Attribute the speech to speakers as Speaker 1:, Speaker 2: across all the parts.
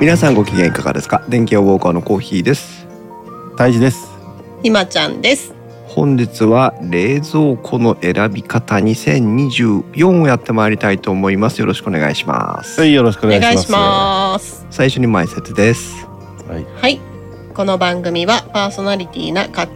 Speaker 1: 皆さんご機嫌いかがですか電気屋ウォーカーのコーヒーです
Speaker 2: 大事です。
Speaker 3: ひまちゃんです。
Speaker 1: 本日は冷蔵庫の選び方2024をやってまいりたいと思いますよろしくお願いします、
Speaker 2: はい、よろしくお
Speaker 3: お
Speaker 2: 願いし
Speaker 3: 願い
Speaker 2: ます。
Speaker 3: します。
Speaker 1: 最初に前説です
Speaker 2: はい、
Speaker 3: はい。この番組はパーソナリティな か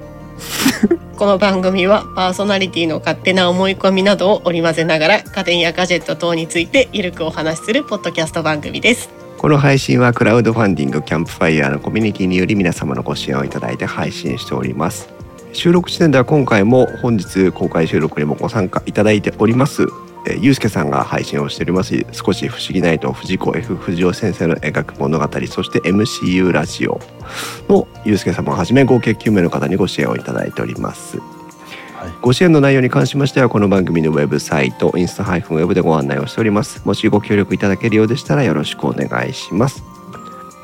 Speaker 3: この番組はパーソナリティの勝手な思い込みなどを織り交ぜながら家電やガジェット等についてゆるくお話しするポッドキャスト番組です。
Speaker 1: この配信はクラウドファンディングキャンプファイヤーのコミュニティにより皆様のご支援をいただいて配信しております収録時点では今回も本日公開収録にもご参加いただいておりますえーゆうすけさんが配信をしております少し不思議ないと藤子 F 不二雄先生の描く物語そして MCU ラジオのゆうすけ様をはじめ合計9名の方にご支援をいただいております
Speaker 2: はい、
Speaker 1: ご支援の内容に関しましてはこの番組のウェブサイトインスタハイフンウェブでご案内をしておりますもしご協力いただけるようでしたらよろしくお願いします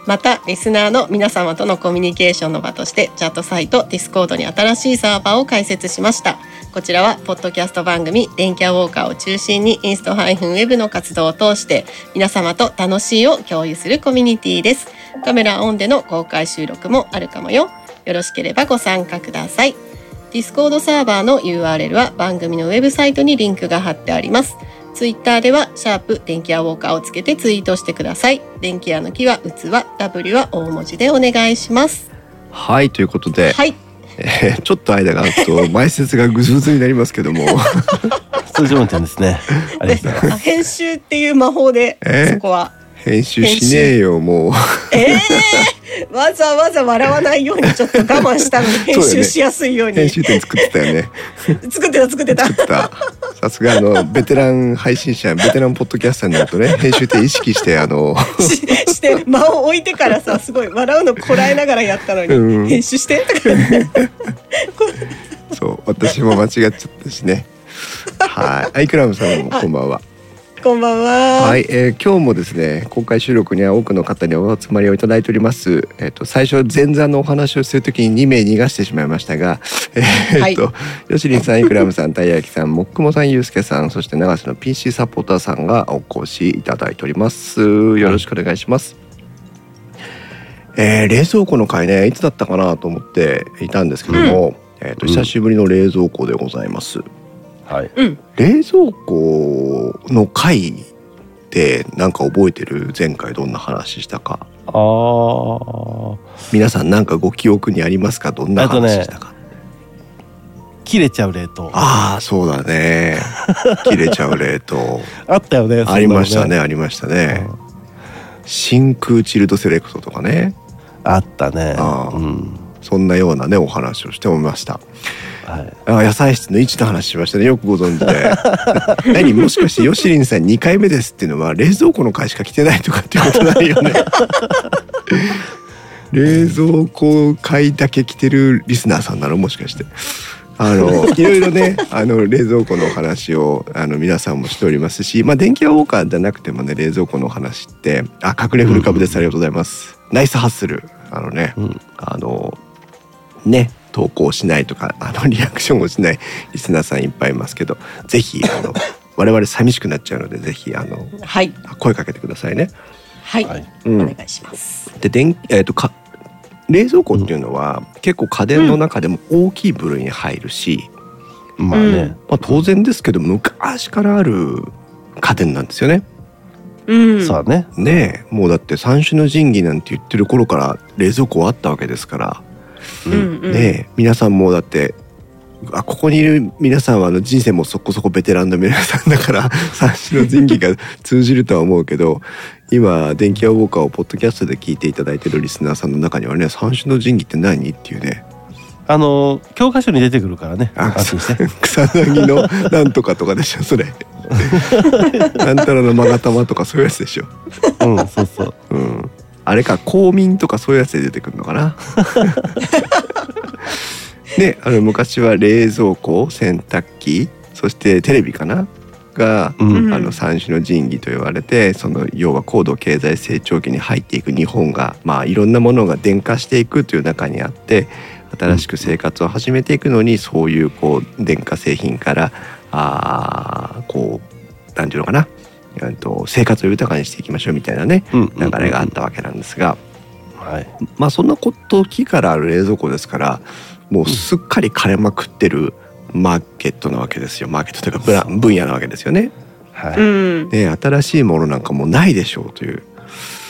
Speaker 3: またリスナーの皆様とのコミュニケーションの場としてチャットサイト Discord に新しいサーバーを開設しましたこちらはポッドキャスト番組「電キャウォーカー」を中心にインストハイフンウェブの活動を通して皆様と楽しいを共有するコミュニティですカメラオンでの公開収録もあるかもよよろしければご参加ください Discord サーバーの URL は番組のウェブサイトにリンクが貼ってありますツイッターでは、シャープ、電気屋ウォーカーをつけてツイートしてください。電気屋の木は器、W は大文字でお願いします。
Speaker 1: はいということで、
Speaker 3: はい。
Speaker 1: えーちょっと間が空く と前説がぐずぐずになりますけども
Speaker 2: 通常運転ですね。ありがとうございます。
Speaker 3: あ編集っていう魔法で、
Speaker 1: え
Speaker 3: そこは。
Speaker 1: 編集しねえよも
Speaker 3: えー、わざわざ笑わないようにちょっと我慢したのに、編
Speaker 1: そうだよ
Speaker 3: 集
Speaker 1: ね
Speaker 3: しやすいよう
Speaker 1: う
Speaker 3: に。
Speaker 1: 編集点作ってたよね
Speaker 3: 作ってた、作ってた。
Speaker 1: 作ったさすがあのベテラン配信者ベテランポッドキャスターになるとね編集点意識してあの
Speaker 3: しして、間を置いてからさ、すごい笑うのこらえながらやったのに、
Speaker 1: うん
Speaker 3: 編集してとか言って
Speaker 1: そう私も間違っちゃったしねはいアイクラムさんもこんばんは
Speaker 3: こんばんは。
Speaker 1: はい、えー今日もですね公開収録には多くの方にお集まりをいただいております、えっと最初前座のお話をするときに2名逃がしてしまいましたが、えっとよしりんさんイクラムさんたいやきさんもっくもさんゆうすけさんそして長瀬の PC サポーターさんがお越しいただいておりますよろしくお願いします、えー冷蔵庫の回ねいつだったかなと思っていたんですけども、えっと
Speaker 2: うん
Speaker 1: 久しぶりの冷蔵庫でございます、
Speaker 2: はい、
Speaker 3: うん。
Speaker 1: 冷蔵庫の回ってなんか覚えてる前回どんな話したか
Speaker 2: あー
Speaker 1: 皆さんなんかご記憶にありますかどんな話したか、
Speaker 2: 切れちゃう冷凍。あ
Speaker 1: ああそうだ ね切れちゃう冷凍
Speaker 2: ったよね。そんなの
Speaker 1: ありましたね。ありましたね
Speaker 2: うん
Speaker 1: 真空チルドセレクトとかね
Speaker 2: あったね。
Speaker 1: あー
Speaker 2: うん。
Speaker 1: そんなようなねお話をしておりました
Speaker 2: はい。
Speaker 1: あー野菜室の位置の話しましたねよくご存知で 何もしかしてヨシリンさん2回目ですっていうのは冷蔵庫の回しか来てないとかっていうことない よね冷蔵庫回だけ来てるリスナーさんなのもしかしてあのいろいろねあの冷蔵庫のお話をあの皆さんもしておりますしまあ電気屋ウォーカーじゃなくてもね冷蔵庫のお話ってあ隠れフル株ですありがとうございます、ナイスハッスルあのね、
Speaker 2: うん
Speaker 1: あのね投稿しないとかあのリアクションをしない リスナーさんいっぱいいますけどぜひあの 我々寂しくなっちゃうのでぜひあの
Speaker 3: はい。
Speaker 1: 声かけてくださいね。
Speaker 3: はい。
Speaker 2: はい。
Speaker 1: う
Speaker 3: お
Speaker 1: ん、
Speaker 3: 願いします。
Speaker 1: で電えっ、とか冷蔵庫っていうのは、結構家電の中でも大きい部類に入るし、
Speaker 2: まあね。
Speaker 1: まあ、当然ですけど昔からある家電なんですよね。
Speaker 3: うん。
Speaker 2: そうだね。
Speaker 1: ねえもうだって三種の神器なんて言ってる頃から冷蔵庫はあったわけですから、
Speaker 3: うん。うん。
Speaker 1: ねえ皆さんもうだってあここにいる皆さんはあの人生もそこそこベテランの皆さんだから 三種の神器が通じるとは思うけど今「電気屋ウォーカー」をポッドキャストで聞いていただいてるリスナーさんの中にはね三種の神器って何っていうね
Speaker 2: あの教科書に出てくるからね。
Speaker 1: あ
Speaker 2: 安心して。
Speaker 1: 草薙のなんとかとかでしょそれなんたらの勾玉とかそういうやつでしょ
Speaker 2: うん、そうそう。
Speaker 1: うん、あれか公民とかそういうやつで出てくるのか な。ね、あの昔は冷蔵庫洗濯機そしてテレビかなが、
Speaker 2: うん。
Speaker 1: あの三種の神器と言われてその要は高度経済成長期に入っていく日本が、まあ、いろんなものが電化していくという中にあって新しく生活を始めていくのにそういうこう電化製品からあーこう何て言うのかなえーと生活を豊かにしていきましょうみたいなね
Speaker 2: うんうん
Speaker 1: 流れがあったわけなんですが、
Speaker 2: はい
Speaker 1: まあそんなこと時からある冷蔵庫ですからもうすっかり枯れまくってるマーケットなわけですよマーケットというかブラ分野なわけですよね。
Speaker 2: は
Speaker 3: う
Speaker 2: い
Speaker 3: ん
Speaker 1: ね新しいものなんかもうないでしょうという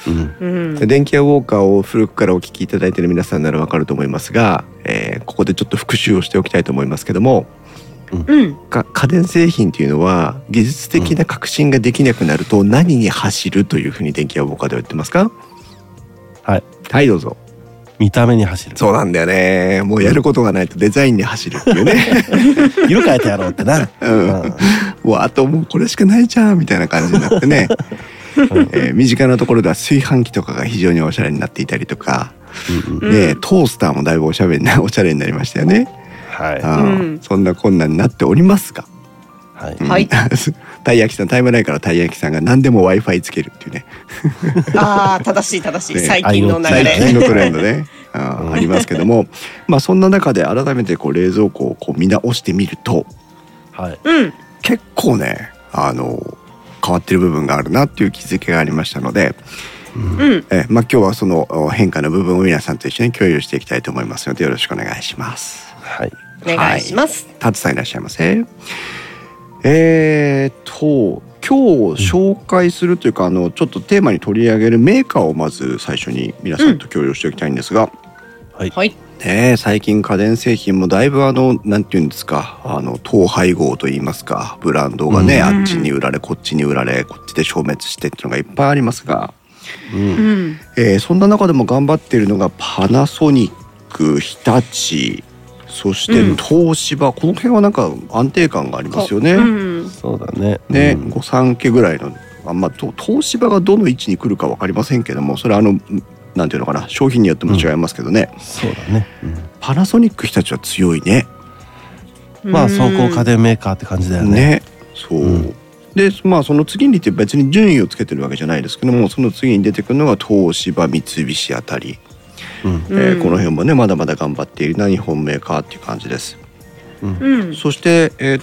Speaker 2: うん
Speaker 3: うん
Speaker 1: で電気屋ウォーカーを古くからお聞きいただいている皆さんならわかると思いますが、えーここでちょっと復習をしておきたいと思いますけども
Speaker 3: うん
Speaker 1: か家電製品というのは技術的な革新ができなくなると何に走るというふうに電気屋ウォーカーでは言ってますか
Speaker 2: はい
Speaker 1: はいどうぞ
Speaker 2: 見た目に走る
Speaker 1: そうなんだよねもうやることがないとデザインに走るっていうね
Speaker 2: 色変えてやろ うってな
Speaker 1: うん
Speaker 2: うん
Speaker 1: もうあともうこれしかないじゃんみたいな感じになってね、えー身近なところでは炊飯器とかが非常におしゃれになっていたりとか
Speaker 2: うんうん
Speaker 1: ね、
Speaker 3: うん
Speaker 1: トースターもだいぶおしゃれにな おしゃれになりましたよね。
Speaker 2: はい
Speaker 1: あー
Speaker 3: うん
Speaker 1: そんな困難になっておりますが、
Speaker 2: はい
Speaker 1: うん
Speaker 3: はい
Speaker 1: たい焼きさんタイムラインからたい焼きさんが何でも Wi-Fi つけるっていうね
Speaker 3: ああ正しい正しい
Speaker 1: ね
Speaker 3: 最近の流
Speaker 1: 最
Speaker 3: れ
Speaker 1: 近のトレンドねあーありますけども、まあそんな中で改めてこう冷蔵庫をこう見直してみると
Speaker 2: はい
Speaker 3: うん
Speaker 1: 結構ねあの変わってる部分があるなっていう気づきがありましたので、
Speaker 3: うん
Speaker 1: えまあ、今日はそのお変化の部分を皆さんと一緒に共有していきたいと思いますのでよろしくお願いします。
Speaker 2: はい
Speaker 3: お願いします
Speaker 1: タツさんいらっしゃいませ。えー、と今日紹介するというか、あのちょっとテーマに取り上げるメーカーをまず最初に皆さんと共有しておきたいんですが、
Speaker 3: はい
Speaker 1: ねえ最近家電製品もだいぶあのなんていうんですかあの統廃合といいますかブランドがね、
Speaker 2: うん
Speaker 1: あっちに売られこっちに売られこっちで消滅してっていうのがいっぱいありますが、
Speaker 2: うん
Speaker 3: うん
Speaker 1: えーそんな中でも頑張っているのがパナソニック日立そして
Speaker 3: うん
Speaker 1: 東芝、この辺はなんか安定感がありますよね。
Speaker 3: うん
Speaker 2: そうだね。
Speaker 1: ね、
Speaker 2: うん
Speaker 1: 御三家ぐらいのあんまと東芝がどの位置に来るか分かりませんけどもそれはあのなんていうのかな商品によっても違いますけどね、
Speaker 2: そうだね。
Speaker 1: パナソニック日立は強いね。
Speaker 2: うんまあ走行家
Speaker 3: で
Speaker 2: 電メーカーって感じだよ
Speaker 1: ね
Speaker 2: ね。
Speaker 1: そう、
Speaker 2: うん
Speaker 1: でまあその次にって別に順位をつけてるわけじゃないですけどもその次に出てくるのが東芝三菱あたり、
Speaker 2: うん
Speaker 1: えーこの辺もねまだまだ頑張っているな日本メーカーっていう感じです。
Speaker 2: うん
Speaker 3: うん
Speaker 1: そして、えー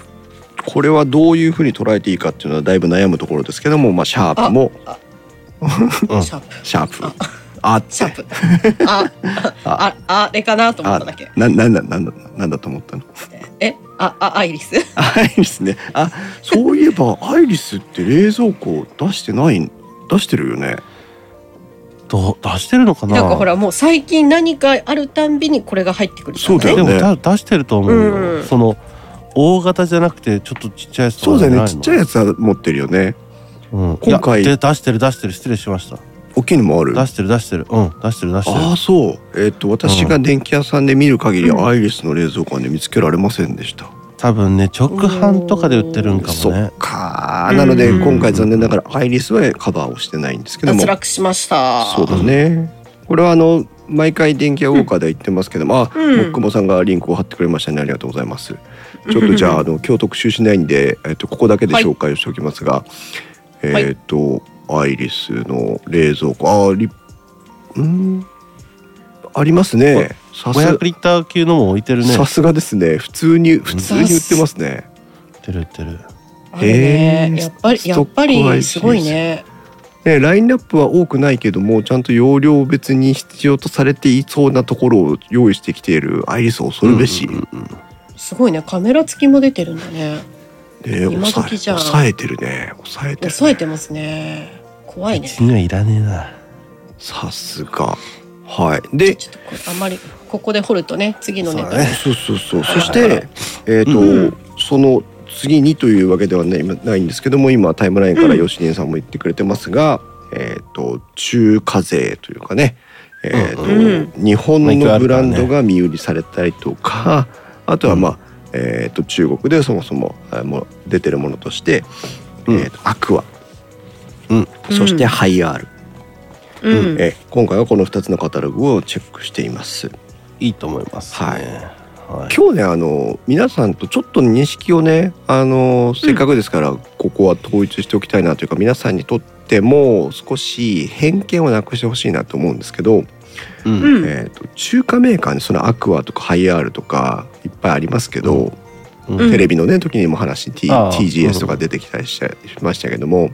Speaker 1: これはどういうふうに捉えていいかっていうのはだいぶ悩むところですけども、まあ、シャープも
Speaker 2: うん
Speaker 3: シャープ
Speaker 1: シャープあって
Speaker 3: シャ ープああああれかなと思っただけ
Speaker 1: あななんだなんだなんだと思ったの
Speaker 3: えああアイリス
Speaker 1: アイリスねあそういえばアイリスって冷蔵庫出してない出してるよね
Speaker 2: ど出してるのかな。
Speaker 3: なんかほらもう最近何かあるたんびにこれが入ってくるじゃな
Speaker 1: そう
Speaker 3: い
Speaker 1: だよ
Speaker 2: でも
Speaker 1: ね
Speaker 2: だ出してると思う
Speaker 3: うん
Speaker 2: よ。その大型じゃなくてちょっとちっちゃいやつ
Speaker 1: そ
Speaker 2: と
Speaker 1: う
Speaker 2: か
Speaker 1: だ
Speaker 2: じゃ
Speaker 1: よ
Speaker 2: な
Speaker 1: ねち
Speaker 2: の
Speaker 1: っちゃいやつは持ってるよね
Speaker 2: うん
Speaker 1: 今回
Speaker 2: いやで出してる出してる失礼しました。
Speaker 1: 大きいのもある
Speaker 2: 出してる出してるうん出してる出してる。
Speaker 1: ああそうえっ、と私が電気屋さんで見る限り、
Speaker 3: うん
Speaker 1: アイリスの冷蔵庫はね見つけられませんでした
Speaker 2: 多分ね直販とかで売ってるんか
Speaker 1: そ
Speaker 2: もね
Speaker 1: っ。かなので
Speaker 3: うん
Speaker 1: 今回残念ながらアイリスはカバーをしてないんですけども
Speaker 3: 脱落しました
Speaker 1: そうだね。これはあの毎回電気屋ウォーカーでは言ってますけども、あ、も
Speaker 3: うん
Speaker 1: っくもさんがリンクを貼ってくれましたね。ありがとうございます。ちょっとじゃああの今日特集しないんで、えっとここだけで紹介をしておきますが、
Speaker 3: い
Speaker 1: えっとアイリスの冷蔵庫、あ、り、うん、ありますね。さす
Speaker 2: 500リッター級のも置いてるね。
Speaker 1: さすがですね。普通に普通に売ってますね。
Speaker 2: 売ってる売ってる。
Speaker 3: あれね
Speaker 1: へー
Speaker 3: やっぱり
Speaker 1: ス
Speaker 3: や
Speaker 1: ト
Speaker 3: っ
Speaker 1: ック
Speaker 3: ぱ
Speaker 1: アイリス
Speaker 3: りすごいね
Speaker 1: ね、ラインナップは多くないけどもちゃんと容量別に必要とされていそうなところを用意してきているアイリス恐るべし、
Speaker 2: うんうんうん
Speaker 3: すごいねカメラ付きも出てるんだね
Speaker 1: ね、
Speaker 3: 今
Speaker 1: 抑え
Speaker 3: 時じゃん
Speaker 1: 抑えてるね抑えてる
Speaker 3: 抑えてますね怖いうね
Speaker 2: ちにはいらねえな。
Speaker 1: さすがはいで
Speaker 3: ちょっとこれあんまりここで掘るとね次のネ
Speaker 2: そう
Speaker 3: タ
Speaker 2: だね
Speaker 1: そうそうそうそしてえっ、と、
Speaker 3: うん
Speaker 1: その次にというわけではね今ないんですけども今タイムラインから吉人さんも言ってくれてますが、えっ、と中華税というかねえーと
Speaker 3: うんうん
Speaker 1: 日本のブランドが身売りされたりとかあとはまあ、えー、と中国でそもそもあもう出てるものとして、
Speaker 2: う
Speaker 1: え
Speaker 2: ん
Speaker 1: ーとアクア、
Speaker 2: うん
Speaker 1: そしてハイアール、
Speaker 3: うん
Speaker 1: えー今回はこの2つのカタログをチェックしています。
Speaker 2: いいと思います、ね。
Speaker 1: はい
Speaker 2: はい。
Speaker 1: 今日ねあの皆さんとちょっと認識をねあのせっかくですから、ここは統一しておきたいなというか皆さんにとっても少し偏見をなくしてほしいなと思うんですけど、
Speaker 2: うん
Speaker 3: うん
Speaker 1: えー、と中華メーカーにそのアクアとかハイアールとかいっぱいありますけど、
Speaker 2: うん
Speaker 3: うん
Speaker 1: テレビのね時にも話 T
Speaker 2: ああ
Speaker 1: TGS とか出てきたりしたしましたけども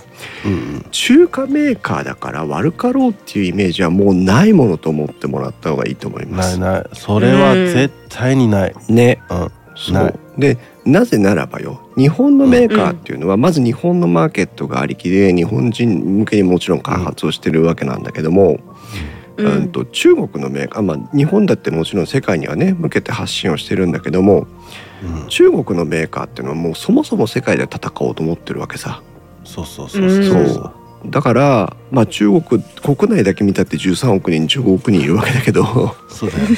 Speaker 2: うん
Speaker 1: 中華メーカーだから悪かろうっていうイメージはもうないものと思ってもらった方がいいと思い
Speaker 2: うん、
Speaker 1: ま
Speaker 2: な
Speaker 1: す
Speaker 2: い。ないそれは絶対にない、
Speaker 1: ね、
Speaker 2: うん
Speaker 1: そう
Speaker 2: ない
Speaker 1: でなぜならばよ日本のメーカーっていうのは、まず日本のマーケットがありきで日本人向けにもちろん開発をしてるわけなんだけども、うんと中国のメーカー、まあ、日本だってもちろん世界にはね向けて発信をしてるんだけども
Speaker 2: うん、
Speaker 1: 中国のメーカーっていうのはもうそもそも世界で戦おうと思ってるわけさ。
Speaker 2: そうそうそうそう
Speaker 1: そう
Speaker 2: そう
Speaker 1: だから、まあ、中国国内だけ見たって13億人15億人いるわけだけ ど、
Speaker 2: そうだよ
Speaker 1: ね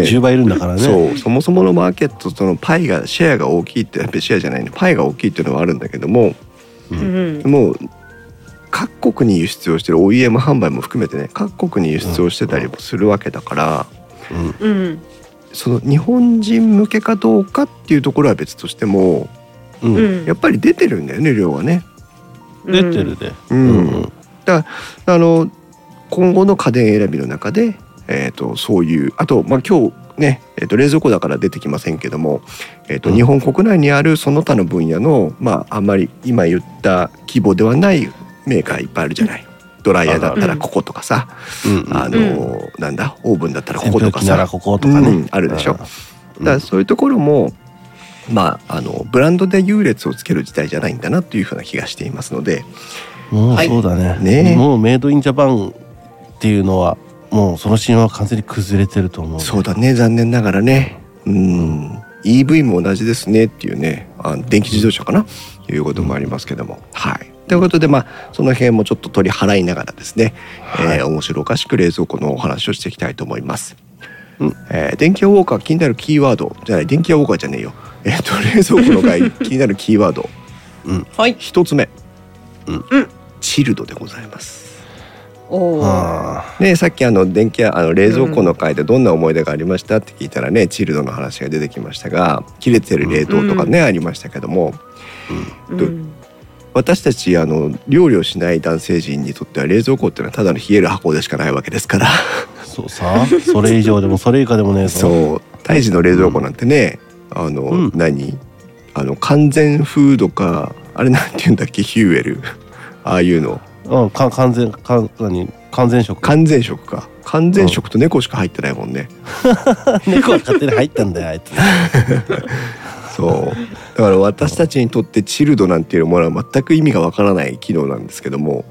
Speaker 2: 10倍いるんだからね
Speaker 1: そうそもそものマーケットとのパイがシェアが大きいってやっぱりシェアじゃないねパイが大きいっていうのはあるんだけども
Speaker 3: うん
Speaker 1: もう各国に輸出をしてる OEM 販売も含めてね各国に輸出をしてたりもするわけだから、
Speaker 2: うん
Speaker 3: うん
Speaker 1: その日本人向けかどうかっていうところは別としても
Speaker 2: うん
Speaker 3: うん
Speaker 1: やっぱり出てるんだよね量はね。
Speaker 2: 出てるで、
Speaker 1: う
Speaker 2: うんんうん
Speaker 1: あの今後の家電選びの中で、えー、とそういうあと、まあ、今日ね、えー、と冷蔵庫だから出てきませんけども、えーと
Speaker 2: うん
Speaker 1: 日本国内にあるその他の分野の、まあ、あんまり今言った規模ではないメーカーいっぱいあるじゃない。ドライヤーだったらこことかさ、
Speaker 2: うん
Speaker 1: あのなんだオーブンだったらこ
Speaker 2: 扇
Speaker 1: こと
Speaker 2: 風
Speaker 1: か
Speaker 2: 機なら
Speaker 1: さ、
Speaker 2: ここと
Speaker 1: う
Speaker 2: かね、
Speaker 1: ん、あるでしょ。だか
Speaker 2: うん
Speaker 1: らそういうところも、まあ、あのブランドで優劣をつける時代じゃないんだなというふうな気がしていますので、
Speaker 2: もう
Speaker 3: はい
Speaker 2: そうだね,、
Speaker 1: ねえ
Speaker 2: もうメイドインジャパンっていうのはもうその神話は完全に崩れてると思う
Speaker 1: そうだね残念ながらねうん EV も同じですねっていうねあ電気自動車かないうこともありますけどもはいということでまあその辺もちょっと取り払いながらですね、えー面白おかしく冷蔵庫のお話をしていきたいと思います、
Speaker 2: うん
Speaker 1: えー電気屋ウォーカー気になるキーワードじゃない電気屋ウォーカーじゃねえよえっ、と冷蔵庫の回気になるキーワード
Speaker 3: はい
Speaker 1: 一つ目、
Speaker 2: うん
Speaker 3: うん
Speaker 1: チルドでございます
Speaker 3: おー
Speaker 2: あ
Speaker 1: ね、さっきあの電気屋あの冷蔵庫の回でどんな思い出がありましたって聞いたらね、チルドの話が出てきましたが切れてる冷凍とかね、ありましたけども
Speaker 3: うん
Speaker 1: 私たちあの料理をしない男性陣にとっては冷蔵庫っていうのはただの冷える箱でしかないわけですから
Speaker 2: ーそうさそれ以上でもそれ以下でもね
Speaker 1: そう胎児の冷蔵庫なんてね、あの、
Speaker 2: うん
Speaker 1: 何あの完全フードかあれなんて言うんだっけヒューエルああいうの
Speaker 2: う、うん、か完全か何完全食
Speaker 1: 完全食か完全食と猫しか入ってないもんね。
Speaker 2: 猫が勝手に入ったんだよ あいつ
Speaker 1: そうだから私たちにとってチルドなんていうものは全く意味がわからない機能なんですけども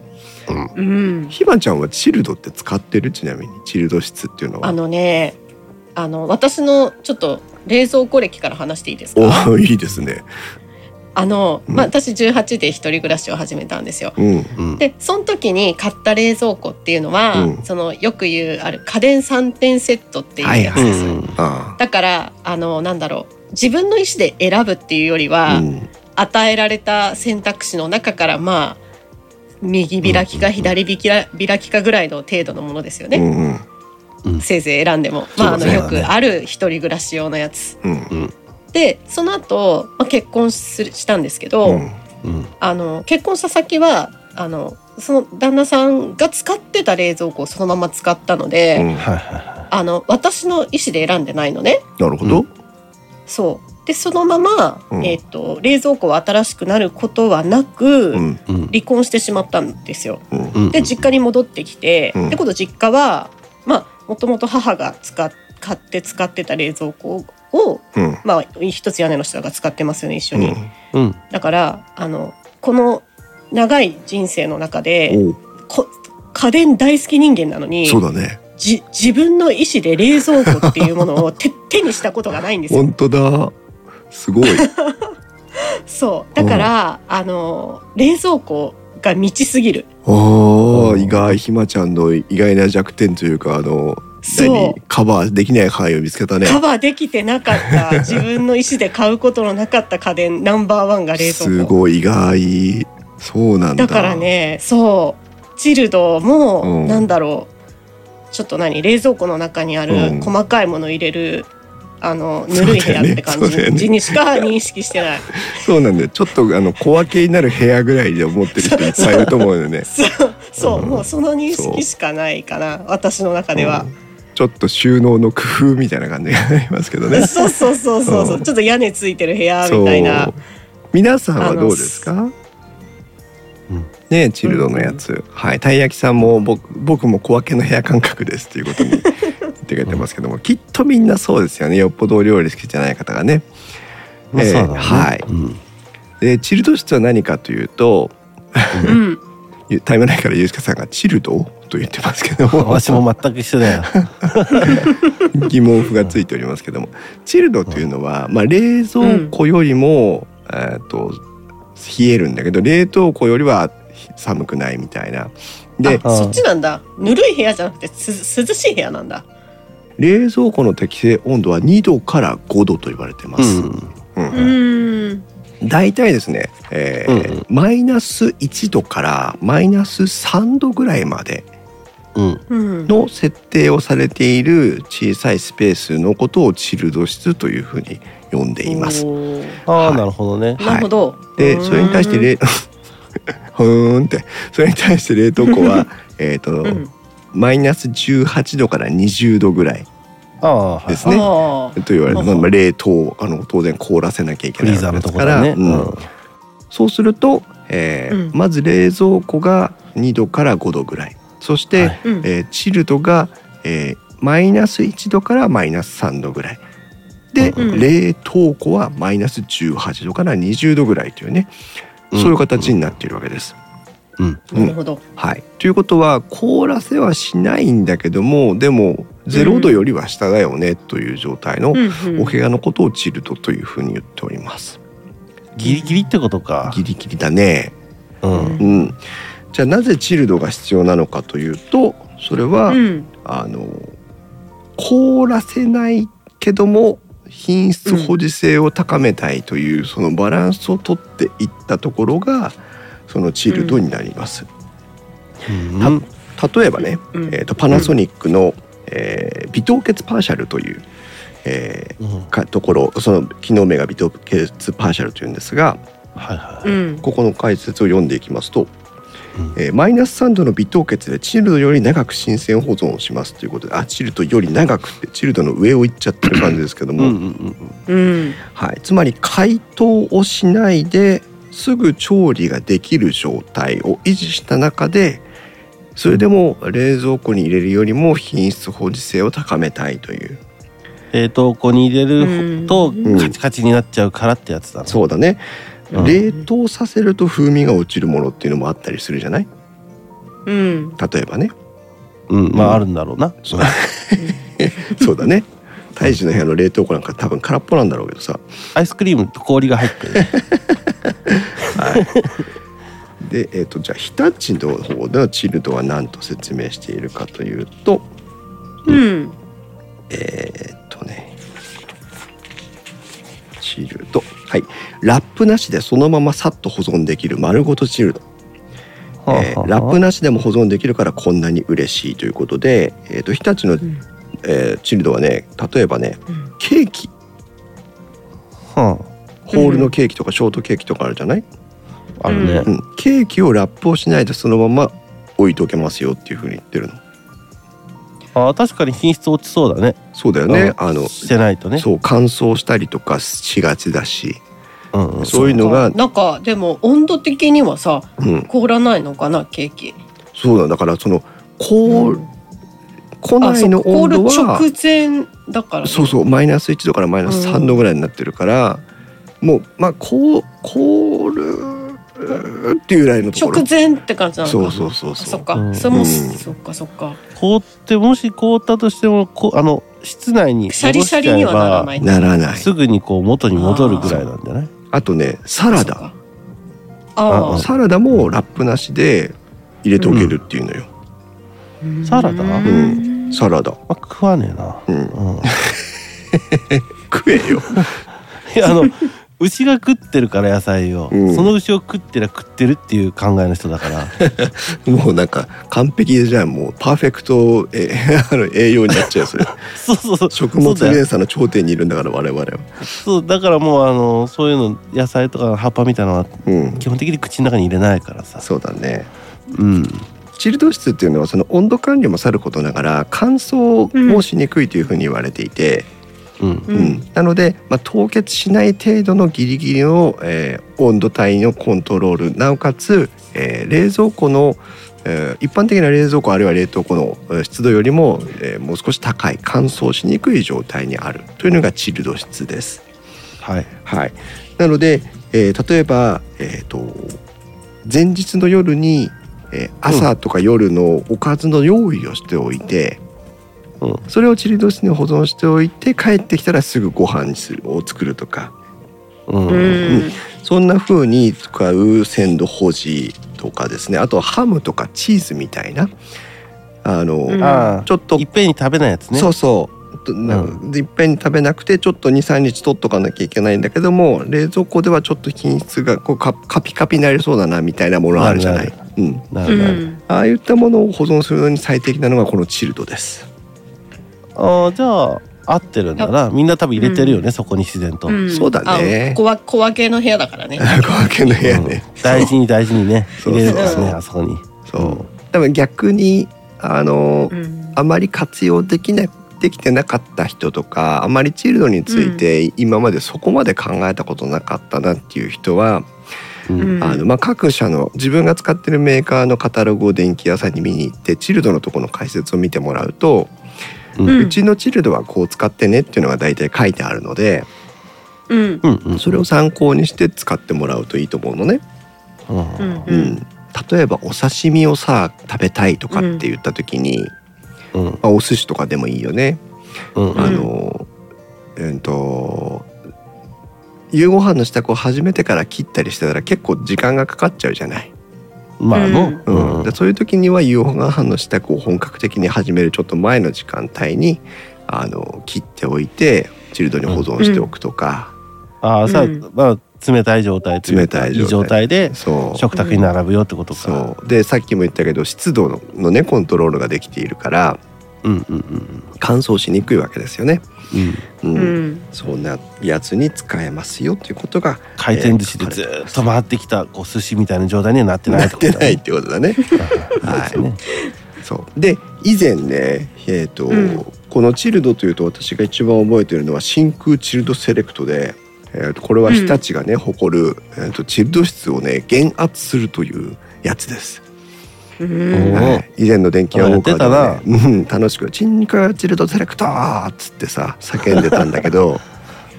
Speaker 3: うん
Speaker 1: ひまちゃんはチルドって使ってるちなみにチルド室っていうのは
Speaker 3: あのねあの私のちょっと冷蔵庫歴から話していいですか
Speaker 1: おおいいですね
Speaker 3: あの、
Speaker 1: うん
Speaker 3: まあ、私18で一人暮らしを始めたんですよ
Speaker 1: うん
Speaker 2: うん
Speaker 3: でその時に買った冷蔵庫っていうのは、
Speaker 1: うん
Speaker 3: そのよく言うある家電3点セットっていうやつ
Speaker 1: は
Speaker 2: う
Speaker 1: い
Speaker 3: です、
Speaker 2: ん
Speaker 1: あ
Speaker 3: だからあのなんだろう自分の意思で選ぶっていうより
Speaker 1: あ
Speaker 3: は、
Speaker 1: うん
Speaker 3: 与えられた選択肢の中からまあ右開きか左開きら開きかぐらいの程度のものですよ
Speaker 1: う
Speaker 3: ね、
Speaker 1: んうん
Speaker 3: せいぜい選んでも、
Speaker 2: そう
Speaker 3: まあ、
Speaker 2: だ
Speaker 3: あの
Speaker 2: ね
Speaker 3: よくある一人暮らし用のやつ
Speaker 1: うん
Speaker 3: でその後、まあ結婚するしたんですけど、
Speaker 1: うん
Speaker 2: うん
Speaker 3: あの結婚した先はあのその旦那さんが使ってた冷蔵庫をそのまま使ったので、
Speaker 1: うん
Speaker 2: はいは
Speaker 3: あの私の意思で選んでないのね
Speaker 1: なるほど
Speaker 3: そうでそのまま、
Speaker 1: うん
Speaker 3: えっと冷蔵庫は新しくなることはなく、
Speaker 1: うん
Speaker 2: いうん
Speaker 3: 離婚してしまったんですよ。
Speaker 1: うん
Speaker 2: うん
Speaker 3: で実家に戻ってきて、
Speaker 1: うん
Speaker 3: ってことは実家はまあもともと母が使っ買って使ってた冷蔵庫を、
Speaker 1: うん
Speaker 3: まあ、一つ屋根の下が使ってますよね一緒
Speaker 1: う
Speaker 3: に。
Speaker 1: ん
Speaker 2: うん
Speaker 3: だからあのこの長い人生の中で
Speaker 1: おう
Speaker 3: こ家電大好き人間なのに
Speaker 1: そうだね
Speaker 3: じ自分の意思で冷蔵庫っていうものを 手手にしたことがないんですよ。
Speaker 1: 本当だす ごい
Speaker 3: そうだから、あの冷蔵庫が満ちすぎる。
Speaker 1: ああ意外ひまちゃんの意外な弱点というかあの
Speaker 3: そう
Speaker 1: 何カバーできない範囲を見つけたね
Speaker 3: カバーできてなかっ た自分の意思で買うことのなかった家電ナンバーワンが冷蔵庫
Speaker 1: すごい意外そうなんだ
Speaker 3: だからねそうチルドも、
Speaker 1: うん
Speaker 3: なんだろうちょっと何冷蔵庫の中にあ
Speaker 1: うん
Speaker 3: る細かいもの入れる、あのぬるい部屋って感
Speaker 1: そうだよね
Speaker 3: じにしか認識して ない。
Speaker 1: そうなんだよ。ちょっとあの小分けになる部屋ぐらいで思ってる人いっぱいい ると思うよね。
Speaker 3: そうそう、
Speaker 1: うん
Speaker 3: もうその認
Speaker 1: そう
Speaker 3: 識しかないかな私の中では。。
Speaker 1: うんちょっと収納の工夫みたいな感じがありますけどね
Speaker 3: そうそうそうそうそううんちょっと屋根ついてる部屋みたいな
Speaker 1: そう。皆さんはどうですか
Speaker 2: うん？
Speaker 1: ねえチルドのやつ、はいたい焼きさんも僕僕も小分けの部屋感覚ですっていうことに言ってくれてますけ どもきっとみんなそうですよねよっぽどお料理好きじゃない方がね。
Speaker 2: まあ
Speaker 1: えー
Speaker 2: そうだね
Speaker 1: はい
Speaker 2: うん
Speaker 1: でチルド室は何かというと
Speaker 3: うん
Speaker 1: ゆタイムラインからユースケさんが「チルド?」と言ってますけども
Speaker 2: 私も全く一緒だよ。
Speaker 1: 疑問符がついておりますけども、チルドというのは、まあ、冷蔵庫よりも、えー、と冷えるんだけど冷凍庫よりは寒くないみたいな。で
Speaker 3: あそっちなんだぬるい部屋じゃなくてす涼しい部屋なんだ
Speaker 1: 冷蔵庫の適正温度は2度から5度と言われてま
Speaker 2: う
Speaker 1: す。
Speaker 2: ん
Speaker 1: うん
Speaker 3: うーん
Speaker 1: 大体ですね、えー
Speaker 2: うんうん
Speaker 1: マイナス1度からマイナス3度ぐらいまで
Speaker 2: うん
Speaker 3: うん
Speaker 1: の設定をされている小さいスペースのことをチルド室というふうに呼んでいます。
Speaker 3: おー
Speaker 2: あ
Speaker 1: は
Speaker 2: あ
Speaker 1: い
Speaker 2: なるほどね。
Speaker 1: い
Speaker 3: なるほど
Speaker 1: でそれ に対して
Speaker 3: 冷
Speaker 1: 冷ふーんってそれに対して冷凍庫はえっと、
Speaker 3: うん
Speaker 1: マイナス18度から20度ぐらい
Speaker 2: ああはい
Speaker 1: ですね
Speaker 3: あー
Speaker 1: と言われて、
Speaker 3: ほ
Speaker 1: ま
Speaker 3: うほ
Speaker 1: あ
Speaker 3: う
Speaker 1: まあ、冷凍あの当然凍らせなきゃいけ
Speaker 2: フ
Speaker 1: な
Speaker 2: リ
Speaker 1: い
Speaker 2: ーザー
Speaker 1: わけで
Speaker 2: のと
Speaker 1: す
Speaker 2: こ
Speaker 1: か
Speaker 2: ろ
Speaker 1: ら、
Speaker 2: だね。
Speaker 1: うん
Speaker 2: うん
Speaker 1: そうすると、えー
Speaker 3: うん
Speaker 1: まず冷蔵庫が2度から5度ぐらいそして、
Speaker 2: はい
Speaker 3: うん
Speaker 1: えーチルドが、えーマイナス1度からマイナス3度ぐらいで、
Speaker 3: うん
Speaker 1: 冷凍庫はマイナス18度から20度ぐらいというね、そういう形になっているわけです。う
Speaker 2: うん
Speaker 1: ん
Speaker 3: なるほど
Speaker 1: はい、ということは凍らせはしないんだけどもでも0度よりは下だよねという状態の
Speaker 3: うんうん
Speaker 1: お部屋のことをチルドというふうに言っております。
Speaker 2: ギリギリってことか。
Speaker 1: ギリギリだね、
Speaker 2: うん
Speaker 1: うん、じゃあなぜチルドが必要なのかというとそれは、
Speaker 3: うん
Speaker 1: あの凍らせないけども品質保持性を高めたいという、そのバランスをとっていったところがそのチルドになります。
Speaker 2: うん
Speaker 1: 例えばね、
Speaker 3: うん
Speaker 1: えー、とパナソニックの、えー微凍結パーシャルという、え
Speaker 2: うん
Speaker 1: ーかところその機能名が微凍結パーシャルというんですが
Speaker 2: はいは
Speaker 3: う
Speaker 2: い。
Speaker 3: ん
Speaker 1: ここの解説を読んでいきますと
Speaker 2: うん、
Speaker 1: えーマイナス3度の微凍結でチルドより長く新鮮保存をしますということであチルドより長くってチルドの上を行っちゃってる感じですけど
Speaker 2: う
Speaker 1: も、
Speaker 2: んうんうん
Speaker 3: うん
Speaker 1: はい、つまり解凍をしないですぐ調理ができる状態を維持した中でそれでも冷蔵庫に入れるよりも品質保持性を高めたいという
Speaker 2: 冷凍庫に入れると
Speaker 1: ん
Speaker 2: カチカチになっちゃうからってやつだね。
Speaker 1: そうだね、
Speaker 2: うん
Speaker 1: 冷凍させると風味が落ちるものっていうのもあったりするじゃない
Speaker 3: うん
Speaker 1: 例えばね
Speaker 2: うんまああるんだろうな。
Speaker 1: そうそうだね大使の部屋の冷凍庫なんか多分空っぽなんだろうけどさ
Speaker 2: アイスクリームと氷が入ってる。
Speaker 1: で、えー、とじゃあ日立の方でのチルドは何と説明しているかというと
Speaker 3: うん
Speaker 1: えーっとねチルドはいラップなしでそのままさっと保存できる丸ごとチルド、えーラップなしでも保存できるからこんなに嬉しいということで、えーっと日立の、
Speaker 3: ん
Speaker 1: えーチルドはね例えばね
Speaker 3: うん
Speaker 1: ケーキ
Speaker 2: は
Speaker 1: ホールのケーキとかショートケーキとかあるじゃない、
Speaker 2: ああるね
Speaker 1: う。ん、ケーキをラップをしないでそのまま置いとけますよっていうふうに言ってるの
Speaker 2: ああ確かに品質落ちそうだね。
Speaker 1: そうだよねあの
Speaker 2: してないとね。
Speaker 1: そう乾燥したりとかしがちだし
Speaker 2: うんうん
Speaker 1: そういうのが
Speaker 3: なんかでも温度的にはさ
Speaker 1: うん
Speaker 3: 凍らないのかなケーキ
Speaker 1: そうなんだからその凍
Speaker 3: う
Speaker 1: る
Speaker 3: ん
Speaker 1: 庫
Speaker 3: あ
Speaker 1: 内
Speaker 3: そう
Speaker 1: の
Speaker 3: 凍
Speaker 1: 温
Speaker 3: る
Speaker 1: 度
Speaker 3: 直
Speaker 1: は
Speaker 3: 前だからね
Speaker 1: そうそうマイナス1度からマイナス3度ぐらいになってるから、もうまあこう凍るっていうぐらいのところ
Speaker 3: 直前って感じなのか
Speaker 1: そうそうそう
Speaker 3: あ
Speaker 1: そ
Speaker 3: そっ
Speaker 1: う
Speaker 3: か、
Speaker 2: うん
Speaker 3: それ
Speaker 1: う
Speaker 3: も、
Speaker 1: ん
Speaker 3: そっかそっか
Speaker 2: 凍ってもし凍ったとしてもこうあの室内に
Speaker 3: く
Speaker 2: 戻
Speaker 3: しゃり
Speaker 2: し
Speaker 3: し
Speaker 2: ち
Speaker 3: ゃ
Speaker 2: ゃ
Speaker 3: りに
Speaker 2: え
Speaker 3: はなら
Speaker 2: ば
Speaker 3: ない
Speaker 1: ならない
Speaker 2: すぐにこう元に戻るぐらいなんじゃない
Speaker 1: あとねサラダ
Speaker 3: ああ
Speaker 2: あ
Speaker 1: サラダもラップなしで入れておけるっていうのよ、
Speaker 3: うん
Speaker 2: サラダ
Speaker 3: う
Speaker 1: うん
Speaker 3: ん
Speaker 1: サラダ、
Speaker 2: あ食わねえな、
Speaker 1: うん、
Speaker 2: うん、
Speaker 1: 食えよ
Speaker 2: いやあの牛が食ってるから野菜を、
Speaker 1: うん
Speaker 2: その牛を食ってりゃ食ってるっていう考えの人だから
Speaker 1: もうなんか完璧じゃんもうパーフェクトえ あの栄養になっちゃうそ れ
Speaker 2: そうそうそう
Speaker 1: 食物
Speaker 2: そうだ
Speaker 1: 連
Speaker 2: よ
Speaker 1: 鎖の頂点にいるんだから我々は、
Speaker 2: そうだからもうあのそういうの野菜とか葉っぱみたいなのは
Speaker 1: うん、
Speaker 2: 基本的に口の中に入れないからさ
Speaker 1: そうだね
Speaker 2: うん
Speaker 1: チルド室っていうのはその温度管理もさることながら乾燥もしにくいというふうに言われていて、
Speaker 2: うん
Speaker 1: うんなので、まあ、凍結しない程度のギリギリの、えー温度帯のコントロールなおかつ、えー冷蔵庫の、えー一般的な冷蔵庫あるいは冷凍庫のえー湿度よりも、えーもう少し高い乾燥しにくい状態にあるというのがチルド室です。
Speaker 2: はい
Speaker 1: はい、なので、えー例えば、えー、と前日の夜に、えー朝とか夜のおかずの用意をしておいて、
Speaker 2: うん
Speaker 1: それをチリド室に保存しておいて帰ってきたらすぐご飯にするを作るとか
Speaker 2: うん
Speaker 3: う
Speaker 2: うん
Speaker 3: ん
Speaker 1: そんな風に使う鮮度保持とかですねあとはハムとかチーズみたいなあの、
Speaker 3: うん
Speaker 2: ああ
Speaker 1: ちょっと
Speaker 2: いっぺんに食べないやつね
Speaker 1: そうそう。となんでいっぺんに食べなくてちょっと23日取っとかなきゃいけないんだけども冷蔵庫ではちょっと品質がこうカカピカピになりそうだなみたいなものあるじゃな
Speaker 2: あ
Speaker 1: い
Speaker 2: る、
Speaker 1: うん、
Speaker 2: な
Speaker 3: う
Speaker 2: るほど、
Speaker 3: ん
Speaker 1: ああいったものを保存するのに最適なのがこのチルドです。
Speaker 2: ああじゃあ合ってるんだなみんな多分入れてるよね、そこに自然と、
Speaker 3: ん
Speaker 1: そうだね
Speaker 3: あ小わ小分けの部屋だからね。
Speaker 1: 小分けの部屋ね、
Speaker 2: うん大事に大事にね
Speaker 1: そう
Speaker 2: 入れるんです
Speaker 3: そう
Speaker 2: ね
Speaker 3: そう
Speaker 2: あそこに
Speaker 1: そう多分逆にあの、
Speaker 3: うん
Speaker 1: あまり活用できなできてなかった人とかあまりチルドについて今までそこまで考えたことなかったなっていう人は、
Speaker 2: うん
Speaker 3: うん
Speaker 1: あのまあ、各社の自分が使ってるメーカーのカタログを電気屋さんに見に行ってチルドのところの解説を見てもらうと、
Speaker 2: う
Speaker 1: うちのチルドはこう使ってねっていうのが大体書いてあるので
Speaker 3: うん
Speaker 2: うんうん
Speaker 1: それを参考にして使ってもらうといいと思うのね。
Speaker 2: うん
Speaker 3: うん
Speaker 1: うん例えばお刺身をさ食べたいとかって言った時に、
Speaker 2: うん
Speaker 1: まあ、お寿司とかでもいいよね。
Speaker 2: うん
Speaker 1: あのうんと夕ご飯の支度を始めてから切ったりしてたら結構時間がかかっちゃうじゃない。
Speaker 2: まあの
Speaker 3: うん
Speaker 1: うん
Speaker 2: うん
Speaker 1: でそういう時には夕ご飯の支度を本格的に始めるちょっと前の時間帯にあの切っておいてチルドに保存しておくとか、
Speaker 2: ああさあ、
Speaker 3: うん
Speaker 2: まあ冷たい状態というか
Speaker 1: 冷たい状態
Speaker 2: い状態で
Speaker 1: そう
Speaker 2: 食卓に並ぶよってことか
Speaker 1: そうでさっきも言ったけど湿度ののねコントロールができているから
Speaker 2: うんうんうん
Speaker 1: 乾燥しにくいわけですよね。
Speaker 2: うん
Speaker 1: うん
Speaker 3: うん
Speaker 1: そんなやつに使えますよということが
Speaker 2: 回転寿司でずーっと回ってきたこう寿司みたいな状態にはなってない
Speaker 1: なっ
Speaker 2: っ
Speaker 1: て
Speaker 2: こと
Speaker 1: て
Speaker 2: だ
Speaker 1: ない
Speaker 2: ね
Speaker 1: ってことだ ね。
Speaker 2: はいそうですね
Speaker 1: そうで以前ね、えーと
Speaker 3: うん
Speaker 1: このチルドというと私が一番覚えてるのは真空チルドセレクトで、えーとこれは日立がね、誇る、えーとチルド室をね減圧するというやつです。
Speaker 3: うん
Speaker 2: おー
Speaker 1: はい以前の電気屋ウォーカ
Speaker 2: あや
Speaker 1: ー
Speaker 2: っ
Speaker 1: で、ねうん、楽しく「真空チルドセレクト!」っつってさ叫んでたんだけ ど、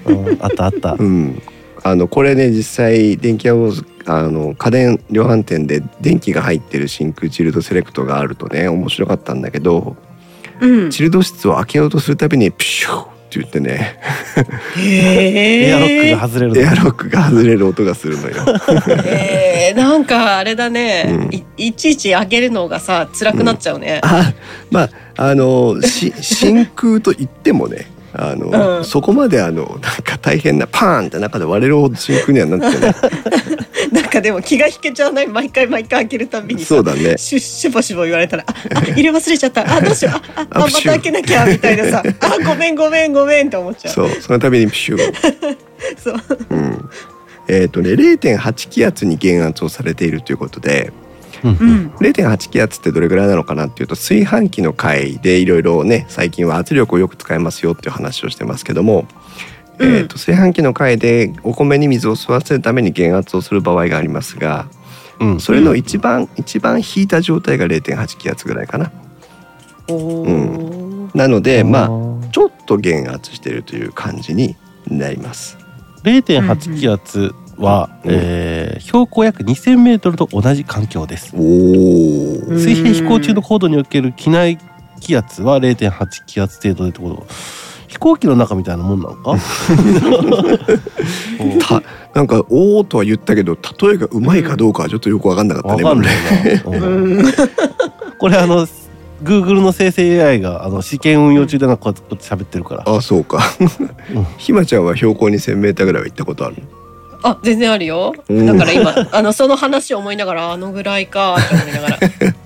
Speaker 2: うんあったあった
Speaker 1: うん、あのこれね実際電気屋ウォーあの家電量販店で電気が入ってる真空チルドセレクトがあるとね面白かったんだけど。
Speaker 3: うん
Speaker 1: チルド室を開けようとするたびにプシューって言ってね、
Speaker 3: へ
Speaker 2: エアロ
Speaker 3: え
Speaker 2: ックが外れる
Speaker 1: エ
Speaker 2: の
Speaker 1: アロックが外れる音がするのよ。
Speaker 3: えーなんかあれだね、
Speaker 1: うん
Speaker 3: いいちいち上げるのがさ辛くなっちゃうね、
Speaker 1: あまああのし真空と言ってもねあの、
Speaker 3: うん
Speaker 1: そこまであのなんか大変なパーンって中で割れるほど真空にはなってな
Speaker 3: なんかでも気が引けちゃわない毎回毎回開けるた び
Speaker 1: い
Speaker 3: にさ
Speaker 1: そうだね。
Speaker 3: シュッシュボシュボ言われたら「ああ入れ忘れちゃったあどうしようあああ
Speaker 1: あ
Speaker 3: また開けなきゃ」みたいなさ「あごめんごめんごめん」って思っちゃう。
Speaker 1: そうそのたびにプシュー。
Speaker 3: そう
Speaker 1: うん、えっ、とね0.8気圧に減圧をされているということで
Speaker 2: うん
Speaker 3: うん
Speaker 1: 0.8気圧ってどれぐらいなのかなっていうと炊飯器の回でいろいろね最近は圧力をよく使いますよっていう話をしてますけども、
Speaker 3: うん
Speaker 1: えー、と炊飯器の回でお米に水を吸わせるために減圧をする場合がありますが
Speaker 2: うん
Speaker 1: それの一番、一番引いた状態が0.8気圧ぐらいかな。
Speaker 3: おー
Speaker 1: なのでまあ
Speaker 2: あ
Speaker 1: ちょっと減圧してるという感じになります。
Speaker 2: 0.8気圧は、
Speaker 1: うん
Speaker 2: えー標高約2000メートルと同じ環境です
Speaker 1: おー
Speaker 3: うん
Speaker 2: 水平飛行中の高度における機内気圧は0.8気圧程度でってこと飛行機の中みたいなもんなの かうん
Speaker 1: たなんか「おー」とは言ったけど例えがうまいかどうかはちょっとよく分かんなかった
Speaker 2: わ
Speaker 1: ね。
Speaker 2: かん
Speaker 1: 今ね
Speaker 2: ないな、うん
Speaker 3: うん
Speaker 2: これあの Google の生成 AI があの試験運用中でなんかこうやって喋ってるから
Speaker 1: あそうか
Speaker 2: うん。
Speaker 1: ひまちゃんは標高に1000メーターぐらいは行ったことある。
Speaker 3: あ全然あるよ
Speaker 1: うん
Speaker 3: だから今あのその話を思いながらあのぐらいかって思いな がら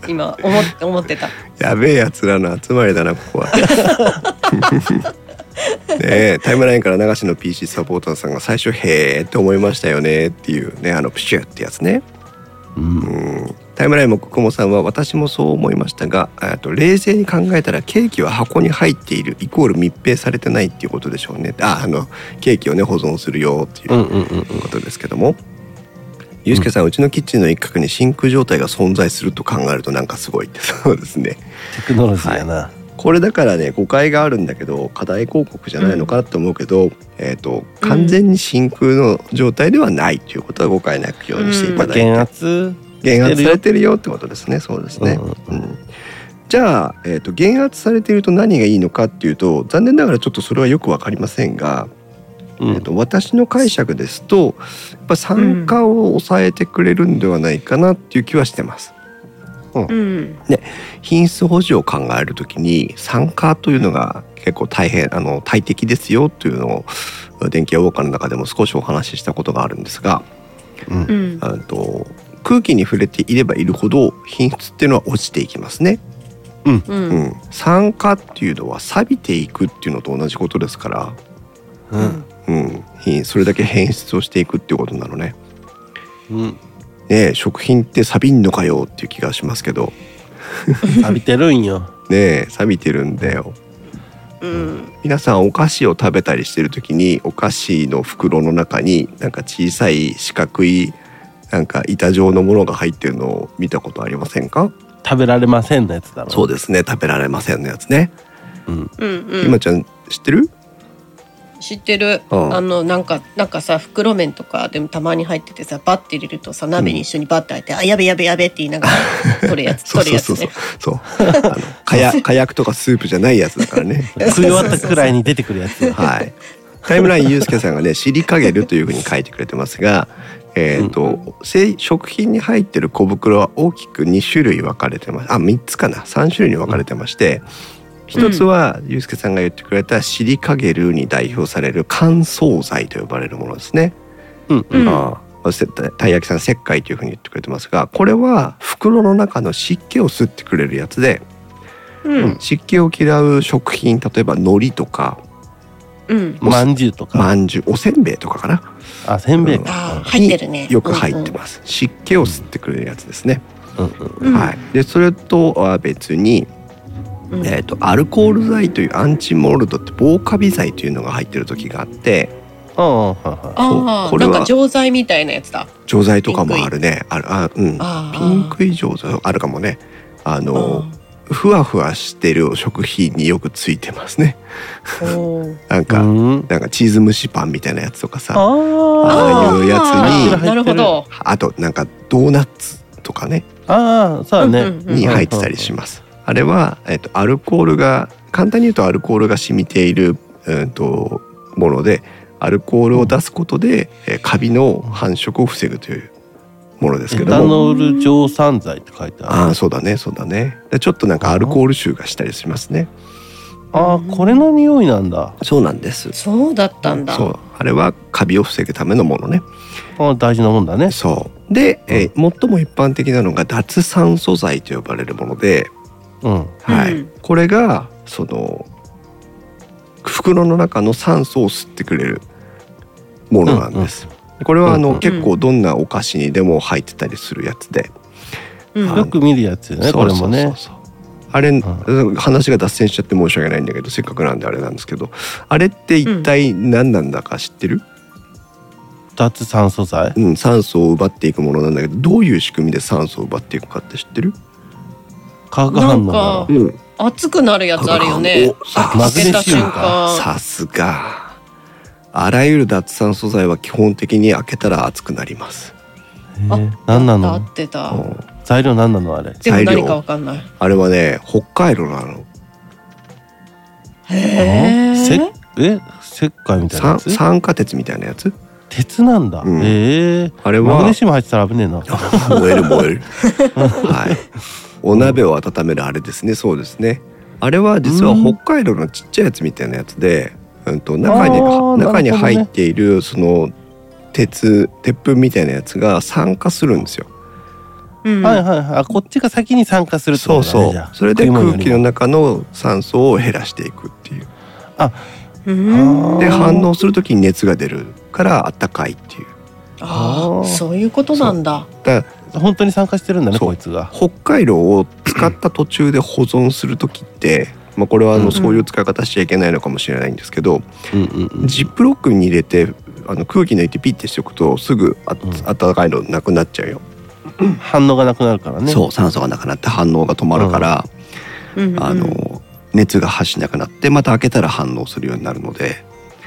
Speaker 3: 今思って思ってた
Speaker 1: やべえやつらの集まりだなここは。 ねえタイムラインから流しの PC サポーターさんが最初「へえ」って思いましたよねっていうねあのプシュってやつね。
Speaker 2: うん
Speaker 1: うんタイムラインも国もさんは私もそう思いましたがえっと冷静に考えたらケーキは箱に入っているイコール密閉されてないっていうことでしょうねああのケーキをね保存するよっていううん
Speaker 2: うんうんうん
Speaker 1: ことですけども、ゆうすけさんうちのキッチンの一角に真空状態が存在すると考えるとなんかすごいって そうですね
Speaker 2: テクノロジーやな、
Speaker 1: これだからね誤解があるんだけど課題広告じゃないのかなって思うけど、えっ、と完全に真空の状態ではないということは誤解なくようにしていた
Speaker 2: まあ、
Speaker 1: だいて、
Speaker 2: 減圧
Speaker 1: 減圧されてるよってことですねそうですね、
Speaker 2: う
Speaker 1: うんんじゃあ、えー、と減圧されていると何がいいのかっていうと残念ながらちょっとそれはよくわかりませんが、
Speaker 2: うん
Speaker 1: えー、と私の解釈ですとやっぱ酸化を抑えてくれるんではないかなっていう気はしてます。
Speaker 3: うん
Speaker 1: 品質保持を考えるときに酸化というのが結構大変あの大敵ですよというのを電気やウォーカーの中でも少しお話ししたことがあるんですが
Speaker 2: うん
Speaker 3: う、ん
Speaker 1: あと空気に触れていればいるほど品質っていうのは落ちていきますね。
Speaker 3: う
Speaker 1: うんん、酸化っていうのは錆びていくっていうのと同じことですから、
Speaker 2: うん
Speaker 1: うん、品それだけ変質をしていくっていうことなのね。
Speaker 2: うん、
Speaker 1: ねえ食品って錆びんのかよっていう気がしますけど
Speaker 2: 浴びてるんよ
Speaker 1: ねえ錆びてるんだよ。
Speaker 3: うん
Speaker 1: 皆さんお菓子を食べたりしてる時にお菓子の袋の中になんか小さい四角いなんか板状のものが入ってるのを見たことありませんか
Speaker 2: 食べられませんのやつだろ
Speaker 1: そうですね食べられませんのやつね。
Speaker 2: うん、
Speaker 3: うん
Speaker 1: ひ
Speaker 3: うん
Speaker 1: まちゃん知ってる
Speaker 3: 知ってる
Speaker 1: うん
Speaker 3: あのなんかなんかさ袋麺とかでもたまに入っててさバッて入れるとさ鍋に一緒にバッて入って「あやべやべやべ」って言いながら 取るやつ
Speaker 1: そう
Speaker 3: 取る
Speaker 1: そうそ
Speaker 3: やつ
Speaker 1: うそう
Speaker 3: ね。
Speaker 1: そうあの火薬火薬と かスープじゃないやつだからね。
Speaker 2: 食い終わったくらいに出てくるやつよ
Speaker 1: はい。タイムラインゆうすけさんがね「尻かげる」というふうに書いてくれてますが、えーとせ食品に入ってる小袋は大きく2種類分かれてますあ3つかな3種類に分かれてまして1つはゆうすけさんが言ってくれた「尻かげる」に代表される乾燥剤と呼ばれるものですね。
Speaker 2: うん
Speaker 3: うん
Speaker 1: ああせたい焼きさん「石灰」というふうに言ってくれてますがこれは袋の中の湿気を吸ってくれるやつで
Speaker 3: うん
Speaker 1: 湿気を嫌う食品例えば海苔とか
Speaker 3: うん
Speaker 2: まんじゅうとか、
Speaker 1: まんじゅうおせんべいとかかな
Speaker 2: あせんべい
Speaker 3: あ
Speaker 2: か
Speaker 3: ー、入ってるね
Speaker 1: よく入ってます、湿気を吸ってくれるやつですね、
Speaker 2: うんうん
Speaker 3: うんうん
Speaker 1: はい、でそれとは別に、
Speaker 3: うん
Speaker 1: えー、とアルコール剤というアンチモルドって防カビ剤というのが入ってる時があって
Speaker 2: ああはいはい
Speaker 3: ああ
Speaker 1: これ
Speaker 3: な
Speaker 1: は
Speaker 3: んか錠剤みたいなやつだ
Speaker 1: 錠剤とかもあるねあるあ、うん、
Speaker 3: あ
Speaker 1: ピン
Speaker 3: ー
Speaker 1: クい錠剤あるかもねあ
Speaker 3: あ
Speaker 1: のふわふわしてる食品によくついてますね
Speaker 3: ーおー
Speaker 1: なん
Speaker 2: う
Speaker 1: か
Speaker 2: ん、
Speaker 1: なんかチーズ蒸しパンみたいなやつとかさ
Speaker 2: あ
Speaker 1: ああいうやつに
Speaker 3: あーなるほど
Speaker 1: あとなんかドーナツとかね
Speaker 2: あああそうだね、
Speaker 3: うんうんうん
Speaker 1: に入ってたりします。あれは、えっと、アルコールが簡単に言うとアルコールが染みている、うん、とものでアルコールを出すことで、えーカビの繁殖を防ぐというものですけ
Speaker 2: エ
Speaker 1: ど
Speaker 2: タ
Speaker 1: も。
Speaker 2: ノール蒸散剤って書いてある
Speaker 1: ああそうだねそうだねでちょっとなんかアルコール臭がしたりしますね
Speaker 2: ああこれの匂いなんだ
Speaker 1: そうなんです
Speaker 3: そうだったんだ
Speaker 1: そうあれはカビを防ぐためのものね
Speaker 2: ああ大事なもんだね
Speaker 1: そうで、えー最も一般的なのが脱酸素剤と呼ばれるもので、
Speaker 2: うん
Speaker 1: はい
Speaker 3: うん
Speaker 1: これがその袋の中の酸素を吸ってくれるものなんです。これはあの、
Speaker 2: うんうん
Speaker 1: 結構どんなお菓子にでも入ってたりするやつで、
Speaker 3: うん
Speaker 1: あ
Speaker 2: よく見るやつよねこれも
Speaker 1: そう
Speaker 2: ね
Speaker 1: そうそうあれ、
Speaker 2: ん
Speaker 1: 話が脱線しちゃって申し訳ないんだけどせっかくなんであれなんですけどあれって一体何なんだか知ってる、
Speaker 2: 脱酸素剤
Speaker 1: うん、酸素を奪っていくものなんだけどどういう仕組みで酸素を奪っていくかって知ってる、
Speaker 2: 化学反応だ
Speaker 3: なん
Speaker 2: ろ
Speaker 3: か熱くなるやつあるよね
Speaker 1: おさ
Speaker 2: マ
Speaker 3: 開
Speaker 2: グネ
Speaker 3: けた
Speaker 2: シウ
Speaker 3: 瞬
Speaker 2: ムか
Speaker 3: 間
Speaker 1: さすがあらゆる脱酸素剤は基本的に開けたら熱くなります、
Speaker 2: へえ
Speaker 3: あ
Speaker 2: 何な
Speaker 3: 合
Speaker 2: の
Speaker 3: ってた
Speaker 1: うん
Speaker 2: 材料何なのあれ
Speaker 3: でも
Speaker 1: 材料
Speaker 3: 何かわかんない
Speaker 1: あれはね北海道なの
Speaker 3: へ
Speaker 2: せ
Speaker 3: え
Speaker 2: え石灰みたいな
Speaker 1: 酸
Speaker 2: やつ
Speaker 1: 酸化鉄みたいなや つ
Speaker 2: 鉄なんだ、
Speaker 1: うん
Speaker 2: ええ
Speaker 1: あれ
Speaker 2: マグ
Speaker 1: は
Speaker 2: ネシウム入ってたら危ねえな
Speaker 1: 燃える燃え るはいお鍋を温めるあれですねそうですねあれは実は
Speaker 2: うん
Speaker 1: 北海道のちっちゃいやつみたいなやつで、うん、と中に
Speaker 2: あー
Speaker 1: 中に
Speaker 2: なるほどね
Speaker 1: 入っているその鉄鉄粉みたいなやつが酸化するんですよ
Speaker 3: うん
Speaker 2: はいはいはいあこっちが先に酸化するってこ
Speaker 1: そ
Speaker 2: と
Speaker 1: う
Speaker 2: だね
Speaker 1: そ
Speaker 2: じゃ
Speaker 1: う
Speaker 2: あ
Speaker 1: それで
Speaker 2: 食い物
Speaker 1: 空
Speaker 2: より
Speaker 1: 気
Speaker 2: も
Speaker 1: の中の酸素を減らしていくっていう
Speaker 3: うん
Speaker 2: あー
Speaker 1: で反応するときに熱が出るからあったかいっていう
Speaker 3: ああそういうことなんだ
Speaker 1: だ
Speaker 2: 本当に参加してるんだね
Speaker 1: そう
Speaker 2: こいつが
Speaker 1: 北海道を使った途中で保存する時って、まあ、これはあ
Speaker 2: うんう
Speaker 1: の
Speaker 3: ん
Speaker 1: そういう使い方しちゃいけないのかもしれないんですけど、
Speaker 2: うんうんうん
Speaker 1: ジップロックに入れてあの空気抜いてピッてしておくとすぐあ、
Speaker 2: ん
Speaker 1: 暖かいのなくなっちゃうよ、
Speaker 2: 反応がなくなるからね
Speaker 1: そう酸素がなくなって反応が止まるから、
Speaker 3: うんうん
Speaker 1: あの熱が発しなくなってまた開けたら反応するようになるので、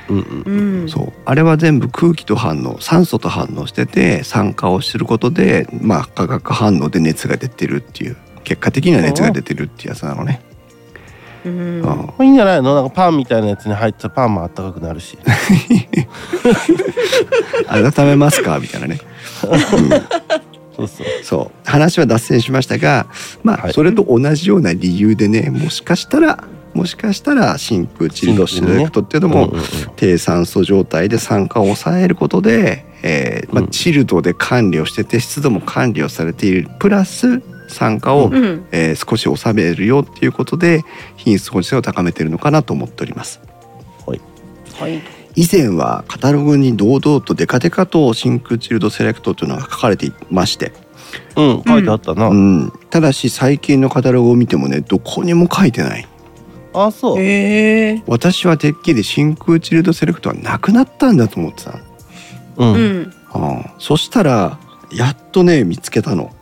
Speaker 2: うんうん
Speaker 3: うん
Speaker 1: そうあれは全部空気と反応酸素と反応してて酸化をすることで、まあ、化学反応で熱が出てるっていう結果的には熱が出てるっていうやつなのね。
Speaker 3: うん
Speaker 1: うん
Speaker 2: これいいんじゃないのなんかパンみたいなやつに入ってたらパンもあったかくなるし
Speaker 1: 改めますかみたいなね、
Speaker 2: そうそう
Speaker 1: そう話は脱線しましたがまあ、
Speaker 2: はい
Speaker 1: それと同じような理由でねもしかしたらもしかしたら真空チルドシルエクトっていうのも、
Speaker 2: うんうんうん
Speaker 1: 低酸素状態で酸化を抑えることで、えーまあ
Speaker 2: うん
Speaker 1: チルドで管理をしてて湿度も管理をされているプラス酸化を、
Speaker 3: うん
Speaker 1: えー少し抑めるよっていうことで品質保持性を高めてるのかなと思っております。
Speaker 3: はい
Speaker 1: 以前はカタログに堂々とデカデカと真空チルドセレクトというのが書かれていまして、
Speaker 2: うん書いてあったな、
Speaker 1: うん、ただし最近のカタログを見てもねどこにも書いてない
Speaker 2: あそう、
Speaker 3: へえ
Speaker 1: 私はてっきり真空チルドセレクトはなくなったんだと思ってたの
Speaker 2: うん
Speaker 3: うん
Speaker 1: ああそしたらやっとね見つけたの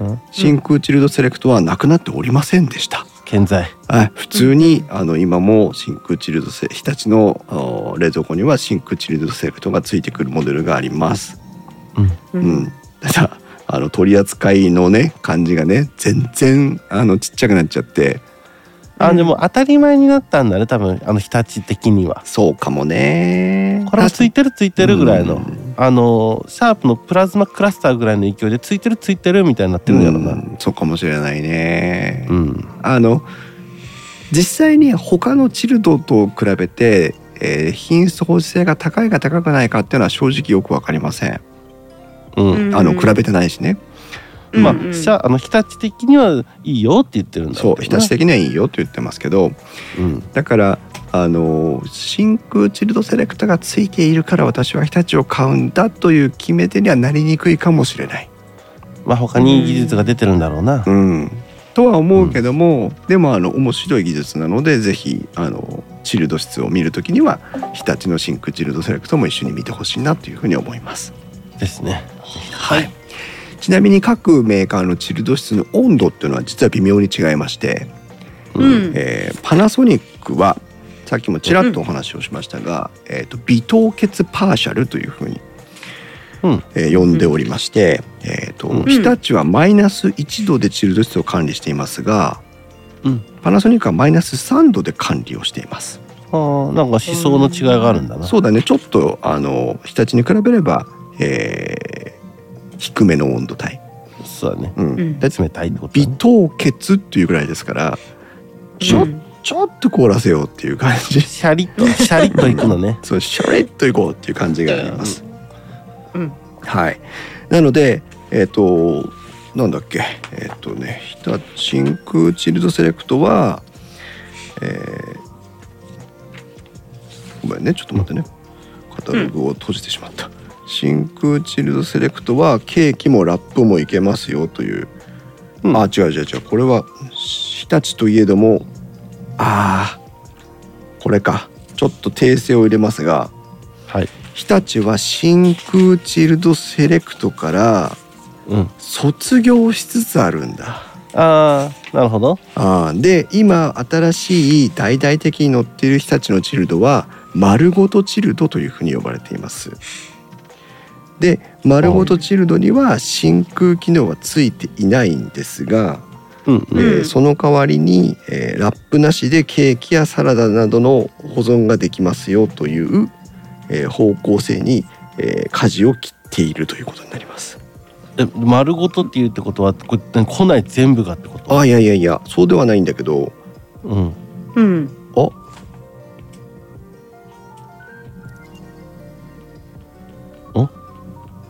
Speaker 2: うん
Speaker 1: 真空チルドセレクトはなくなっておりませんでした、
Speaker 2: 健在
Speaker 1: はい普通にあの今も真空チルドセ日立のお冷蔵庫には真空チルドセレクトがついてくるモデルがあります、
Speaker 3: う
Speaker 1: うん、ただあの取り扱いのね感じがね全然あのちっちゃくなっちゃって
Speaker 2: あでも当たり前になったんだね多分あの日立的には
Speaker 1: そうかもね
Speaker 2: これはついてるついてるぐらいの、
Speaker 1: うん
Speaker 2: あのシャープのプラズマクラスターぐらいの勢いでついてるついてるみたいになってるんやろな
Speaker 1: うんそうかもしれないね、
Speaker 2: うん
Speaker 1: あの実際に他のチルドと比べて、えー品質保持性が高いか高くないかっていうのは正直よくわかりません。
Speaker 2: うん、
Speaker 1: あの比べてないしね。
Speaker 2: まあ、シャあの日立的にはいいよって言ってるんだろ
Speaker 1: そう
Speaker 2: け
Speaker 1: 日
Speaker 2: どな
Speaker 1: 立的にはいいよって言ってますけど、
Speaker 2: うん
Speaker 1: だからあの真空チルドセレクトがついているから私は日立を買うんだという決め手にはなりにくいかもしれない。
Speaker 2: まあ他にいい技術が出てるんだろうな、
Speaker 1: うん。とは思うけども、でもあの面白い技術なのでぜひあのチルド室を見るときには日立の真空チルドセレクトも一緒に見てほしいなというふうに思います。
Speaker 2: ですね
Speaker 1: はい。ちなみに各メーカーのチルド室の温度っていうのは実は微妙に違いまして、
Speaker 3: うん
Speaker 1: えーパナソニックはさっきもちらっとお話をしましたが、えーと微凍結パーシャルというふうに、
Speaker 2: うん
Speaker 1: えー呼んでおりまして、えーと
Speaker 2: うん
Speaker 1: 日立はマイナス1度でチルド室を管理していますが、
Speaker 2: うん
Speaker 1: パナソニックはマイナス3度で管理をしています。
Speaker 2: あーなんか思想の違いがあるんだな、
Speaker 1: そうだねちょっとあの日立に比べれば、えー低めの温度帯。
Speaker 2: そうだね
Speaker 1: うん
Speaker 3: うん
Speaker 1: だって
Speaker 2: 冷たいってこと
Speaker 1: 微
Speaker 2: だね
Speaker 1: 凍結っていうぐらいですからちょ,、
Speaker 3: うん
Speaker 1: ちょっと凍らせようっていう感じ
Speaker 2: シャリッとシャリッといくのね
Speaker 1: そうシャレッといこうっていう感じがあります、
Speaker 3: うん
Speaker 1: はいなのでえっ、となんだっけえっ、とね日立真空チルドセレクトはえーごめんねちょっと待ってねカタログを閉じてしまった、真空チルドセレクトはケーキもラップもいけますよという
Speaker 2: うん
Speaker 1: あ違う違う違うこれは日立といえどもあーこれかちょっと訂正を入れますが
Speaker 2: はい
Speaker 1: 日立は真空チルドセレクトから
Speaker 2: うん
Speaker 1: 卒業しつつあるんだ
Speaker 2: ああなるほど
Speaker 1: あーで今新しい大々的に載っている日立のチルドは丸ごとチルドというふうに呼ばれていますで丸ごとチルドには真空機能はついていないんですが
Speaker 2: うんうん
Speaker 1: えー
Speaker 3: うん
Speaker 1: その代わりに、えーラップなしでケーキやサラダなどの保存ができますよという、えー方向性に、えー舵を切っているということになります。
Speaker 2: え丸ごとっていうってことはこれ何庫内全部がってこと
Speaker 1: あいやいやいやそうではないんだけど
Speaker 2: うん
Speaker 3: うん
Speaker 1: あ
Speaker 2: お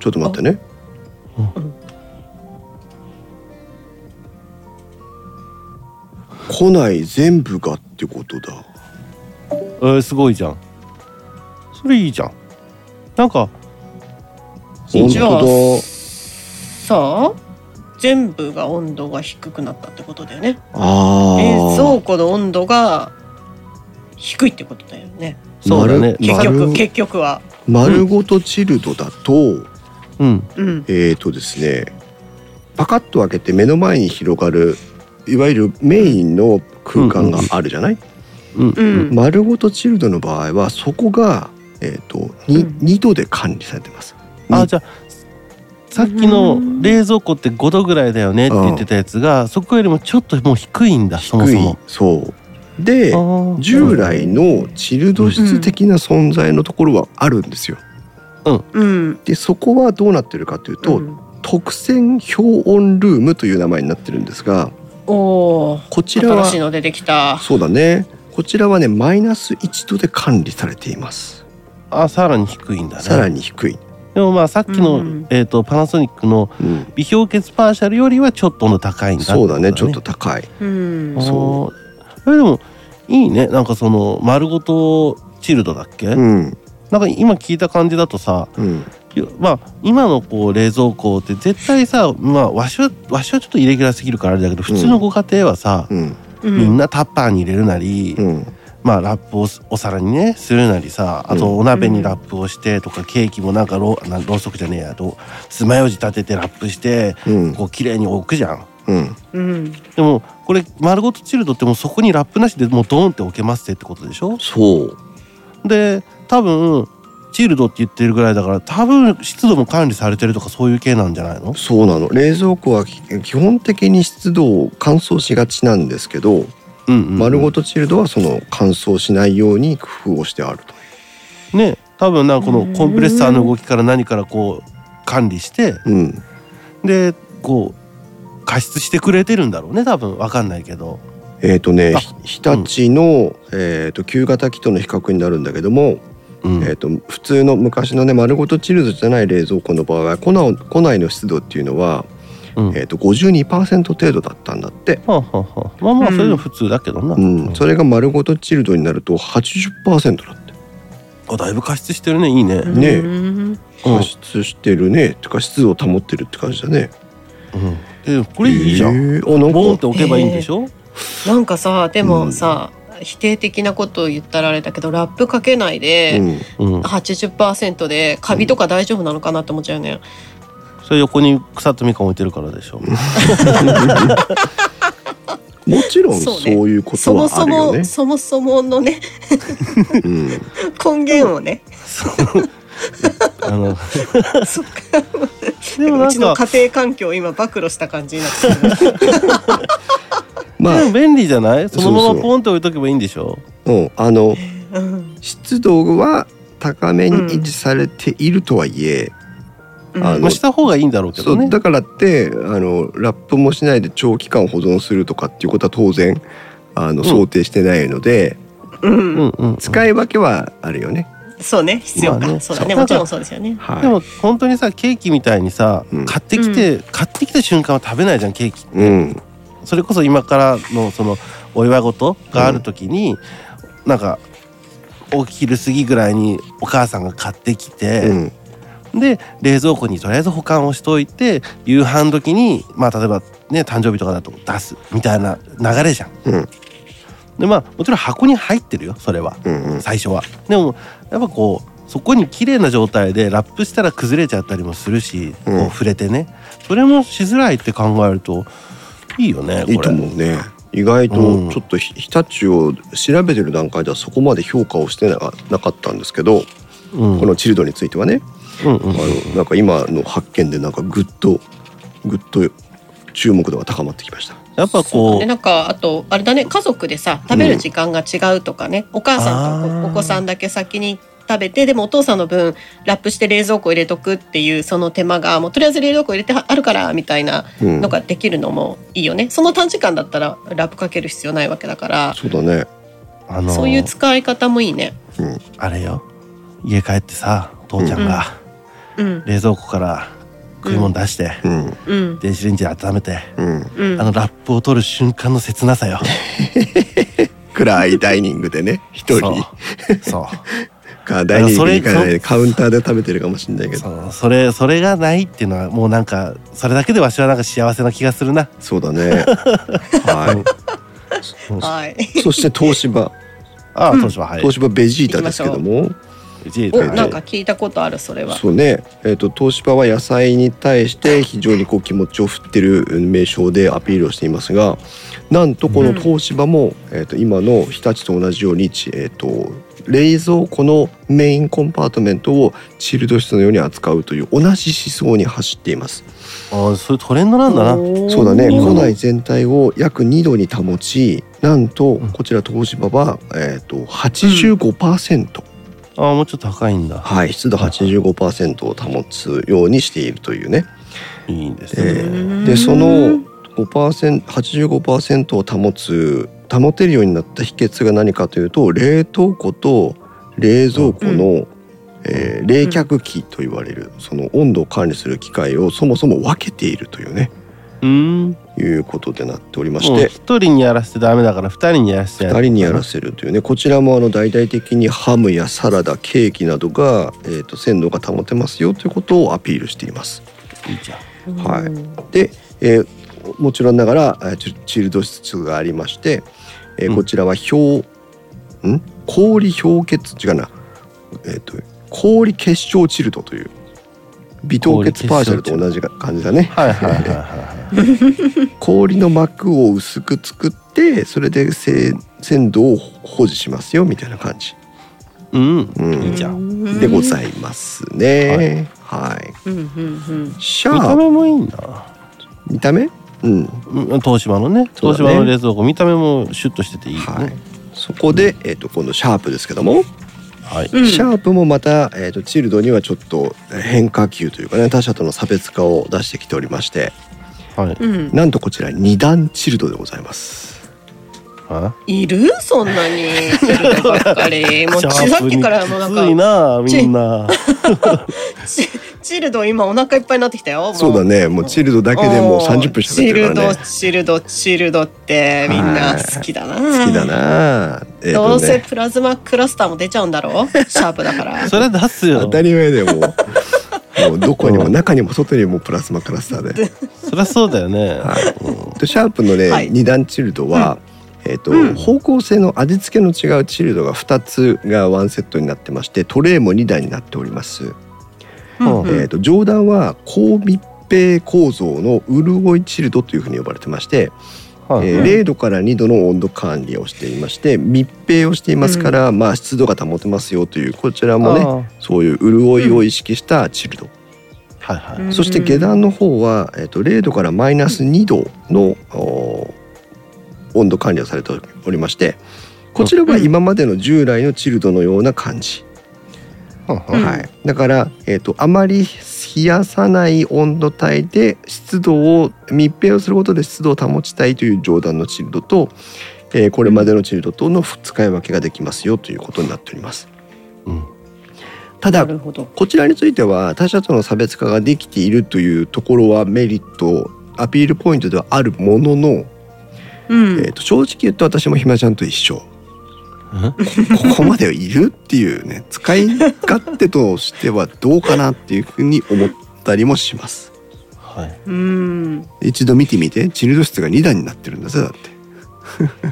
Speaker 1: ちょっと待ってね
Speaker 2: うん。
Speaker 1: 庫内全部がってことだ。
Speaker 2: えー、すごいじゃんそれいいじゃんなんか
Speaker 1: 本
Speaker 3: じゃあ
Speaker 1: 当だ。
Speaker 3: さ全部が温度が低くなったってことだよね
Speaker 1: あ
Speaker 3: 冷蔵庫の温度が低いってことだよね
Speaker 2: そうだね
Speaker 1: 丸
Speaker 3: 結
Speaker 1: 丸
Speaker 3: 局結局は
Speaker 1: 丸ごとチルドだと、
Speaker 2: うん
Speaker 3: うん
Speaker 1: えーとですねパカッと開けて目の前に広がるいわゆるメインの空間があるじゃない、
Speaker 2: うん
Speaker 3: うん、
Speaker 1: 丸ごとチルドの場合はそこが、えーとに
Speaker 3: うん
Speaker 1: 2度で管理されてます。
Speaker 2: あじゃあさっきの冷蔵庫って5度ぐらいだよねって言ってたやつがそこよりもちょっともう低いんだそも
Speaker 1: 低
Speaker 2: そ
Speaker 1: い
Speaker 2: も。
Speaker 1: そうで
Speaker 2: あー
Speaker 1: 従来のチルド室的な存在のところはあるんですよ。
Speaker 3: うん
Speaker 1: でそこはどうなってるかというと、
Speaker 3: うん
Speaker 1: 特選氷温ルームという名前になってるんですが
Speaker 3: おお
Speaker 1: こちら
Speaker 3: 新
Speaker 1: は
Speaker 3: しいの出てきた
Speaker 1: そうだねこちらはねマイナス1度で管理されています。
Speaker 2: あさらに低いんだね。
Speaker 1: さらに低い、
Speaker 2: でもまあさっきの、
Speaker 3: うん
Speaker 2: えー、とパナソニックの
Speaker 1: うん、
Speaker 2: 微氷結パーシャルよりはちょっとの高いんだ
Speaker 1: そうだねちょっと
Speaker 2: こ
Speaker 1: 高い。
Speaker 3: うん
Speaker 2: とだね
Speaker 1: そ
Speaker 2: あーえでもいいねなんかその丸ごとチルドだっけ、
Speaker 1: うん
Speaker 2: なんか今聞いた感じだとさ
Speaker 1: うん
Speaker 2: まあ今のこう冷蔵庫って絶対さ、まあ、和酒和酒はちょっとイレギュラーすぎるからあれだけど普通のご家庭はさ、
Speaker 1: うん
Speaker 3: うん
Speaker 2: みんなタッパーに入れるなり、
Speaker 1: うん
Speaker 2: まあラップをすお皿にねするなりさあ
Speaker 1: う
Speaker 2: と
Speaker 1: ん
Speaker 2: お鍋にラップをしてとか、ケーキもなんかろうなろうそくじゃねえやと爪楊枝立ててラップして
Speaker 1: うん
Speaker 2: こう綺麗に置くじゃん。
Speaker 1: うん
Speaker 3: うん
Speaker 2: でもこれ丸ごとチルドってもうそこにラップなしでもうドーンって置けますってってことでしょ
Speaker 1: そう
Speaker 2: で多分チルドって言ってるぐらいだから多分湿度も管理されてるとかそういう系なんじゃないの
Speaker 1: そうなの冷蔵庫はき基本的に湿度を乾燥しがちなんですけど、
Speaker 2: うんうんうん
Speaker 1: 丸ごとチルドはその乾燥しないように工夫をしてあると
Speaker 2: ね多分なんかこ
Speaker 3: うん
Speaker 2: のコンプレッサーの動きから何からこう管理して
Speaker 1: うん
Speaker 2: でこう加湿してくれてるんだろうね多分わかんないけど
Speaker 1: えっ、とね
Speaker 2: あ
Speaker 1: ひ日立の、えー、と旧型機との比較になるんだけども、
Speaker 2: うん
Speaker 1: えー、と普通の昔のね丸ごとチルドじゃない冷蔵庫の場合は庫内庫内の湿度っていうのは、
Speaker 2: うん
Speaker 1: えー、と52%程度だったんだって、
Speaker 2: はあはあはあまあまあそれでも普通だけどな、
Speaker 1: うん、それが丸ごとチルドになると80%だって
Speaker 2: あだいぶ加湿してるねいいね、
Speaker 3: う
Speaker 2: うん
Speaker 3: ん
Speaker 1: ねえ
Speaker 3: うん
Speaker 1: 加湿してるねてか湿度を保ってるって感じだね。
Speaker 2: えこれいいじゃん、
Speaker 1: えーあなんか
Speaker 2: ボーンって置けばいいんでしょ、
Speaker 3: なんかさでもさ、否定的なことを言ったらあれだけどラップかけないで、
Speaker 1: うん
Speaker 2: うん、
Speaker 3: 80%でカビとか大丈夫なのかなって思っちゃうね、
Speaker 2: それ横に草とみかん置いてるからでし ょ、
Speaker 1: もちろん
Speaker 3: そうね
Speaker 1: そういうこと
Speaker 3: そも
Speaker 1: はあ
Speaker 3: そ
Speaker 1: るよ
Speaker 3: も、
Speaker 1: ね。
Speaker 3: そもそものね
Speaker 1: うん
Speaker 3: 根源をね、
Speaker 2: あの
Speaker 3: そっか
Speaker 2: でもな
Speaker 3: うちの
Speaker 2: んか
Speaker 3: 家庭環境を今暴露した感じになってる
Speaker 1: ま
Speaker 2: で
Speaker 1: あ
Speaker 2: も、便利じゃないその
Speaker 1: そ
Speaker 2: ま
Speaker 1: うそ
Speaker 2: ま
Speaker 1: う
Speaker 2: ポンって置いとけばいいんでしょ
Speaker 1: うん、あの
Speaker 3: うん
Speaker 1: 湿度は高めに維持されているとはいえ、
Speaker 3: うん
Speaker 1: あ
Speaker 2: ま
Speaker 1: の
Speaker 2: あした方がいいんだろうけ
Speaker 1: そ
Speaker 2: ど
Speaker 1: う
Speaker 2: ね
Speaker 1: だからってあのラップもしないで長期間保存するとかっていうことは当然あの、
Speaker 2: ん
Speaker 1: 想定してないので
Speaker 3: うん
Speaker 2: うんうん
Speaker 1: 使い分けはあるよね。
Speaker 3: そうね必要か、
Speaker 2: まあね
Speaker 3: そうだね
Speaker 2: そう
Speaker 3: もちろんそうですよね
Speaker 1: はい、
Speaker 2: でも本当にさケーキみたいにさ、
Speaker 1: うん
Speaker 2: 買ってきて、買ってきた瞬間は食べないじゃんケーキ
Speaker 1: うん
Speaker 2: それこそ今からのそのお祝い事がある時に、なんかお昼過ぎぐらいにお母さんが買ってき
Speaker 1: う
Speaker 2: て、
Speaker 1: ん
Speaker 2: で冷蔵庫にとりあえず保管をしておいて夕飯時にまあ例えばね誕生日とかだと出すみたいな流れじゃん。
Speaker 1: うん
Speaker 2: でまあもちろん箱に入ってるよそれは
Speaker 1: うんうん
Speaker 2: 最初は。でもやっぱこうそこに綺麗な状態でラップしたら崩れちゃったりもするし、
Speaker 1: うん
Speaker 2: こう触れてねそれもしづらいって考えるといいよねこれ。
Speaker 1: いいと思うね。意外
Speaker 2: う
Speaker 1: と
Speaker 2: ん
Speaker 1: ちょっとひ日立を調べてる段階ではそこまで評価をしてななかったんですけど、
Speaker 2: うん
Speaker 1: このチルドについてはね
Speaker 2: うんうん
Speaker 1: あのなんか今の発見でなんかぐっとぐっと注目度が高まってきました。
Speaker 2: やっぱ
Speaker 3: そう
Speaker 2: こう
Speaker 3: ね、なんかあとあれだね家族でさ食べる時間が違うとかね、お母さんと
Speaker 2: あ
Speaker 3: こ
Speaker 2: ー
Speaker 3: お子さんだけ先に食べてでもお父さんの分ラップして冷蔵庫入れとくっていうその手間がもうとりあえず冷蔵庫入れてあるからみたいな
Speaker 1: うん
Speaker 3: の、ができるのもいいよね、その短時間だったらラップかける必要ないわけだから
Speaker 1: そうだね。
Speaker 2: あの
Speaker 3: そういう使い方もいいね。
Speaker 1: うん、
Speaker 2: あれよ家帰ってさ父ちゃんが
Speaker 3: うん
Speaker 2: 冷蔵庫から食い物出して、
Speaker 1: うん、
Speaker 3: うん
Speaker 2: 電子レンジで温めて、
Speaker 1: うん。
Speaker 3: うん
Speaker 2: あのラップを取る瞬間の切なさよ。
Speaker 1: 暗いダイニングでね、一人
Speaker 2: そう。そう
Speaker 1: か第二
Speaker 2: そ
Speaker 1: 次
Speaker 2: れ
Speaker 1: に行かないでカウンターで食べてるかもしれないけどそ
Speaker 2: そうそれそれがないっていうのはもうなんかそれだけでわしはなんか幸せな気がするな
Speaker 1: うだねはいそ
Speaker 3: はい。
Speaker 1: そして東芝
Speaker 2: ああ東芝はい
Speaker 1: 東芝ベジータですけども、
Speaker 2: ジェイ
Speaker 3: お、
Speaker 2: タ
Speaker 1: はい
Speaker 3: なんか聞いたことある、それは。
Speaker 1: そうね、えー、と東芝は野菜に対して非常にこう気持ちを振ってる名称でアピールをしていますがなんとこの東芝も、えー、と今の日立と同じように、ちえー、と冷蔵庫のメインコンパートメントをチルド室のように扱うという同じ思想に走っています。
Speaker 2: ああそういうトレンドなんだな
Speaker 1: そうだね
Speaker 2: うん
Speaker 1: 庫内全体を約2度に保ちなんと
Speaker 2: ん
Speaker 1: こちら東芝は、えー、と85%。
Speaker 2: ああもうちょっと高いんだ
Speaker 1: はい、湿度85%を保つようにしているというね。
Speaker 2: いいです
Speaker 1: え
Speaker 2: ね、
Speaker 1: ーでその5% 85%を保つ保てるようになった秘訣が何かというと冷凍庫と冷蔵庫の、えー冷却機と言われるその温度を管理する機械をそもそも分けているというね
Speaker 2: うんも
Speaker 1: いうことでなっており
Speaker 2: う
Speaker 1: まして
Speaker 2: 一人にやらせてダメだから二人にやらせてや
Speaker 1: 2人にやらせるというねこちらもあの大々的にハムやサラダケーキなどが、えー、と鮮度が保てますよということをアピールしています。
Speaker 2: いいじゃん
Speaker 1: はい
Speaker 3: い。
Speaker 1: で、えーもちろんながらえーチルチルド室がありまして、えー
Speaker 2: うん
Speaker 1: こちらは氷、ん、氷氷結違うな、えー、と氷結晶チルドという微凍結パーシャルと同じ感じだね
Speaker 2: はいはいはいはいはい
Speaker 1: 氷の膜を薄く作ってそれでせ鮮度を保持しますよみたいな感じ、
Speaker 2: うん
Speaker 1: う
Speaker 2: いい
Speaker 1: ん、
Speaker 2: じゃん
Speaker 3: ん
Speaker 1: でございますね。はい、
Speaker 3: うんうん
Speaker 1: シ
Speaker 2: 見た
Speaker 1: ャー
Speaker 2: 目もいいんだ
Speaker 1: 見た目うん
Speaker 2: うん東芝のね
Speaker 1: そうだね
Speaker 2: 東芝の冷蔵庫見た目もシュッとしてていいよ
Speaker 1: はい
Speaker 2: ね、
Speaker 1: そこで、えー、と今度シャープですけども、
Speaker 2: はい、
Speaker 3: うん
Speaker 1: シャープもまた、えー、とチルドにはちょっと変化球というかね他者との差別化を出してきておりまして
Speaker 2: はい
Speaker 3: うんうん。
Speaker 1: なんとこちら二段チルドでございます
Speaker 2: あ
Speaker 3: いるそんなに。ばっ かり。もう
Speaker 2: シャープ
Speaker 3: ち
Speaker 2: に
Speaker 3: さっきからもうな
Speaker 2: きつい
Speaker 3: んか
Speaker 2: なみんな
Speaker 3: チチルド今お腹いっぱいになってきたよ。も
Speaker 1: そうだねもうチルドだけでもう30分喋ってるからね
Speaker 3: チルドチルドチルドってみんな好きだな。
Speaker 1: 好きだ。な、えー
Speaker 3: ど
Speaker 1: と
Speaker 3: うせ
Speaker 1: ね、
Speaker 3: プラズマクラスターも出ちゃうんだろう。シャープだから。
Speaker 2: それ出す
Speaker 1: 当
Speaker 2: よ
Speaker 1: たり前でもうもうどこにも中にも外にもプラズマクラスターで
Speaker 2: そりゃそうだよね、
Speaker 1: でシャープのね、
Speaker 3: はい
Speaker 1: 二段チルドは、えーと
Speaker 3: うん
Speaker 1: 方向性の味付けの違うチルドが2つがワンセットになってましてトレイも2台になっております。
Speaker 3: うんうん
Speaker 1: えー、と上段は高密閉構造の潤いチルドというふうに呼ばれてまして、
Speaker 2: はい
Speaker 1: えー0度から2度の温度管理をしていまして密閉をしていますから、まあ、湿度が保てますよというこちらもねそういう潤いを意識したチルド、
Speaker 2: あーはいはい、
Speaker 3: うん
Speaker 1: そして下段の方は、えー、と0度からマイナス2度の、おー温度管理をされておりましてこちらは今までの従来のチルドのような感じ。
Speaker 3: うん
Speaker 1: はい、だから、えー、とあまり冷やさない温度帯で湿度を密閉をすることで湿度を保ちたいという上段のチルドと、えーこれまでのチルドとの使い分けができますよということになっております。
Speaker 2: うん
Speaker 1: た
Speaker 3: な
Speaker 1: だ
Speaker 3: るほど。
Speaker 1: こちらについては他者との差別化ができているというところはメリットアピールポイントではあるものの、
Speaker 3: うん。
Speaker 1: えー、と正直言うと私もひまちゃんと一緒。ここまでいるっていうね使い勝手としてはどうかなっていうふうに思ったりもします
Speaker 2: はい、
Speaker 3: うん。
Speaker 1: 一度見てみてチルド室が2段になってるんだぜだっ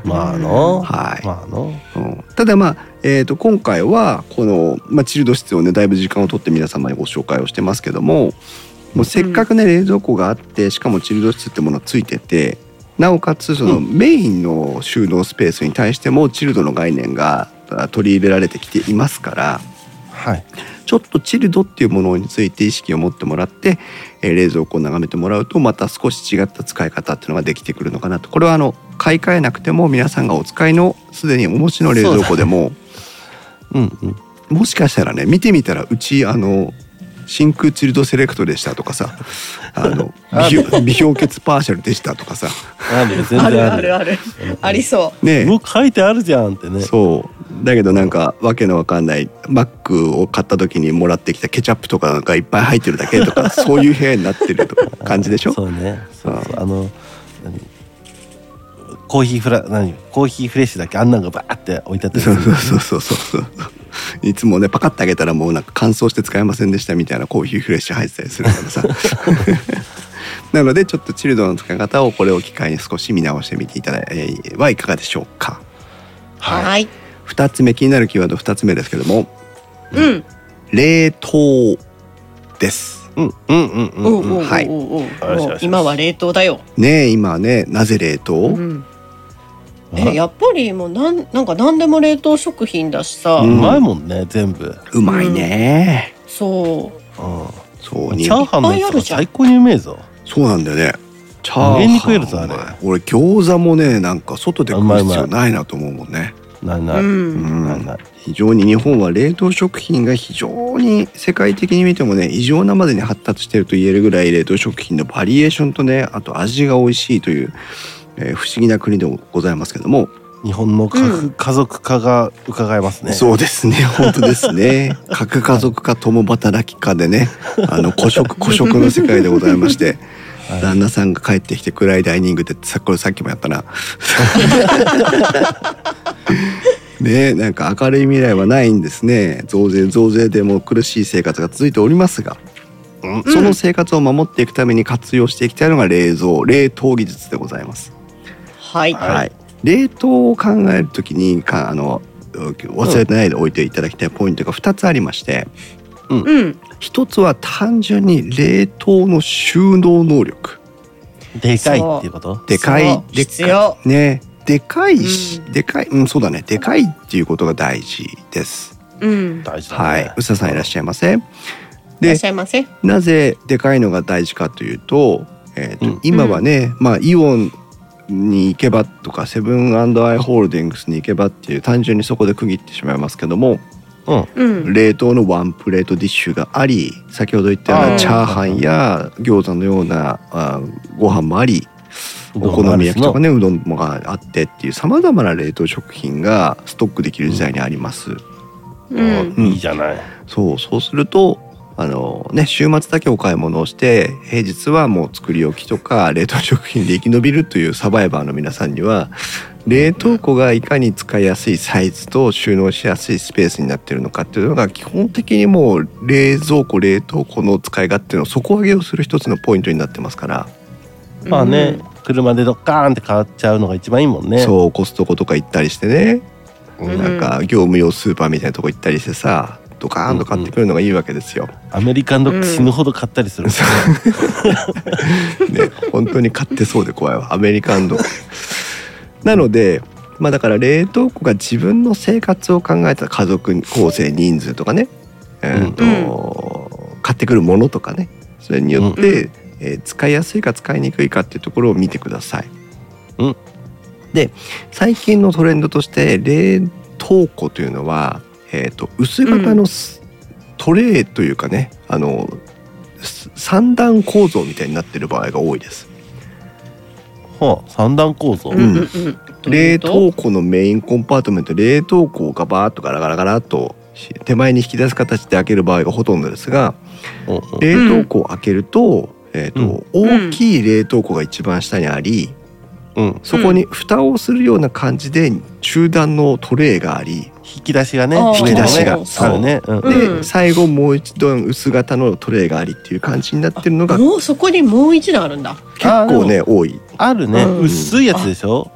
Speaker 1: て
Speaker 2: まあの、
Speaker 1: はい、
Speaker 2: まあの、
Speaker 1: うんただまあ、えー、と今回はこの、まあ、チルド室をねだいぶ時間を取って皆様にご紹介をしてますけどももうせっかくね冷蔵庫があってしかもチルド室ってものがついててなおかつそのメインの収納スペースに対してもチルドの概念があ取り入れられてきていますから、
Speaker 2: はい、
Speaker 1: ちょっとチルドっていうものについて意識を持ってもらって、えー冷蔵庫を眺めてもらうとまた少し違った使い方っていうのができてくるのかなとこれはあの買い替えなくても皆さんがお使いのすでにお持ちの冷蔵庫でも、
Speaker 2: うんうん、
Speaker 1: もしかしたらね見てみたらうちあの真空チルドセレクトでしたとかさあの
Speaker 2: あ
Speaker 1: 微表微表血パーシャルでしたとかさ
Speaker 2: あるよ全然
Speaker 3: あ
Speaker 2: ある
Speaker 3: る
Speaker 2: よ
Speaker 3: あるある。ありそ
Speaker 1: ねえ
Speaker 2: もう書いてあるじゃんってね、
Speaker 1: そうだけどなんかわけのわかんないマックを買った時にもらってきたケチャップとかがいっぱい入ってるだけとかそういう部屋になってるとか感じでしょ
Speaker 2: そうね、そうそうあの、何コーヒーフラ何コーヒーフレッシュだっけあんなんがバーって置いてあったりす
Speaker 1: そう
Speaker 2: る
Speaker 1: そうそうそうそういつもねパカッてあげたらもうなんか乾燥して使えませんでしたみたいなコーヒーフレッシュ入ってたりするから さなのでちょっとチルドの使い方をこれを機会に少し見直してみていただいてはいかがでしょうか
Speaker 2: はい
Speaker 3: はい。
Speaker 1: 2つ目気になるキーワード2つ目ですけども
Speaker 3: うん。
Speaker 1: 冷凍です
Speaker 2: うんうんうんう
Speaker 3: おうん
Speaker 2: うん
Speaker 3: おうおう
Speaker 1: はい
Speaker 3: おうおう
Speaker 2: よしよしよし
Speaker 3: 今は冷凍だよ。
Speaker 1: ねえ今ねなぜ冷凍、
Speaker 3: うん
Speaker 2: あ
Speaker 3: えやっぱりもうなんなんか何でも冷凍食品だしさ、
Speaker 2: う
Speaker 1: うん
Speaker 2: まいもんね全部、うん、
Speaker 1: うまいね、
Speaker 3: そう
Speaker 1: そうに
Speaker 2: チャーハンのや
Speaker 3: いっぱいある
Speaker 2: つ
Speaker 3: じゃん
Speaker 2: 最高にうめえぞ
Speaker 1: そうなんだよねチャー
Speaker 2: 無
Speaker 1: ハン
Speaker 2: 限に食えるぞあれ
Speaker 1: うまい俺餃子もねなんか外で食う必要ないなと思うもんね
Speaker 2: ないない、
Speaker 3: うん
Speaker 2: ないない
Speaker 1: 非常に日本は冷凍食品が非常に世界的に見てもね異常なまでに発達していると言えるぐらい冷凍食品のバリエーションとねあと味が美味しいという、えー不思議な国でもございますけども、
Speaker 2: 日本の
Speaker 3: う
Speaker 2: 核家族化が伺えますね、
Speaker 1: そうです ね本当ですね核家族か共働きかでねあの孤食孤食の世界でございまして。
Speaker 2: はい
Speaker 1: 旦那さんが帰ってきて暗いダイニングでさこれさっきもやったな。 ねえなんか明るい未来はないんですね増税増税でも苦しい生活が続いておりますが、
Speaker 2: うん
Speaker 1: その生活を守っていくために活用していきたいのが冷蔵冷凍技術でございます。
Speaker 3: はい、
Speaker 2: はい
Speaker 1: はい、冷凍を考えるときにかあの忘れてないでおいていただきたいポイントが2つありまして
Speaker 3: うん
Speaker 1: 1つは単純に冷凍の収納能力
Speaker 2: でかいっていうこと
Speaker 1: でかい
Speaker 3: そう
Speaker 1: でっ
Speaker 3: 必要
Speaker 1: ねでかいし、
Speaker 3: うん
Speaker 1: でかいうんそうだねでかいっていうことが大事です。
Speaker 3: うん
Speaker 2: 大事だね、
Speaker 1: はい、うささんいらっしゃいませ。
Speaker 3: いらっ
Speaker 1: で
Speaker 3: しゃいませ
Speaker 1: なぜでかいのが大事かというと,、えーと
Speaker 2: うん
Speaker 1: 今はね、まあ、イオンに行けばとかセブンアイ・ホールディングスに行けばっていう単純にそこで区切ってしまいますけども
Speaker 3: うん
Speaker 1: 冷凍のワンプレートディッシュがあり先ほど言ったよう
Speaker 3: あ
Speaker 1: な
Speaker 3: ー
Speaker 1: チャーハンや餃子のようなあーご飯もあり
Speaker 2: うん
Speaker 1: お好み焼きとかねうどんもがあってっていうさまざまな冷凍食品がストックできる時代にあります。
Speaker 3: う
Speaker 2: うんんいいじゃない、
Speaker 1: そうそうするとあのね週末だけお買い物をして平日はもう作り置きとか冷凍食品で生き延びるというサバイバーの皆さんには冷凍庫がいかに使いやすいサイズと収納しやすいスペースになってるのかっていうのが基本的にもう冷蔵庫冷凍庫の使い勝手の底上げをする一つのポイントになってますから、
Speaker 2: まあね車でドッカーンって買っちゃうのが一番いいもんね
Speaker 1: そうコストコとか行ったりしてね
Speaker 2: う
Speaker 3: うん
Speaker 2: ん
Speaker 1: なんか業務用スーパーみたいなとこ行ったりしてさドカーンと買ってくるのがいいわけですよ。
Speaker 2: アメリカンドッグ死ぬほど買ったりする、
Speaker 1: ね、本当に買ってそうで怖いわアメリカンドッグなのでまあだから冷凍庫が自分の生活を考えた家族構成人数とかね、えーと買ってくるものとかねそれによって、えー使いやすいか使いにくいかっていうところを見てください。
Speaker 2: うん
Speaker 1: で最近のトレンドとして冷凍庫というのは、えー、と薄型のストレーというかねあのす三段構造みたいになってる場合が多いです。
Speaker 2: ほう三段構造、
Speaker 3: うんうんうんどうい
Speaker 1: 冷
Speaker 3: うこと
Speaker 1: 凍庫のメインコンパートメント冷凍庫をガバーッとガラガラガラッとし手前に引き出す形で開ける場合がほとんどですが
Speaker 2: うんうん
Speaker 1: 冷凍庫を開けると,、えーと
Speaker 3: うん
Speaker 1: 大きい冷凍庫が一番下にあり
Speaker 2: うん、
Speaker 1: そこに蓋をするような感じで中段のトレイがあり
Speaker 2: 引き出しがね
Speaker 3: あー
Speaker 1: 引き出しが
Speaker 2: そうあるね、うん
Speaker 3: う
Speaker 1: で、
Speaker 3: ん
Speaker 1: 最後もう一段薄型のトレイがありっていう感じになってるのが結
Speaker 3: もうそこにもう一段あるんだ
Speaker 1: 構ね多い。
Speaker 2: あるね、
Speaker 3: うん
Speaker 2: 薄いやつでしょ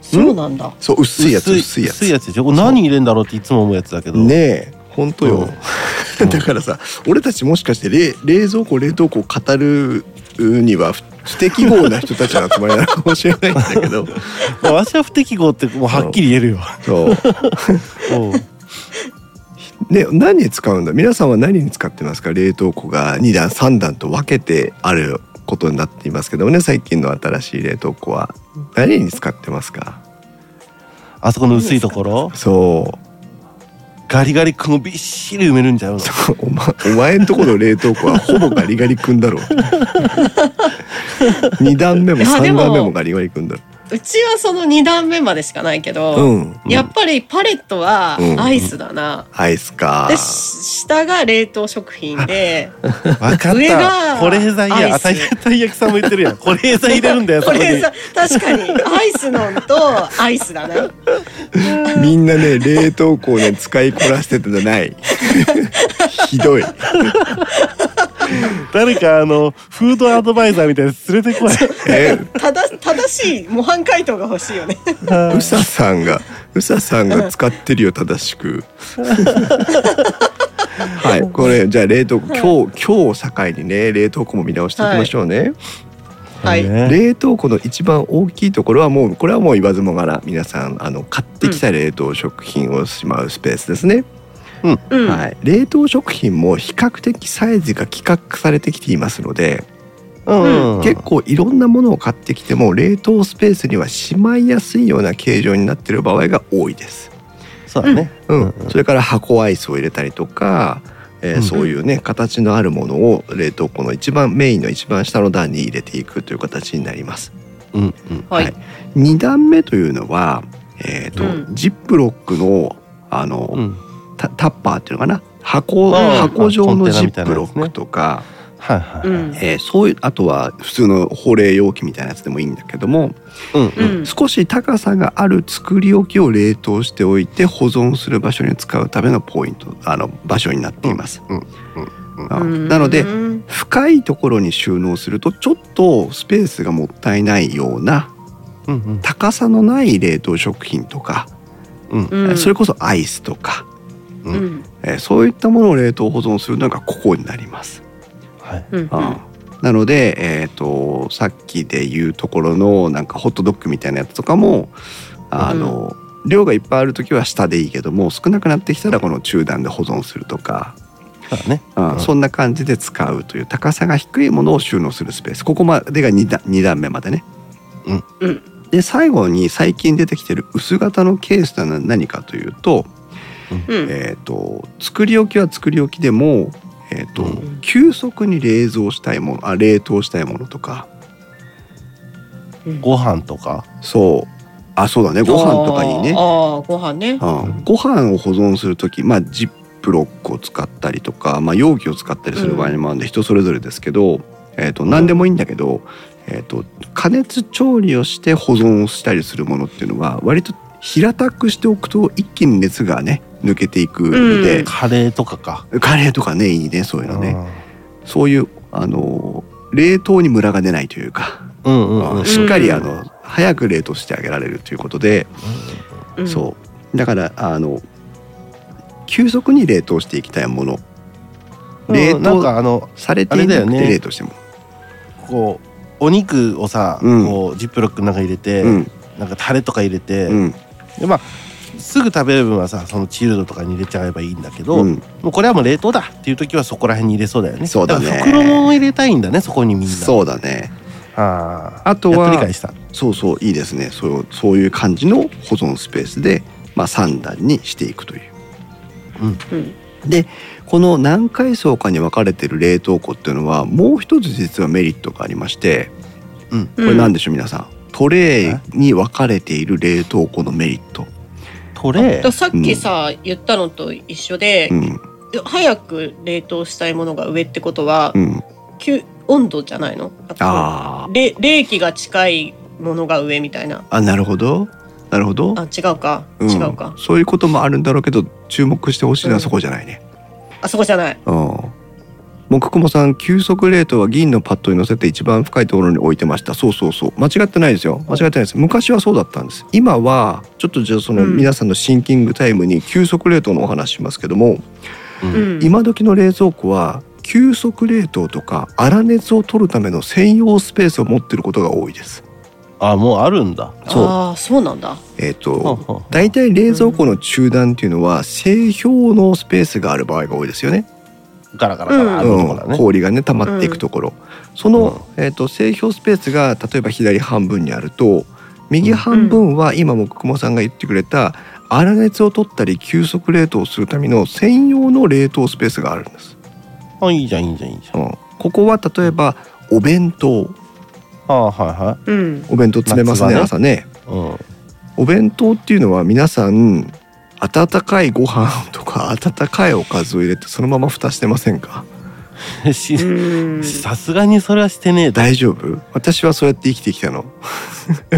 Speaker 3: そうなんだ
Speaker 1: そう薄いやつ薄いやつ。
Speaker 2: 薄いやつでしょこれ何入れんだろうっていつも思うやつだけど、
Speaker 1: ねえ本当よ、
Speaker 2: うん
Speaker 1: だからさ俺たちもしかして冷冷蔵庫冷凍庫を語るには不不適合な人たちの集まりなのかもしれないんだけど
Speaker 2: まあわしは不適合ってもうはっきり言えるよ、
Speaker 1: そう
Speaker 2: うん
Speaker 1: ね何に使うんだ皆さんは何に使ってますか冷凍庫が2段3段と分けてあることになっていますけどもね最近の新しい冷凍庫は何に使ってますか
Speaker 2: あそこの薄いところ
Speaker 1: そう
Speaker 2: ガリガリ君をびっしり埋めるんじゃうの
Speaker 1: お前お前んとこの冷凍庫はほぼガリガリ君だろう2段目も
Speaker 3: いやで
Speaker 1: 3
Speaker 3: も
Speaker 1: 段目もガリガリ君だろう
Speaker 3: うちはその2段目までしかないけど、
Speaker 1: うん、
Speaker 3: やっぱりパレットは
Speaker 1: うん
Speaker 3: アイスだな、
Speaker 1: アイスか
Speaker 3: でし下が冷凍食品 で
Speaker 2: 分かっ
Speaker 3: 上が
Speaker 2: た保冷剤や
Speaker 3: アイ
Speaker 2: あ
Speaker 3: ス
Speaker 2: たいたい焼きさんも言ってるやん保冷剤入れるんだよそ
Speaker 3: こ
Speaker 2: こに
Speaker 3: れさ確かにアイスのんとアイスだな
Speaker 1: みんなね冷凍庫をね使いこらせてたんじゃないひどい
Speaker 2: 誰かあのフードアドバイザーみたいなやつ連れてこない
Speaker 1: え
Speaker 3: ただ正しい模範解答が欲しいよね
Speaker 1: うささんがうささんが使ってるよ正し くはいこれじゃあ冷凍庫今日今日を境にね冷凍庫も見直していきましょうね、
Speaker 3: はい
Speaker 2: ね
Speaker 1: 冷凍庫の一番大きいところはもうこれはもう言わずもがな皆さんあの買ってきた冷凍食品をしまうスペースですね、
Speaker 3: うん、
Speaker 1: はい、冷凍食品も比較的サイズが規格されてきていますので、
Speaker 2: うん
Speaker 1: 結構いろんなものを買ってきても冷凍スペースにはしまいやすいような形状になっている場合が多いです。
Speaker 2: そうだね
Speaker 1: うん
Speaker 2: うん
Speaker 1: それから箱アイスを入れたりとか、えー
Speaker 2: うん
Speaker 1: そういうね形のあるものを冷凍庫の一番メインの一番下の段に入れていくという形になります。
Speaker 2: うんうん
Speaker 3: はい
Speaker 1: はい2段目というのは、えーと
Speaker 3: う
Speaker 1: ジップロックのあの、
Speaker 2: うん
Speaker 1: タタッパーっていうのかな箱,、
Speaker 2: うん
Speaker 1: 箱状の
Speaker 2: コンテナ
Speaker 1: ジ
Speaker 2: みた
Speaker 1: ッ
Speaker 2: いな
Speaker 1: プ
Speaker 2: や
Speaker 1: ロ
Speaker 2: つね
Speaker 1: ックとか、
Speaker 2: はいはい
Speaker 3: うん
Speaker 1: えーそういうあとは普通の保冷容器みたいなやつでもいいんだけども、
Speaker 2: うん
Speaker 3: う
Speaker 2: うん
Speaker 3: ん
Speaker 1: 少し高さがある作り置きを冷凍しておいて保存する場所に使うためのポイントあの場所になっています。
Speaker 2: うんうんうん
Speaker 1: あ
Speaker 3: うん
Speaker 1: なので
Speaker 3: うん
Speaker 1: 深いところに収納するとちょっとスペースがもったいないような
Speaker 2: うん
Speaker 1: 高さのない冷凍食品とか、
Speaker 2: うん
Speaker 3: うん
Speaker 1: それこそアイスとか、
Speaker 3: うん
Speaker 1: えーそういったものを冷凍保存するのがここになります。
Speaker 2: はい
Speaker 3: うん
Speaker 1: うんなので、えー、とさっきで言うところのなんかホットドッグみたいなやつとかもあの、量がいっぱいある時は下でいいけども少なくなってきたらこの中段で保存するとか、
Speaker 2: そうだね
Speaker 1: うん
Speaker 2: うん
Speaker 1: そんな感じで使うという高さが低いものを収納するスペースここまでが 2, 段二段目までね。
Speaker 2: うん
Speaker 3: うん
Speaker 1: で最後に最近出てきてる薄型のケースとは何かというと,、
Speaker 3: うん
Speaker 1: えー、と作り置きは作り置きでも、えーと
Speaker 2: うん
Speaker 1: 急速に冷蔵したいものあ冷凍したいものとか。
Speaker 2: ご飯とか
Speaker 1: そうあそうだねご飯とかにね
Speaker 3: あ、ーあーご飯ね
Speaker 1: うん、ご飯を保存する時まあジップロックを使ったりとか、まあ、容器を使ったりする場合もあるんで人それぞれですけど、えー、と何でもいいんだけど、えー、と加熱調理をして保存をしたりするものっていうのは割と平たくしておくと一気に熱がね抜けていくので、
Speaker 2: カレーとかか
Speaker 1: カレーとかねいいねそういうのね、そういうあの冷凍にムラが出ないというか、
Speaker 2: うんうんうん
Speaker 1: うんしっかりあの早く冷凍してあげられるということで、
Speaker 3: うん
Speaker 1: そうだからあの急速に冷凍していきたいもの冷
Speaker 2: うんなん
Speaker 1: 凍
Speaker 2: かあの
Speaker 1: されていな
Speaker 2: あれ
Speaker 1: く
Speaker 2: だよ
Speaker 1: て
Speaker 2: ね
Speaker 1: 冷凍しても、
Speaker 2: こうお肉をさ、
Speaker 1: うん
Speaker 2: こうジップロックの中に入れて、
Speaker 1: うん
Speaker 2: なんかタレとか入れて、
Speaker 1: うん
Speaker 2: でまあすぐ食べる分はさそのチルドとかに入れちゃえばいいんだけど、
Speaker 1: うん
Speaker 2: もうこれはもう冷凍だっていう時はそこら辺に入れそうだよね
Speaker 1: そうだね
Speaker 2: から袋物を入れたいんだねそこにみんなう
Speaker 1: そうだね
Speaker 2: ああ
Speaker 1: あと
Speaker 2: やっ
Speaker 1: は
Speaker 2: と理解した
Speaker 1: そうそういいですねそうそういう感じの保存スペースで、まあ、3段にしていくという
Speaker 3: うん
Speaker 1: この何階層かに分かれてる冷凍庫っていうのはもう一つ実はメリットがありましてこれ何でしょう、皆さんトレイに分かれている冷凍庫のメリット、
Speaker 2: トレ
Speaker 3: だ
Speaker 2: ー
Speaker 3: さっきさ、言ったのと一緒で
Speaker 1: う、ん
Speaker 3: 早く冷凍したいものが上ってことは、
Speaker 1: うん、
Speaker 3: 急温度じゃないの
Speaker 1: あー
Speaker 3: れ冷気が近いものが上みたいな
Speaker 1: あなるほどなるほど
Speaker 3: あ違うか、
Speaker 1: ん
Speaker 3: 違うか
Speaker 1: そういうこともあるんだろうけど注目してほしいの
Speaker 3: う
Speaker 1: は
Speaker 3: ん
Speaker 1: そこじゃないね
Speaker 3: あそこじゃない
Speaker 1: うん木久保さん急速冷凍は銀のパッドに乗せて一番深いところに置いてましたそうそうそう間違ってないですよ間違ってないです昔はそうだったんです今はちょっとじゃあその
Speaker 3: うん
Speaker 1: 皆さんのシンキングタイムに急速冷凍のお話しますけども、
Speaker 2: う
Speaker 3: うんん
Speaker 1: 今時の冷蔵庫は急速冷凍とか粗熱を取るための専用スペースを持ってることが多いです
Speaker 2: あもうあるんだ
Speaker 1: そう
Speaker 3: ああそうなんだ
Speaker 1: えっ、
Speaker 2: は
Speaker 1: と
Speaker 2: んはん
Speaker 1: 大体冷蔵庫の中段っていうのは製氷のスペースがある場合が多いですよね、
Speaker 2: ガラガラガラあるとこだ
Speaker 1: うん
Speaker 2: ね、
Speaker 1: 氷がね溜まっていくところ、その、えー、と製氷スペースが例えば左半分にあると右半分は今も久保さんが言ってくれた粗熱を取ったり急速冷凍するための専用の冷凍スペースがあるんです、
Speaker 2: あいいじゃんいいじゃんいいじゃん
Speaker 1: うんここは例えばお弁当
Speaker 2: ああは
Speaker 3: うん
Speaker 1: お弁当詰めますね
Speaker 2: 夏場ね
Speaker 1: 朝ね
Speaker 2: いはい。うん。
Speaker 1: お弁当っていうのは皆さん温かいご飯とか温かいおかずを入れてそのまま蓋してませんか
Speaker 2: し
Speaker 3: うん
Speaker 2: さすがにそれはしてねえだ。
Speaker 1: 大丈夫私はそうやって生きてきたの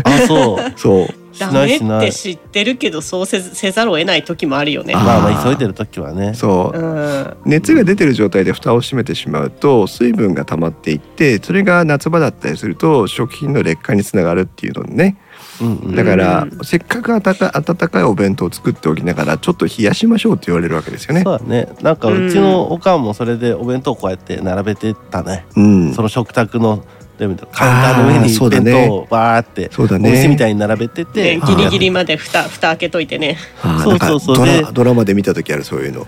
Speaker 2: あそう。
Speaker 1: そう
Speaker 2: し
Speaker 3: ダ
Speaker 2: な
Speaker 3: メ
Speaker 2: い
Speaker 3: っ
Speaker 2: しない
Speaker 3: て。知ってるけどそうせずせざるを得ない時もあるよね。
Speaker 2: まあま
Speaker 1: あー
Speaker 2: あ急いでる時はね。
Speaker 1: そう
Speaker 3: う、ん
Speaker 1: 熱が出てる状態で蓋を閉めてしまうと水分が溜まっていってそれが夏場だったりすると食品の劣化につながるっていうのでね
Speaker 2: うんうん。
Speaker 1: だから
Speaker 3: う
Speaker 1: せっかく温か温かいお弁当を作っておきながらちょっと冷やしましょうって言われるわけですよね
Speaker 2: そ。うだね。なんかうちのおかんもそれでお弁当こうやって並べてたね。
Speaker 1: うん、
Speaker 2: その食卓のでもカウンターの上
Speaker 1: あーそう
Speaker 2: に
Speaker 1: だ
Speaker 2: 弁
Speaker 1: ね
Speaker 2: 当をバーって
Speaker 1: そうだ
Speaker 2: お
Speaker 1: ね
Speaker 2: 店みたいに並べてて、
Speaker 3: ねギリギリまで蓋蓋開けといてね。
Speaker 1: あー
Speaker 2: そうそうそう
Speaker 1: なんかドラ
Speaker 2: で
Speaker 1: ドラマで見た時あるそういうの。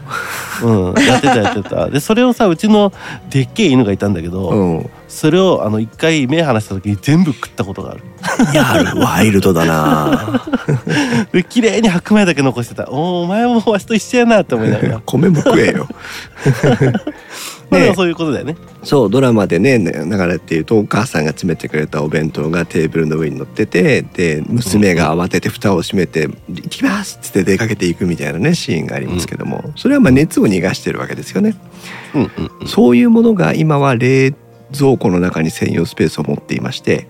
Speaker 2: うん、やってたやってた。でそれをさうちのでっけえ犬がいたんだけど、
Speaker 1: うん、
Speaker 2: それをあの一回目離した時に全部食ったことがある。
Speaker 1: いやワイルドだ な。
Speaker 2: で綺麗に白米だけ残してた。おーお前もわしと一緒やなって思いながら。
Speaker 1: 米も食えよ。
Speaker 2: まあで
Speaker 1: ね
Speaker 2: もそういうことだよね。
Speaker 1: そうドラマでねね流れているとお母さんが詰めてくれたお弁当がテーブルの上に乗っててで娘が慌てて蓋を閉めて「行きます!」っつって出かけていくみたいなねシーンがありますけどもそれはまあ熱を逃がしてるわけですよね。
Speaker 2: うんうんうん。
Speaker 1: そういうものが今は冷蔵庫の中に専用スペースを持っていまして、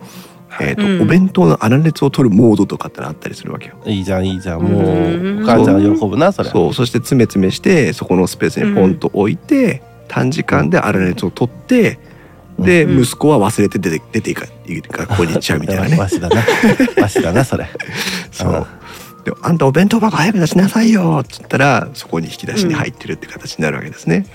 Speaker 1: えーと
Speaker 3: うん
Speaker 1: お弁当の粗熱を取るモードとかってのあったりするわけよ。
Speaker 2: いいじゃんいいじゃんも
Speaker 3: うん
Speaker 2: うお母ちゃん喜ぶなそれ
Speaker 1: そうそして詰め詰めしてそこのスペースにポンと置いて、短時間で粗熱を取って、で、
Speaker 3: うん
Speaker 1: 息子は忘れて出て出ていかいか学校に行っちゃうみたいなね
Speaker 2: わしだなわしだなそれ
Speaker 1: そうで「あんたお弁当箱早く出しなさいよ」っつったらそこに引き出しに入ってるって形になるわけですね、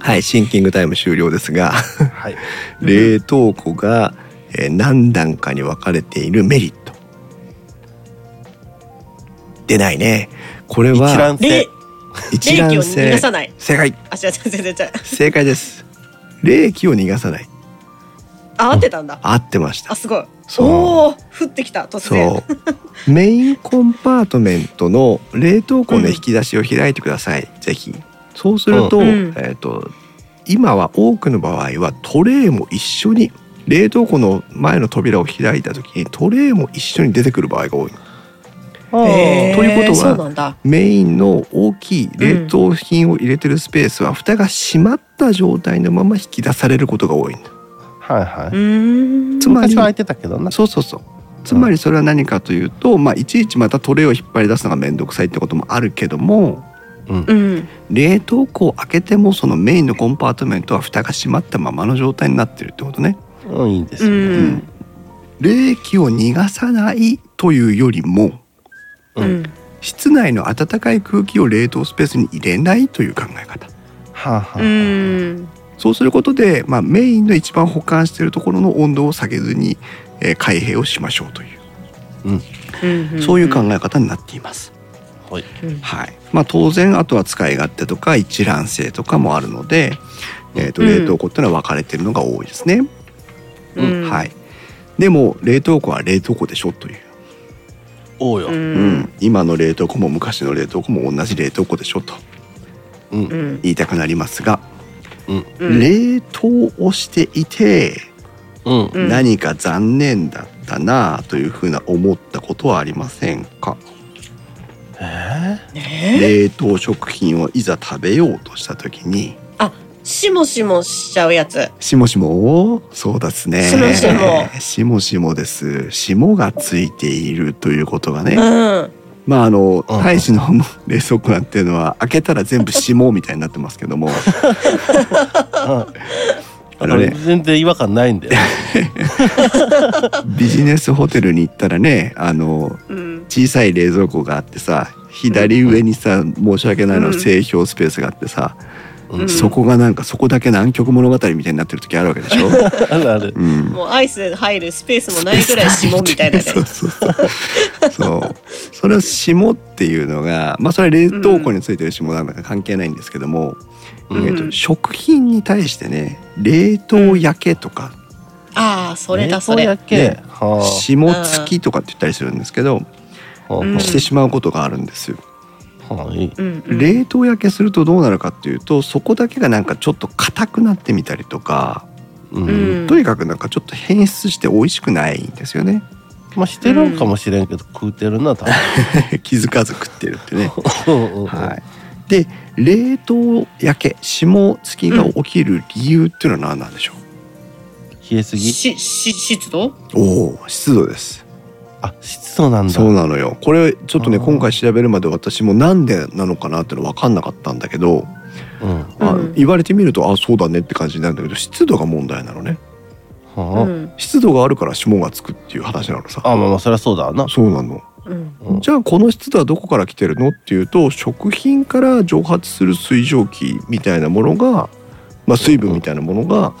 Speaker 1: はいシンキングタイム終了ですが
Speaker 2: はい
Speaker 1: 冷凍庫が、えー何段かに分かれているメリット出ないねこれ
Speaker 2: 一
Speaker 1: は
Speaker 2: 覧性
Speaker 3: で
Speaker 1: 一
Speaker 3: 冷気を
Speaker 1: 覧
Speaker 3: 逃が
Speaker 1: 性
Speaker 3: さない。
Speaker 1: 正解
Speaker 3: あ違う違う違う違う。
Speaker 1: 正解です冷気を逃がさない
Speaker 3: あ合ってたんだ。
Speaker 1: 合ってまし
Speaker 3: あ
Speaker 1: た
Speaker 3: すごい。
Speaker 1: そう
Speaker 3: おおー降ってきた突然。
Speaker 1: そうメインコンパートメントの冷凍庫の引き出しを開いてください、ぜひそうすると,、
Speaker 3: うん
Speaker 1: えー、と今は多くの場合はトレイも一緒に冷凍庫の前の扉を開いた時にトレイも一緒に出てくる場合が多い
Speaker 3: へー
Speaker 1: ということは
Speaker 3: そうなんだ。
Speaker 1: メインの大きい冷凍品を入れてるスペースは蓋が閉まった状態のまま引き出されることが多いんだ
Speaker 2: はいは
Speaker 3: う
Speaker 2: い
Speaker 3: ーん。
Speaker 1: つまり
Speaker 2: 昔は空いてたけどな
Speaker 1: そうそうそう。つまりそれは何かというと、まあ、いちいちまたトレイを引っ張り出すのが面倒くさいってこともあるけども
Speaker 2: うん
Speaker 3: うん。
Speaker 1: 冷凍庫を開けてもそのメインのコンパートメントは蓋が閉まったままの状態になってるってことね。
Speaker 2: うんいいんです
Speaker 3: う
Speaker 2: よね
Speaker 3: ん。
Speaker 1: 冷気を逃がさないというよりも
Speaker 3: う
Speaker 2: うん
Speaker 3: ん。
Speaker 1: 室内の暖かい空気を冷凍スペースに入れないという考え方。
Speaker 2: はあ
Speaker 3: う
Speaker 2: は
Speaker 3: ん。
Speaker 1: そうすることで、まあ、メインの一番保管しているところの温度を下げずに、えー開閉をしましょうという、
Speaker 3: うん
Speaker 1: そういう考え方になっています。
Speaker 2: あはい
Speaker 3: うん
Speaker 1: はいまあ、当然あとは使い勝手とか一覧性とかもあるので、えー、と
Speaker 3: うん
Speaker 1: 冷凍庫っていうのは分かれてるのが多いですね。
Speaker 3: うん
Speaker 1: はい、でも冷凍庫は冷凍庫でしょという、
Speaker 2: おうよ
Speaker 3: う。
Speaker 1: うん今の冷凍庫も昔の冷凍庫も同じ冷凍庫でしょと
Speaker 2: うん
Speaker 3: う
Speaker 2: うん
Speaker 3: ん。
Speaker 1: 言いたくなりますが、
Speaker 3: うん
Speaker 1: 冷凍をしていて
Speaker 2: うん
Speaker 3: うん
Speaker 1: 何か残念だったなあというふうな思ったことはありませんか
Speaker 2: え
Speaker 3: ねえ
Speaker 1: 冷凍食品をいざ食べようとした時に
Speaker 3: しもしもしちゃうやつ。
Speaker 1: しもしもそうですね。
Speaker 3: しもしも
Speaker 1: しもしもです。霜がついているということが
Speaker 3: う
Speaker 1: ね。
Speaker 3: ん。
Speaker 1: まああの
Speaker 2: うん
Speaker 1: 大使の冷蔵庫なんていうのは開けたら全部霜みたいになってますけ ども、
Speaker 2: ー
Speaker 1: あ
Speaker 2: あ
Speaker 1: の
Speaker 2: の
Speaker 1: ね
Speaker 2: 全然違和感ないんだよ
Speaker 1: ビジネスホテルに行ったらね、あの
Speaker 3: うん。
Speaker 1: 小さい冷蔵庫があってさ、左上にさ申し訳ないの
Speaker 3: うん
Speaker 1: 製氷スペースがあってさ、
Speaker 2: うん
Speaker 1: そこがなんかそこだけ南極物語みたいになってる時あるわけで しょ。
Speaker 2: あるある
Speaker 1: うん。
Speaker 3: もうアイス入るスペースもないぐらい指紋みたいな ね。
Speaker 1: そうそうそう。そう。それを霜っていうのが、まあそれは冷凍庫についてる霜なんだか関係ないんですけども、
Speaker 2: うん
Speaker 1: えっと食品に対してね、冷凍焼けとか、
Speaker 3: ああ、それだそ
Speaker 2: 冷凍
Speaker 3: れ
Speaker 2: や。け
Speaker 1: ね
Speaker 2: は
Speaker 1: 霜付きとかって言ったりするんですけど、
Speaker 2: あはあ
Speaker 3: うん
Speaker 1: してしまうことがあるんですよ。
Speaker 2: はい
Speaker 3: うんうん。
Speaker 1: 冷凍焼けするとどうなるかっていうと、そこだけがなんかちょっと硬くなってみたりとか、
Speaker 2: うん
Speaker 3: うん
Speaker 1: とにかくなんかちょっと変質して美味しくないんですよね
Speaker 2: まあしてるんかもしれんけど、食うてるな多
Speaker 1: 気づかず食ってるってね
Speaker 2: 分
Speaker 1: はいで冷凍焼け霜付きが起きる理由っていうのは何なんでしょ
Speaker 2: 冷えすぎ
Speaker 3: しし湿度
Speaker 1: う、おお湿度です
Speaker 2: あ湿度なんだ
Speaker 1: そうなのよこれちょっとね
Speaker 2: あー
Speaker 1: 今回調べるまで私もなんでなのかなっての分かんなかったんだけど、
Speaker 2: うん
Speaker 1: まあ
Speaker 3: うん
Speaker 1: 言われてみるとあそうだねって感じになるんだけど湿度が問題なのね
Speaker 2: はあ
Speaker 3: うん
Speaker 1: 湿度があるから霜がつくっていう話なのさ
Speaker 2: あまあまあそりゃそうだわな、
Speaker 1: そうなの
Speaker 3: う
Speaker 2: う
Speaker 3: ん
Speaker 2: ん
Speaker 1: じゃあこの湿度はどこから来てるのっていうと食品から蒸発する水蒸気みたいなものが、まあ、水分みたいなものが、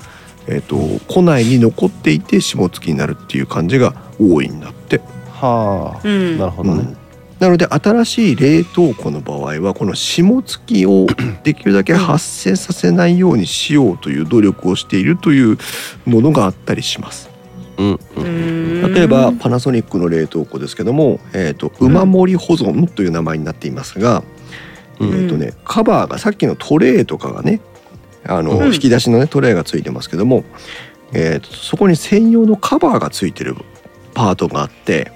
Speaker 1: えー、と庫内に残っていて霜付きになるっていう感じが多いんだって。
Speaker 2: はあ、
Speaker 3: うん
Speaker 2: なるほどね、
Speaker 1: なので新しい冷凍庫の場合はこの霜付きをできるだけ発生させないようにしようという努力をしているというものがあったりします
Speaker 2: うんう
Speaker 3: うんん
Speaker 1: 例えばパナソニックの冷凍庫ですけども、えー、と馬盛り保存という名前になっていますが、
Speaker 2: うん
Speaker 1: えーとね、カバーがさっきのトレーとかがねあの、
Speaker 3: うん
Speaker 1: 引き出しの、ね、トレーがついてますけども、えー、とそこに専用のカバーがついてるパートがあって、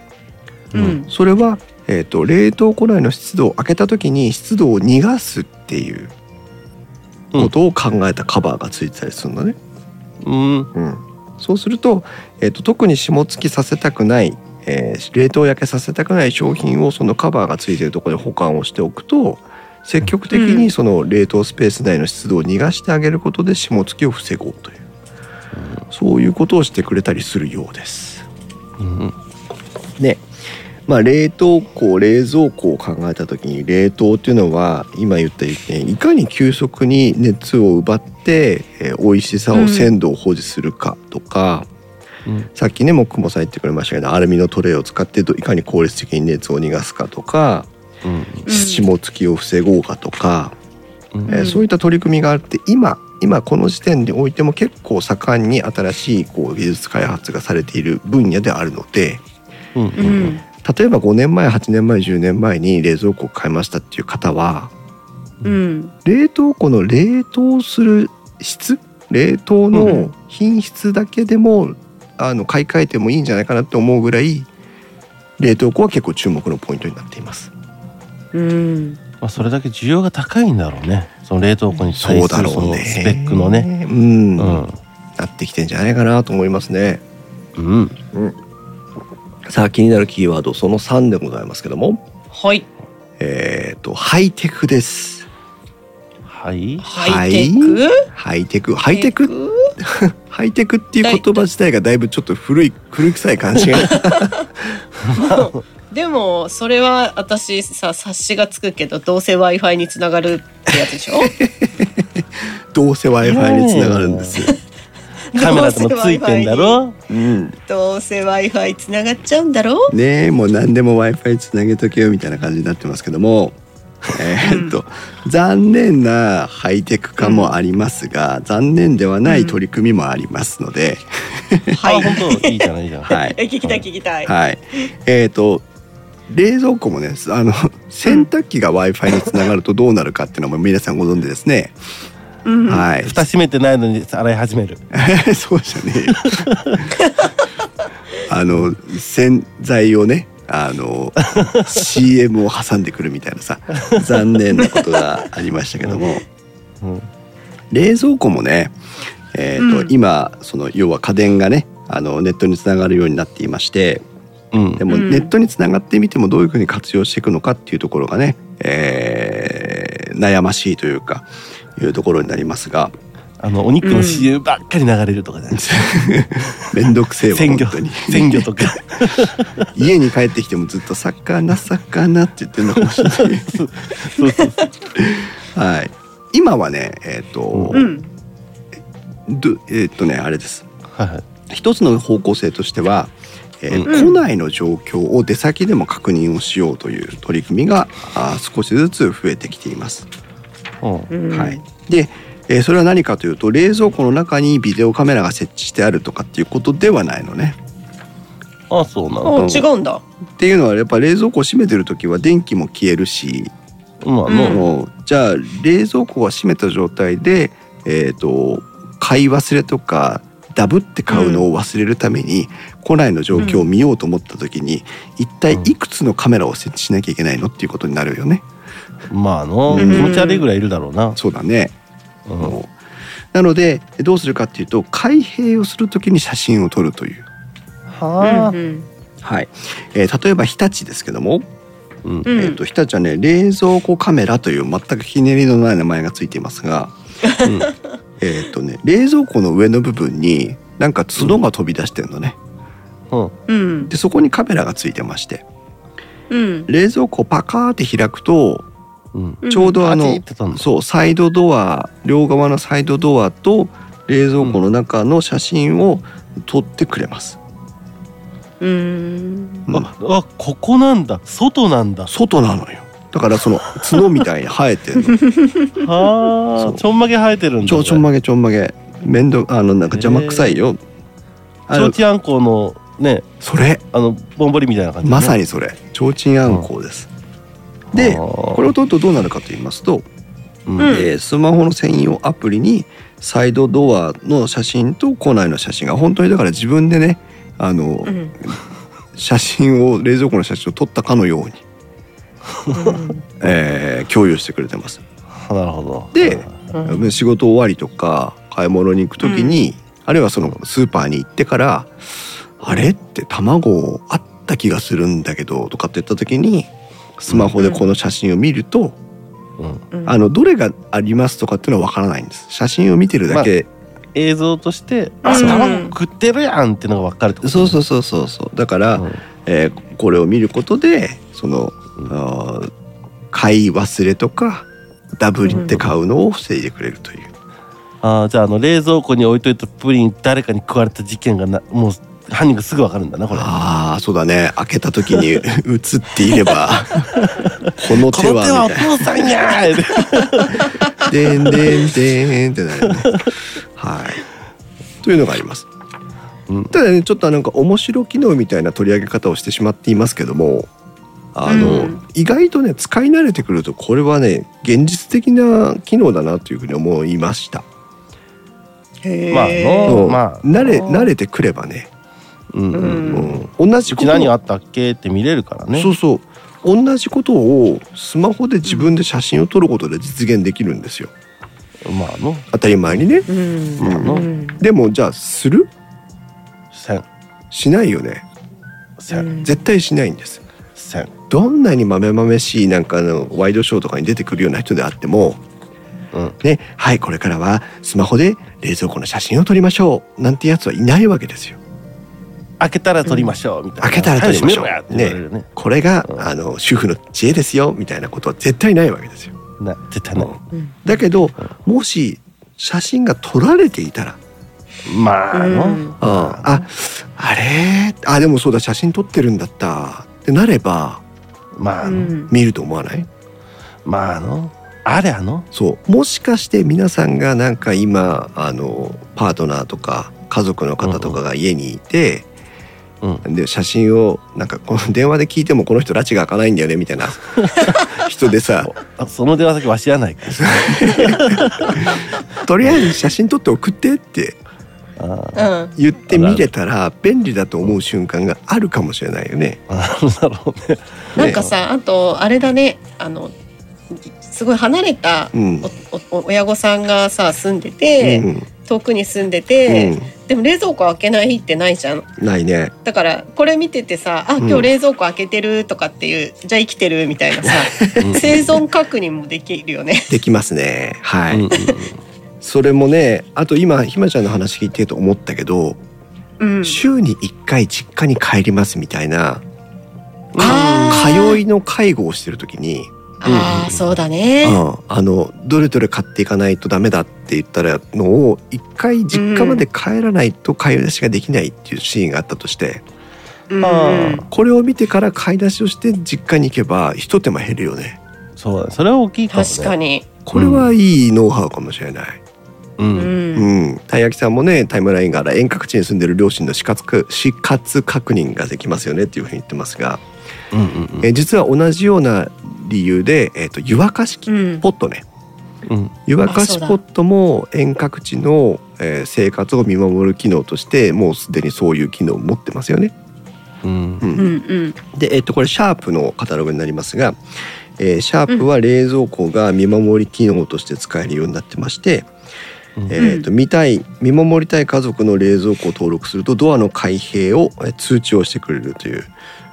Speaker 3: う
Speaker 2: うんん
Speaker 1: それは、えー、と冷凍庫内の湿度を開けた時に湿度を逃がすっていうことを考えたカバーがついてたりするのね。
Speaker 2: うん
Speaker 1: うんそうすると,、えー、と特に霜付きさせたくない、えー冷凍焼けさせたくない商品をそのカバーがついてるところで保管をしておくと積極的
Speaker 3: うん
Speaker 1: にその冷凍スペース内の湿度を逃がしてあげることで霜付きを防ごうというそういうことをしてくれたりするようです。
Speaker 2: うん
Speaker 1: ねまあ、冷凍庫冷蔵庫を考えた時に冷凍っていうのは今言ったようにいかに急速に熱を奪って、えー美味しさ
Speaker 3: う
Speaker 1: を
Speaker 3: ん
Speaker 1: 鮮度を保持するかとか、
Speaker 2: うん
Speaker 1: さっきねもくもさん言ってくれましたけどアルミのトレイを使ってどいかに効率的に熱を逃がすかとか、
Speaker 2: うん
Speaker 3: うん
Speaker 1: 霜付きを防ごうかとか、
Speaker 2: うん
Speaker 1: えー
Speaker 3: うん
Speaker 1: そういった取り組みがあって今今この時点においても結構盛んに新しいこう技術開発がされている分野であるので。
Speaker 2: うん
Speaker 3: う
Speaker 2: うん
Speaker 3: ん
Speaker 1: 例えば5年前8年前10年前に冷蔵庫を買いましたっていう方は
Speaker 3: うん
Speaker 1: 冷凍庫の冷凍する質冷凍
Speaker 2: う
Speaker 1: の品質だけでも、あの買い替えてもいいんじゃないかなって思うぐらい冷凍庫は結構注目のポイントになっています。
Speaker 3: うん
Speaker 2: まあ、それだけ需要が高いんだろうねその冷凍庫に対
Speaker 1: そ
Speaker 2: す
Speaker 1: うだ
Speaker 2: る
Speaker 1: ろ
Speaker 2: そうの
Speaker 1: ね。
Speaker 2: スペックのね。
Speaker 1: うん、
Speaker 2: う
Speaker 1: なんってきてんじゃないかなと思いますね。
Speaker 2: うん
Speaker 1: さあ気になるキーワードその3でございますけども、
Speaker 3: はい
Speaker 1: えっ、とハイテクです。
Speaker 2: はい
Speaker 3: ハイテク
Speaker 1: ハイテクハイテクハイテクっていう言葉自体がだいぶちょっと古い古臭い感じ が
Speaker 3: でもそれは私さ冊子がつくけどどうせ w i f i につながるってやつでしょ
Speaker 1: どうせ w i f i につながるんですよ。
Speaker 2: カメラでもついてんだろ
Speaker 1: うん、
Speaker 3: どうせ w i f i つながっちゃうんだろ
Speaker 1: ねえもう何でも w i f i つなげとけよみたいな感じになってますけど も。えーっと残念なハイテク化もありますが、残念ではない取り組みもありますので、
Speaker 3: は
Speaker 2: あ
Speaker 3: い
Speaker 2: 本当いいじゃないいいじゃん
Speaker 1: はい
Speaker 3: え聞きたい聞きたい、
Speaker 1: はいえーっと冷蔵庫もねあの洗濯機が w i f i につながるとどうなるかっていうのも皆さんご存知ですね。
Speaker 3: うん
Speaker 1: はい、
Speaker 2: 蓋閉めてないのに洗い始める
Speaker 1: えー そうじゃねえよあの洗剤をねあの CM を挟んでくるみたいなさ残念なことがありましたけども
Speaker 2: うん
Speaker 1: 冷蔵庫もね、えーと
Speaker 3: うん
Speaker 1: 今その要は家電がねあのネットにつながるようになっていまして
Speaker 2: うん
Speaker 1: でも
Speaker 3: うん
Speaker 1: ネットにつながってみてもどういうふうに活用していくのかっていうところがね、えー悩ましいというかいうところになりますが
Speaker 2: あのお肉の CM ばっかり流れるとかじゃない
Speaker 1: めんどくせえわ
Speaker 2: 鮮
Speaker 1: 本
Speaker 2: 魚
Speaker 1: 当に。
Speaker 2: 鮮魚とか
Speaker 1: 家に帰ってきてもずっと「魚魚」って言ってるのかもしれ ない、
Speaker 2: そうそうそう
Speaker 1: はい、今はねえっ、と、
Speaker 3: うん
Speaker 1: どえっ、とねあれです
Speaker 2: はいはい
Speaker 1: 一つの方向性としては、えー
Speaker 3: うん
Speaker 1: 庫内の状況を出先でも確認をしようという取り組みがあー少しずつ増えてきています。
Speaker 2: うん
Speaker 3: うん
Speaker 1: はい、で、えーそれは何かというと冷蔵庫の中にビデオカメラが設置してあるとかっていうことではないのね。
Speaker 2: あそうなんだ
Speaker 3: お違うんだ
Speaker 1: っていうのはやっぱ冷蔵庫を閉めてる時は電気も消えるし
Speaker 2: まあ
Speaker 3: うん
Speaker 2: の
Speaker 1: もうじゃあ冷蔵庫は閉めた状態で、えー、と買い忘れとかダブって買うのを忘れるために、古来の状況を見ようと思った時に、一体いくつのカメラを設置しなきゃいけないのっていうことになるよね。
Speaker 2: まああの、
Speaker 1: うん
Speaker 2: 気持ち悪いぐらいいるだろうな。
Speaker 1: そうだね、
Speaker 2: うん
Speaker 1: もうなのでどうするかっていうと開閉をする時に写真を撮るという、
Speaker 2: はあ、
Speaker 1: はいえー例えば日立ですけども、
Speaker 2: うん
Speaker 3: うん
Speaker 1: えー、と日立はね冷蔵庫カメラという全くひねりのない名前がついていますが、
Speaker 2: うん
Speaker 1: えーとね、冷蔵庫の上の部分になんか角が飛び出してるのね。
Speaker 2: うん
Speaker 3: うん
Speaker 1: でそこにカメラがついてまして
Speaker 3: うん
Speaker 1: 冷蔵庫をパカーって開くと
Speaker 2: うん。
Speaker 1: ちょうどあ
Speaker 2: パチ
Speaker 1: の
Speaker 2: ッ、てたんだ
Speaker 1: そうサイドドア両側のサイドドアと冷蔵庫の中の写真を撮ってくれます。
Speaker 3: うん
Speaker 1: うん
Speaker 2: ああここなんだ外なんだ
Speaker 1: 外なのよだからその角みたいに生えてるのそ
Speaker 2: は
Speaker 1: う
Speaker 2: あちょんまげ生えてるんだ
Speaker 1: ちょちょん
Speaker 2: げ
Speaker 1: まげちょんまげ面倒あのなんか邪魔くさいよ。あ
Speaker 2: ちょ
Speaker 1: の
Speaker 2: うちあんこうのね
Speaker 1: それ
Speaker 2: あのぼんぼりみたいな感じ、ね、
Speaker 1: まさにそれ提灯あんこうです。でこ
Speaker 2: こ
Speaker 1: れを撮るとどうなるかと言いますと
Speaker 2: うん
Speaker 3: うん
Speaker 1: えースマホの専用アプリにサイドドアの写真と庫内の写真が本当にだから自分でねあの、
Speaker 3: うん
Speaker 1: 写真を冷蔵庫の写真を撮ったかのように、えー共有してくれてます。
Speaker 2: なるほど
Speaker 1: で
Speaker 3: うん
Speaker 1: 仕事終わりとか買い物に行く時に、あるいはそのスーパーに行ってから「あれ?」って卵あった気がするんだけどとかって言った時にスマホでこの写真を見ると、
Speaker 2: うん
Speaker 3: うん
Speaker 1: あのどれがありますとかっていうのは分からないんです。写真を見てるだけ
Speaker 2: 映像として「あ
Speaker 3: うん
Speaker 2: 卵食ってるやん」ってのが分かるってこと
Speaker 1: そうそうそうそうそうだから、
Speaker 2: うん
Speaker 1: えーこれを見ることでその、あー買い忘れとかダブリって買うのを防いでくれるという、
Speaker 2: あーじゃああの冷蔵庫に置いといたプリン誰かに食われた事件がなもう犯人がすぐ分かるんだなこれ
Speaker 1: ああそうだね開けた時に 映っていれば この
Speaker 2: こ
Speaker 1: 手
Speaker 2: の手は
Speaker 1: は
Speaker 2: お
Speaker 1: みたい
Speaker 2: 父さんやーって
Speaker 1: なでんでんでんってなるねはいというのがあります
Speaker 2: うん
Speaker 1: ただねちょっとなんか面白機能みたいな取り上げ方をしてしまっていますけどもあの、
Speaker 3: うん
Speaker 1: 意外とね使い慣れてくるとこれはね現実的な機能だなというふうに思いました。
Speaker 3: へー
Speaker 2: まあの
Speaker 1: そう
Speaker 2: まあ
Speaker 1: 慣れ
Speaker 2: あー
Speaker 1: 慣れてくればね、
Speaker 2: うんう
Speaker 3: うん
Speaker 1: うん
Speaker 3: ん
Speaker 1: 同じ
Speaker 2: う
Speaker 1: こ
Speaker 2: ち
Speaker 1: と
Speaker 2: 何あったっけって見れるからね
Speaker 1: そうそう同じことをスマホで自分で写真を撮ることで実現できるんですよ
Speaker 2: まああの
Speaker 1: 当たり前にね
Speaker 3: うん
Speaker 2: まあの
Speaker 3: うん
Speaker 1: でもじゃあする
Speaker 2: せん
Speaker 1: しないよね
Speaker 2: せ
Speaker 3: うんん
Speaker 1: 絶対しないんです
Speaker 2: せん
Speaker 1: どんなにまめまめしいなんかあのワイドショーとかに出てくるような人であっても
Speaker 2: うん
Speaker 1: ねはいこれからはスマホで冷蔵庫の写真を撮りましょうなんてやつはいないわけですよ
Speaker 2: 開けたら取りましょうみたいな
Speaker 1: 開けたら撮りましょう
Speaker 2: 早く閉めろやって言われるね
Speaker 1: これが
Speaker 2: うん
Speaker 1: あの主婦の知恵ですよみたいなことは絶対ないわけですよ
Speaker 2: な絶対ない
Speaker 3: うん
Speaker 1: だけどもし写真が撮られていたら
Speaker 2: まああの
Speaker 3: うん
Speaker 1: ああれあでもそうだ写真撮ってるんだったってなれば
Speaker 2: まああ
Speaker 3: う
Speaker 2: の
Speaker 3: ん
Speaker 1: 見ると思わない
Speaker 2: まああのあれあの
Speaker 1: そうもしかして皆さんがなんか今あのパートナーとか家族の方とかが家にいて、
Speaker 2: うん
Speaker 1: で写真をなんかこの 電話で聞いてもこの人拉致が開かないんだよねみたい な人でさ
Speaker 2: あその電話先わしやないから
Speaker 1: とりあえず写真撮って送ってって
Speaker 2: あー
Speaker 3: うん
Speaker 1: 言って見れたら便利だと思う瞬間があるかもしれないよね。
Speaker 2: あーなるほどね
Speaker 3: なんかさあとあれだねあのすごい離れた
Speaker 1: うん
Speaker 3: おおお親御さんがさ住んで
Speaker 1: う
Speaker 3: て
Speaker 1: ん
Speaker 3: 遠くに住んでてでも冷蔵庫開けない日ってないじゃん
Speaker 1: うん、ないね。
Speaker 3: だからこれ見ててさあ今日冷蔵庫開けてるとかっていう、じゃあ生きてるみたいなさ
Speaker 2: うん
Speaker 3: 生存確認もできるよね。
Speaker 1: できますね。はい。
Speaker 2: うんうん
Speaker 1: それもねあと今ひまちゃんの話聞いてると思ったけど、
Speaker 3: うん、
Speaker 1: 週に1回実家に帰りますみたいな
Speaker 3: あー
Speaker 1: 通いの介護をしてる時に、
Speaker 3: ああそうだ
Speaker 1: う
Speaker 3: ね。
Speaker 1: ん、あのどれどれ買っていかないとダメだって言ったらのを1回実家まで帰らないと買い出しができないっていうシーンがあったとして、
Speaker 3: うん
Speaker 2: あー
Speaker 1: これを見てから買い出しをして実家に行けばひと手間減るよね。
Speaker 2: そうだねそれは大きいかもね
Speaker 3: 確かに。
Speaker 1: これはいいノウハウかもしれない。
Speaker 2: う
Speaker 3: うんん。
Speaker 1: うん、たい焼きさんもねタイムラインから遠隔地に住んでる両親の死活く死活確認ができますよねっていうふうに言ってますが、
Speaker 2: うんうんうん
Speaker 1: えー実は同じような理由で、えー、と湯沸かし器
Speaker 3: うん。
Speaker 1: ポットね、
Speaker 2: うん
Speaker 1: 湯沸かしポットも遠隔地の、えー生活を見守る機能としてもうすでにそういう機能を持ってますよね。
Speaker 2: うん
Speaker 1: うん
Speaker 3: うんうん
Speaker 1: で、えっと、これシャープのカタログになりますが、えーシャープは冷蔵庫が見守り機能として使えるようになってまして、
Speaker 2: うん
Speaker 1: えーと見たい見守りたい家族の冷蔵庫を登録するとドアの開閉をえー通知をしてくれるという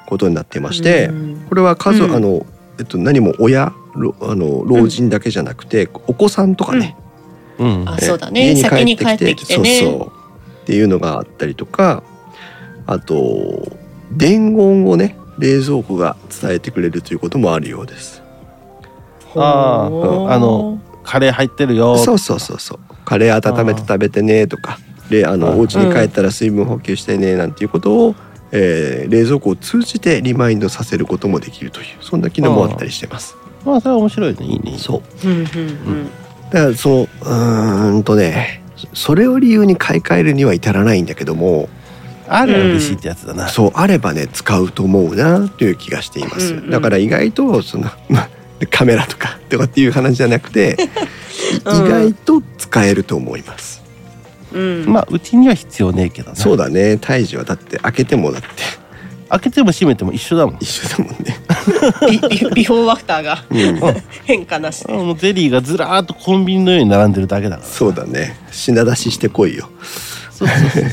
Speaker 1: ことになってまして、
Speaker 3: うん
Speaker 1: これは家族、
Speaker 3: うん
Speaker 1: あのえっと、何も親ろあの老人だけじゃなくて、お子さんとかね、
Speaker 2: うん
Speaker 3: あ
Speaker 1: え
Speaker 3: そうだね
Speaker 1: 家
Speaker 3: 先に帰ってきてね
Speaker 1: そうそうっていうのがあったりとかあと伝言をね冷蔵庫が伝えてくれるということもあるようです
Speaker 2: あーあのカレー入ってるよ
Speaker 1: そうそうそうそうカレー温めて食べてねとかであ
Speaker 2: あー
Speaker 1: のお家に帰ったら水分補給してねなんていうことを、えー冷蔵庫を通じてリマインドさせることもできるというそんな機能もあったりしてます
Speaker 2: まあそれは面白いねいいね
Speaker 1: そう
Speaker 3: うんうん
Speaker 1: だからそのうーんとねそそれを理由に買い替えるには至らないんだけども、
Speaker 2: ある嬉しいってやつだな、
Speaker 1: そうあればね使うと思うなという気がしています、
Speaker 3: うんうん
Speaker 1: だから意外とそのまカメラとかとかっていう話じゃなくて、
Speaker 3: うん
Speaker 1: 意外と使えると思います
Speaker 3: うんうん
Speaker 2: まあうちには必要ねえけどな
Speaker 1: そうだね胎児はだって開けてもだって
Speaker 2: 開けても閉めても一緒だもん
Speaker 1: 一緒だもんね、
Speaker 3: ビビビフォーアフターが
Speaker 1: うん
Speaker 3: 変化なし
Speaker 2: あ
Speaker 3: で
Speaker 2: もうゼリーがずらーっとコンビニのように並んでるだけだから
Speaker 1: そうだね品出ししてこいよ
Speaker 2: そうそうそうそう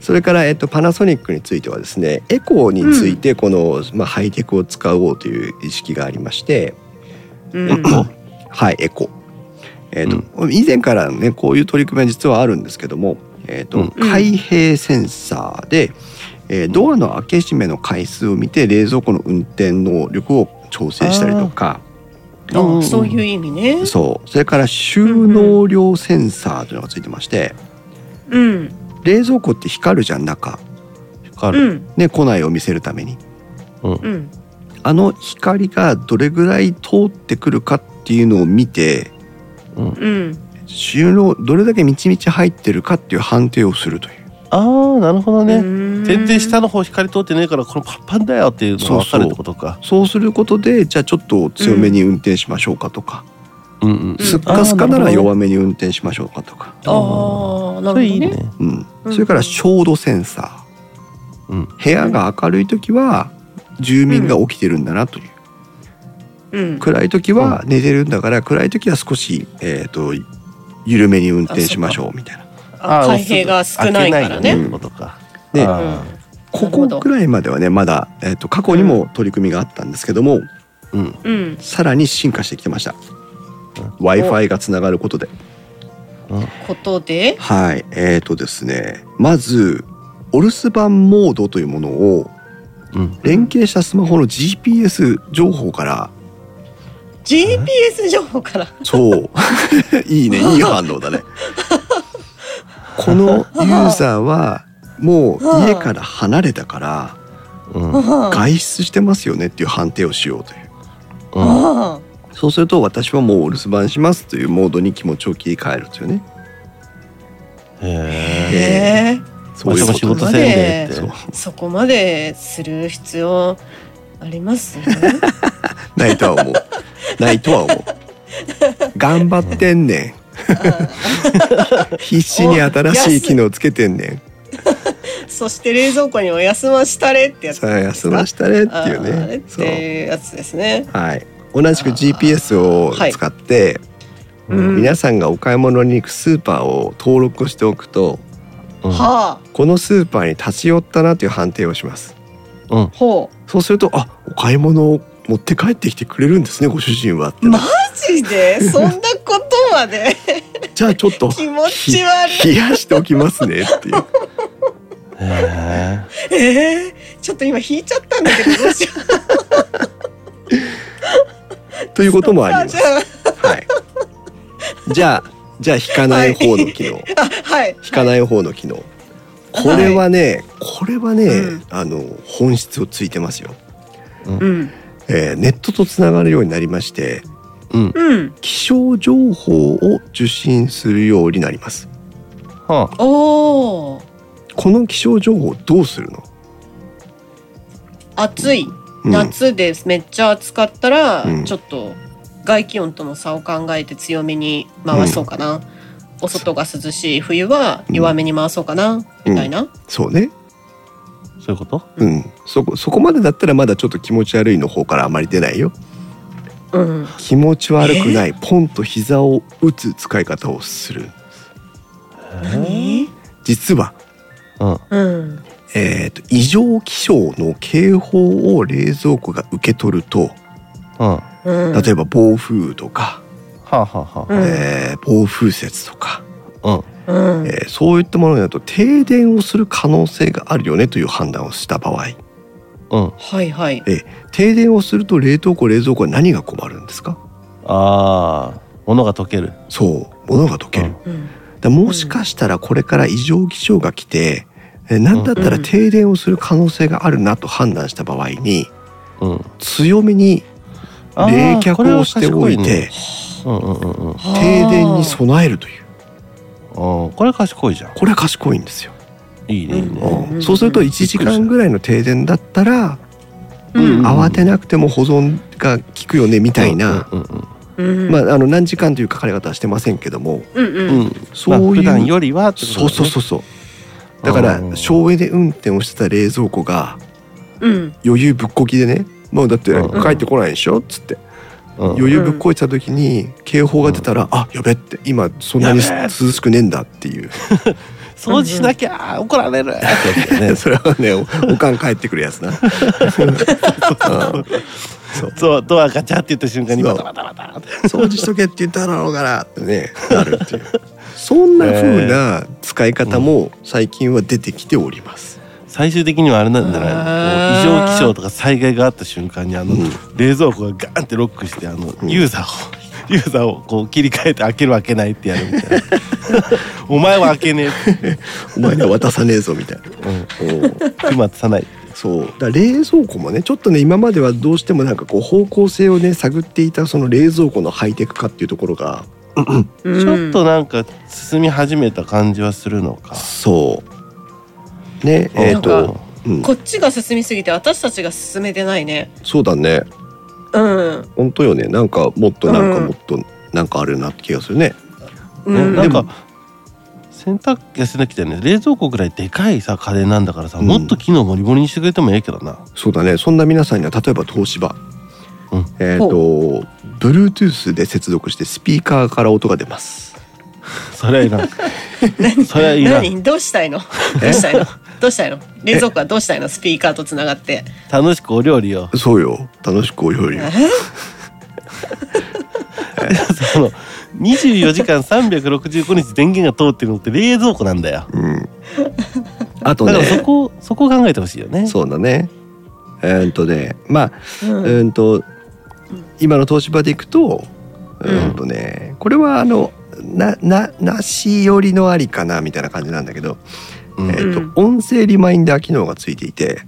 Speaker 1: それから、えっと、パナソニックについてはですねエコーについてこの、まあ、ハイテクを使おうという意識がありまして、
Speaker 3: うん
Speaker 1: はい、エコ。えーと以前からねこういう取り組みは実はあるんですけども、えーと
Speaker 2: うん
Speaker 1: 開閉センサーで、えードアの開け閉めの回数を見て冷蔵庫の運転能力を調整したりとか
Speaker 3: あーそういう意味ね
Speaker 1: そうそれから収納量センサーというのがついてまして、
Speaker 3: うん
Speaker 1: 冷蔵庫って光るじゃん中、
Speaker 2: 光
Speaker 3: う
Speaker 2: る
Speaker 3: ん
Speaker 1: ね、庫内を見せるために
Speaker 3: うん
Speaker 1: あの光がどれぐらい通ってくるかっていうのを見て
Speaker 3: うん
Speaker 1: 収納どれだけみちみち入ってるかっていう判定をするという。
Speaker 2: ああなるほどね全
Speaker 3: 全
Speaker 2: 然下の方光通ってねえからこのパンパンだよっていうのが分かるってことか
Speaker 1: そうすることでじゃあちょっと強めに運転しましょうかとか、
Speaker 2: うんうん
Speaker 3: そ
Speaker 1: すっかすかなら弱めに運転しましょうかとか、
Speaker 3: ああなるほど
Speaker 2: そ
Speaker 3: ね
Speaker 2: れいいね
Speaker 1: うん
Speaker 3: うん
Speaker 1: それから照度センサー、
Speaker 2: うん
Speaker 1: 部屋が明るい時は住民が起きてるんだなという、
Speaker 3: うん
Speaker 1: 暗い時は寝てるんだから暗い時は少し、えー、と緩めに運転しましょうみたいな
Speaker 3: あ
Speaker 2: ー
Speaker 3: 開閉が少ないからね
Speaker 2: 開けないよってことか
Speaker 1: ね
Speaker 2: あ
Speaker 3: うん
Speaker 2: ー
Speaker 1: こ
Speaker 3: なるほ
Speaker 1: こ
Speaker 3: ど
Speaker 1: くらいまではねまだ、えー、と過去にも取り組みがあったんですけども、
Speaker 2: うん
Speaker 3: うん
Speaker 1: さらに進化してきてました、w i f i がつながることで
Speaker 3: ことで
Speaker 1: はい、えーとですね、まずお留守番モードというものを
Speaker 2: うん
Speaker 1: 連携したスマホの GPS 情報から
Speaker 3: GPS 情報から
Speaker 1: そう いいねいい反応だねこのユーザーはもう家から離れたから
Speaker 2: うんうん
Speaker 3: あ
Speaker 1: 外出してますよねっていう判定をしようという
Speaker 3: あ
Speaker 1: そうすると私はもうお留守番しますというモードに気持ちを切り替えるというね
Speaker 2: へえ
Speaker 3: へえ
Speaker 1: そ
Speaker 2: そうう
Speaker 1: いう
Speaker 2: も
Speaker 1: こ
Speaker 2: 仕
Speaker 1: とです
Speaker 2: 事せんでえって
Speaker 1: そう
Speaker 3: そこまでする必要あ りますね
Speaker 1: ないとは思うないとは思う頑張ってんねん必死に新しい機能つけてんね
Speaker 3: そして冷蔵庫にお休ましたれってや
Speaker 1: ん。
Speaker 3: つ
Speaker 1: さあ休ましたれって
Speaker 3: あ
Speaker 1: いう
Speaker 3: ーあれ
Speaker 1: ね
Speaker 3: っ。
Speaker 1: そう。
Speaker 3: ていうやつですね
Speaker 1: はい。同じく GPS を使って、
Speaker 2: う
Speaker 3: うん
Speaker 2: ん
Speaker 1: 皆さんがお買い物に行くスーパーを登録しておくと、
Speaker 2: うん
Speaker 3: はあ
Speaker 1: このスーパーに立ち寄ったなという判定をします。
Speaker 2: うん
Speaker 3: ほ
Speaker 1: そうすると、あ、お買い物を持って帰ってきてくれるんですね、ご主人はって。
Speaker 3: マジでそんなこと まで
Speaker 1: じゃあちょっと
Speaker 3: 気持ち悪
Speaker 1: ひ冷やしておきますねっていう。
Speaker 2: へえ
Speaker 3: いえー、ちょっと今引いちゃったんだけどどうしよう
Speaker 1: ということもあります。
Speaker 3: じゃ
Speaker 1: はい。じゃあ、じゃあ引かない方の機能。
Speaker 3: ああはい
Speaker 1: 引かない方の機能。これはね、これはね、
Speaker 3: うん
Speaker 1: あの本質をついてますよ、
Speaker 3: うん
Speaker 1: えーネットとつながるようになりまして、
Speaker 2: うん
Speaker 3: うん
Speaker 1: 気象情報を受信するようになります。
Speaker 2: は
Speaker 3: おお
Speaker 1: この気象情報をどうするの？
Speaker 3: 暑い
Speaker 1: うん
Speaker 3: 夏です、めっちゃ暑かったら、
Speaker 1: うん
Speaker 3: ちょっと外気温との差を考えて強めに回そうかな、お外が涼しい冬は弱めに回そうかな、みたいな、
Speaker 1: そうね
Speaker 2: そういうこと
Speaker 1: うんそこそこまでだったらまだちょっと気持ち悪いの方からあまり出ないよ
Speaker 3: うん、
Speaker 1: 気持ち悪くないポンと膝を打つ使い方をする
Speaker 3: 何
Speaker 1: 実は
Speaker 2: うん
Speaker 3: うん
Speaker 1: えーと異常気象の警報を冷蔵庫が受け取ると
Speaker 2: うんは
Speaker 3: うん、
Speaker 1: 例えば暴風雨とか、
Speaker 2: あはあは
Speaker 3: うん
Speaker 1: えー暴風雪とか、
Speaker 2: あうん
Speaker 3: うん
Speaker 1: えーそういったものになると停電をする可能性があるよねという判断をした場合
Speaker 2: うん
Speaker 3: はいはい
Speaker 1: 停電をすると冷凍庫冷蔵庫は何が困るんですか
Speaker 2: ああ物が溶ける
Speaker 1: そう物が溶ける、
Speaker 2: うん
Speaker 3: うん
Speaker 1: だもしかしたらこれから異常気象が来て何だったら
Speaker 3: うん
Speaker 1: 停電をする可能性があるなと判断した場合に
Speaker 2: うん
Speaker 1: 強めに
Speaker 2: あー
Speaker 1: 冷却をしておい
Speaker 2: これは賢ね
Speaker 1: て
Speaker 2: うんうんうんうんうん
Speaker 1: 停電に備えるという
Speaker 2: これは賢いじゃん
Speaker 1: これは賢いんですよ、
Speaker 2: いいねいい
Speaker 3: うん
Speaker 2: ね
Speaker 1: うんそうすると1時間ぐらいの停電だったら
Speaker 3: うん
Speaker 2: うん
Speaker 1: 慌てなくても保存が効くよねみたいな、
Speaker 2: うんうん
Speaker 3: うん
Speaker 1: まあ、あの何時間という書かれ方はしてませんけども
Speaker 3: うんう
Speaker 2: うんんうん
Speaker 1: そういう
Speaker 2: まあ普段よりはってことだ
Speaker 1: そ
Speaker 2: ね
Speaker 1: うそうそうそうだから
Speaker 2: うん
Speaker 1: 省エネ運転をしてた冷蔵庫が
Speaker 3: うん
Speaker 1: 余裕ぶっこきでねもうだって
Speaker 2: うん
Speaker 1: 帰ってこないでしょっつって
Speaker 2: うん
Speaker 1: 余裕ぶっこいてた時に警報が出たら、あやべって今そんなに
Speaker 2: やべえ
Speaker 1: 涼しくねえんだって いう
Speaker 2: 掃除しなきゃ怒られるってやつだよね
Speaker 1: それはねおおかん帰ってくるやつなうん
Speaker 2: そうドアガチャって言った瞬間に
Speaker 1: そう
Speaker 2: バタバタバタって
Speaker 1: 掃除しとけって言っただろうからって ねなるっていうそんな風な使い方も最近は出てきております、
Speaker 2: 最終的にはあれなんじゃないのこう
Speaker 3: あー
Speaker 2: 異常気象とか災害があった瞬間にあの
Speaker 1: うん
Speaker 2: 冷蔵庫がガーンってロックしてあの
Speaker 1: ん
Speaker 2: ユーザーを ユーザーをこう切り替えて開ける開けないってやるみたいなお前は開けねえって
Speaker 1: お前には渡さねえぞみたいな、うん
Speaker 2: 今さない
Speaker 1: そうだから冷蔵庫もねちょっとね今まではどうしてもなんかこう方向性をね探っていたその冷蔵庫のハイテク化っていうところが
Speaker 2: ちょっとなんか進み始めた感じはするのか
Speaker 1: そうねえっ、
Speaker 3: なん
Speaker 1: と
Speaker 3: か、
Speaker 1: うん、
Speaker 3: こっちが進みすぎて私たちが進めてないね
Speaker 1: そうだね
Speaker 3: うん
Speaker 1: 本当よねなんかもっとなんか
Speaker 3: うん
Speaker 1: もっとなんかあるなって気がするね、
Speaker 3: う
Speaker 2: ね
Speaker 3: ん
Speaker 2: なん
Speaker 1: で
Speaker 2: か
Speaker 1: も
Speaker 2: 洗濯機が洗濯機だよね冷蔵庫ぐらいでかいさ家電なんだからさ、
Speaker 1: うん
Speaker 2: もっと機能もりもりにしてくれてもええけどな
Speaker 1: そうだねそんな皆さんには例えば東芝、
Speaker 2: うん
Speaker 1: えっ、と Bluetooth で接続してスピーカーから音が出ます
Speaker 2: それはいらんそれはいらん
Speaker 3: 何どうしたいのどうしたいのどうしたいの冷蔵庫はどうしたいのスピーカーとつながって
Speaker 2: 楽しくお料理を
Speaker 1: そうよ楽しくお料理を
Speaker 2: その24時間365日電源が通ってるのって冷蔵庫なんだよ
Speaker 1: うんあと
Speaker 2: だからそ
Speaker 1: ね
Speaker 2: こそこを考えてほしいよね
Speaker 1: そうだねえっ、とねまあ
Speaker 3: うん
Speaker 1: うーんと今の東芝でいくとう
Speaker 3: うん
Speaker 1: ーんとねこれはあのなななし寄りのありかなみたいな感じなんだけど、
Speaker 2: うん
Speaker 1: えーと
Speaker 3: うん
Speaker 1: 音声リマインダー機能がついていて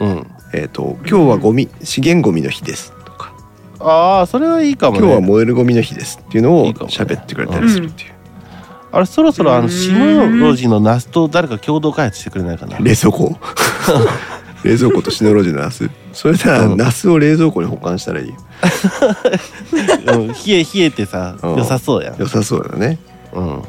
Speaker 2: うん
Speaker 1: 「えー、と今日はゴミ資源ゴミの日です」とか
Speaker 2: ああそれはいいか
Speaker 1: 「
Speaker 2: も
Speaker 1: 今日は
Speaker 2: ね
Speaker 1: 燃えるゴミの日です」っていうの
Speaker 2: い
Speaker 1: を
Speaker 2: いかもね
Speaker 1: 喋ってくれたりするっていう、
Speaker 2: あれそろそろあ
Speaker 3: う
Speaker 2: の
Speaker 3: ん
Speaker 2: シノロジーのナスと誰か共同開発してくれないかな
Speaker 1: 冷蔵庫 を冷蔵庫とシノロジーのナスそれなら
Speaker 2: うん
Speaker 1: ナスを冷蔵庫に保管したらいいよ
Speaker 2: うん冷え冷えてさ
Speaker 1: うん
Speaker 2: 良さそうやん
Speaker 1: 良さそうだね
Speaker 2: うん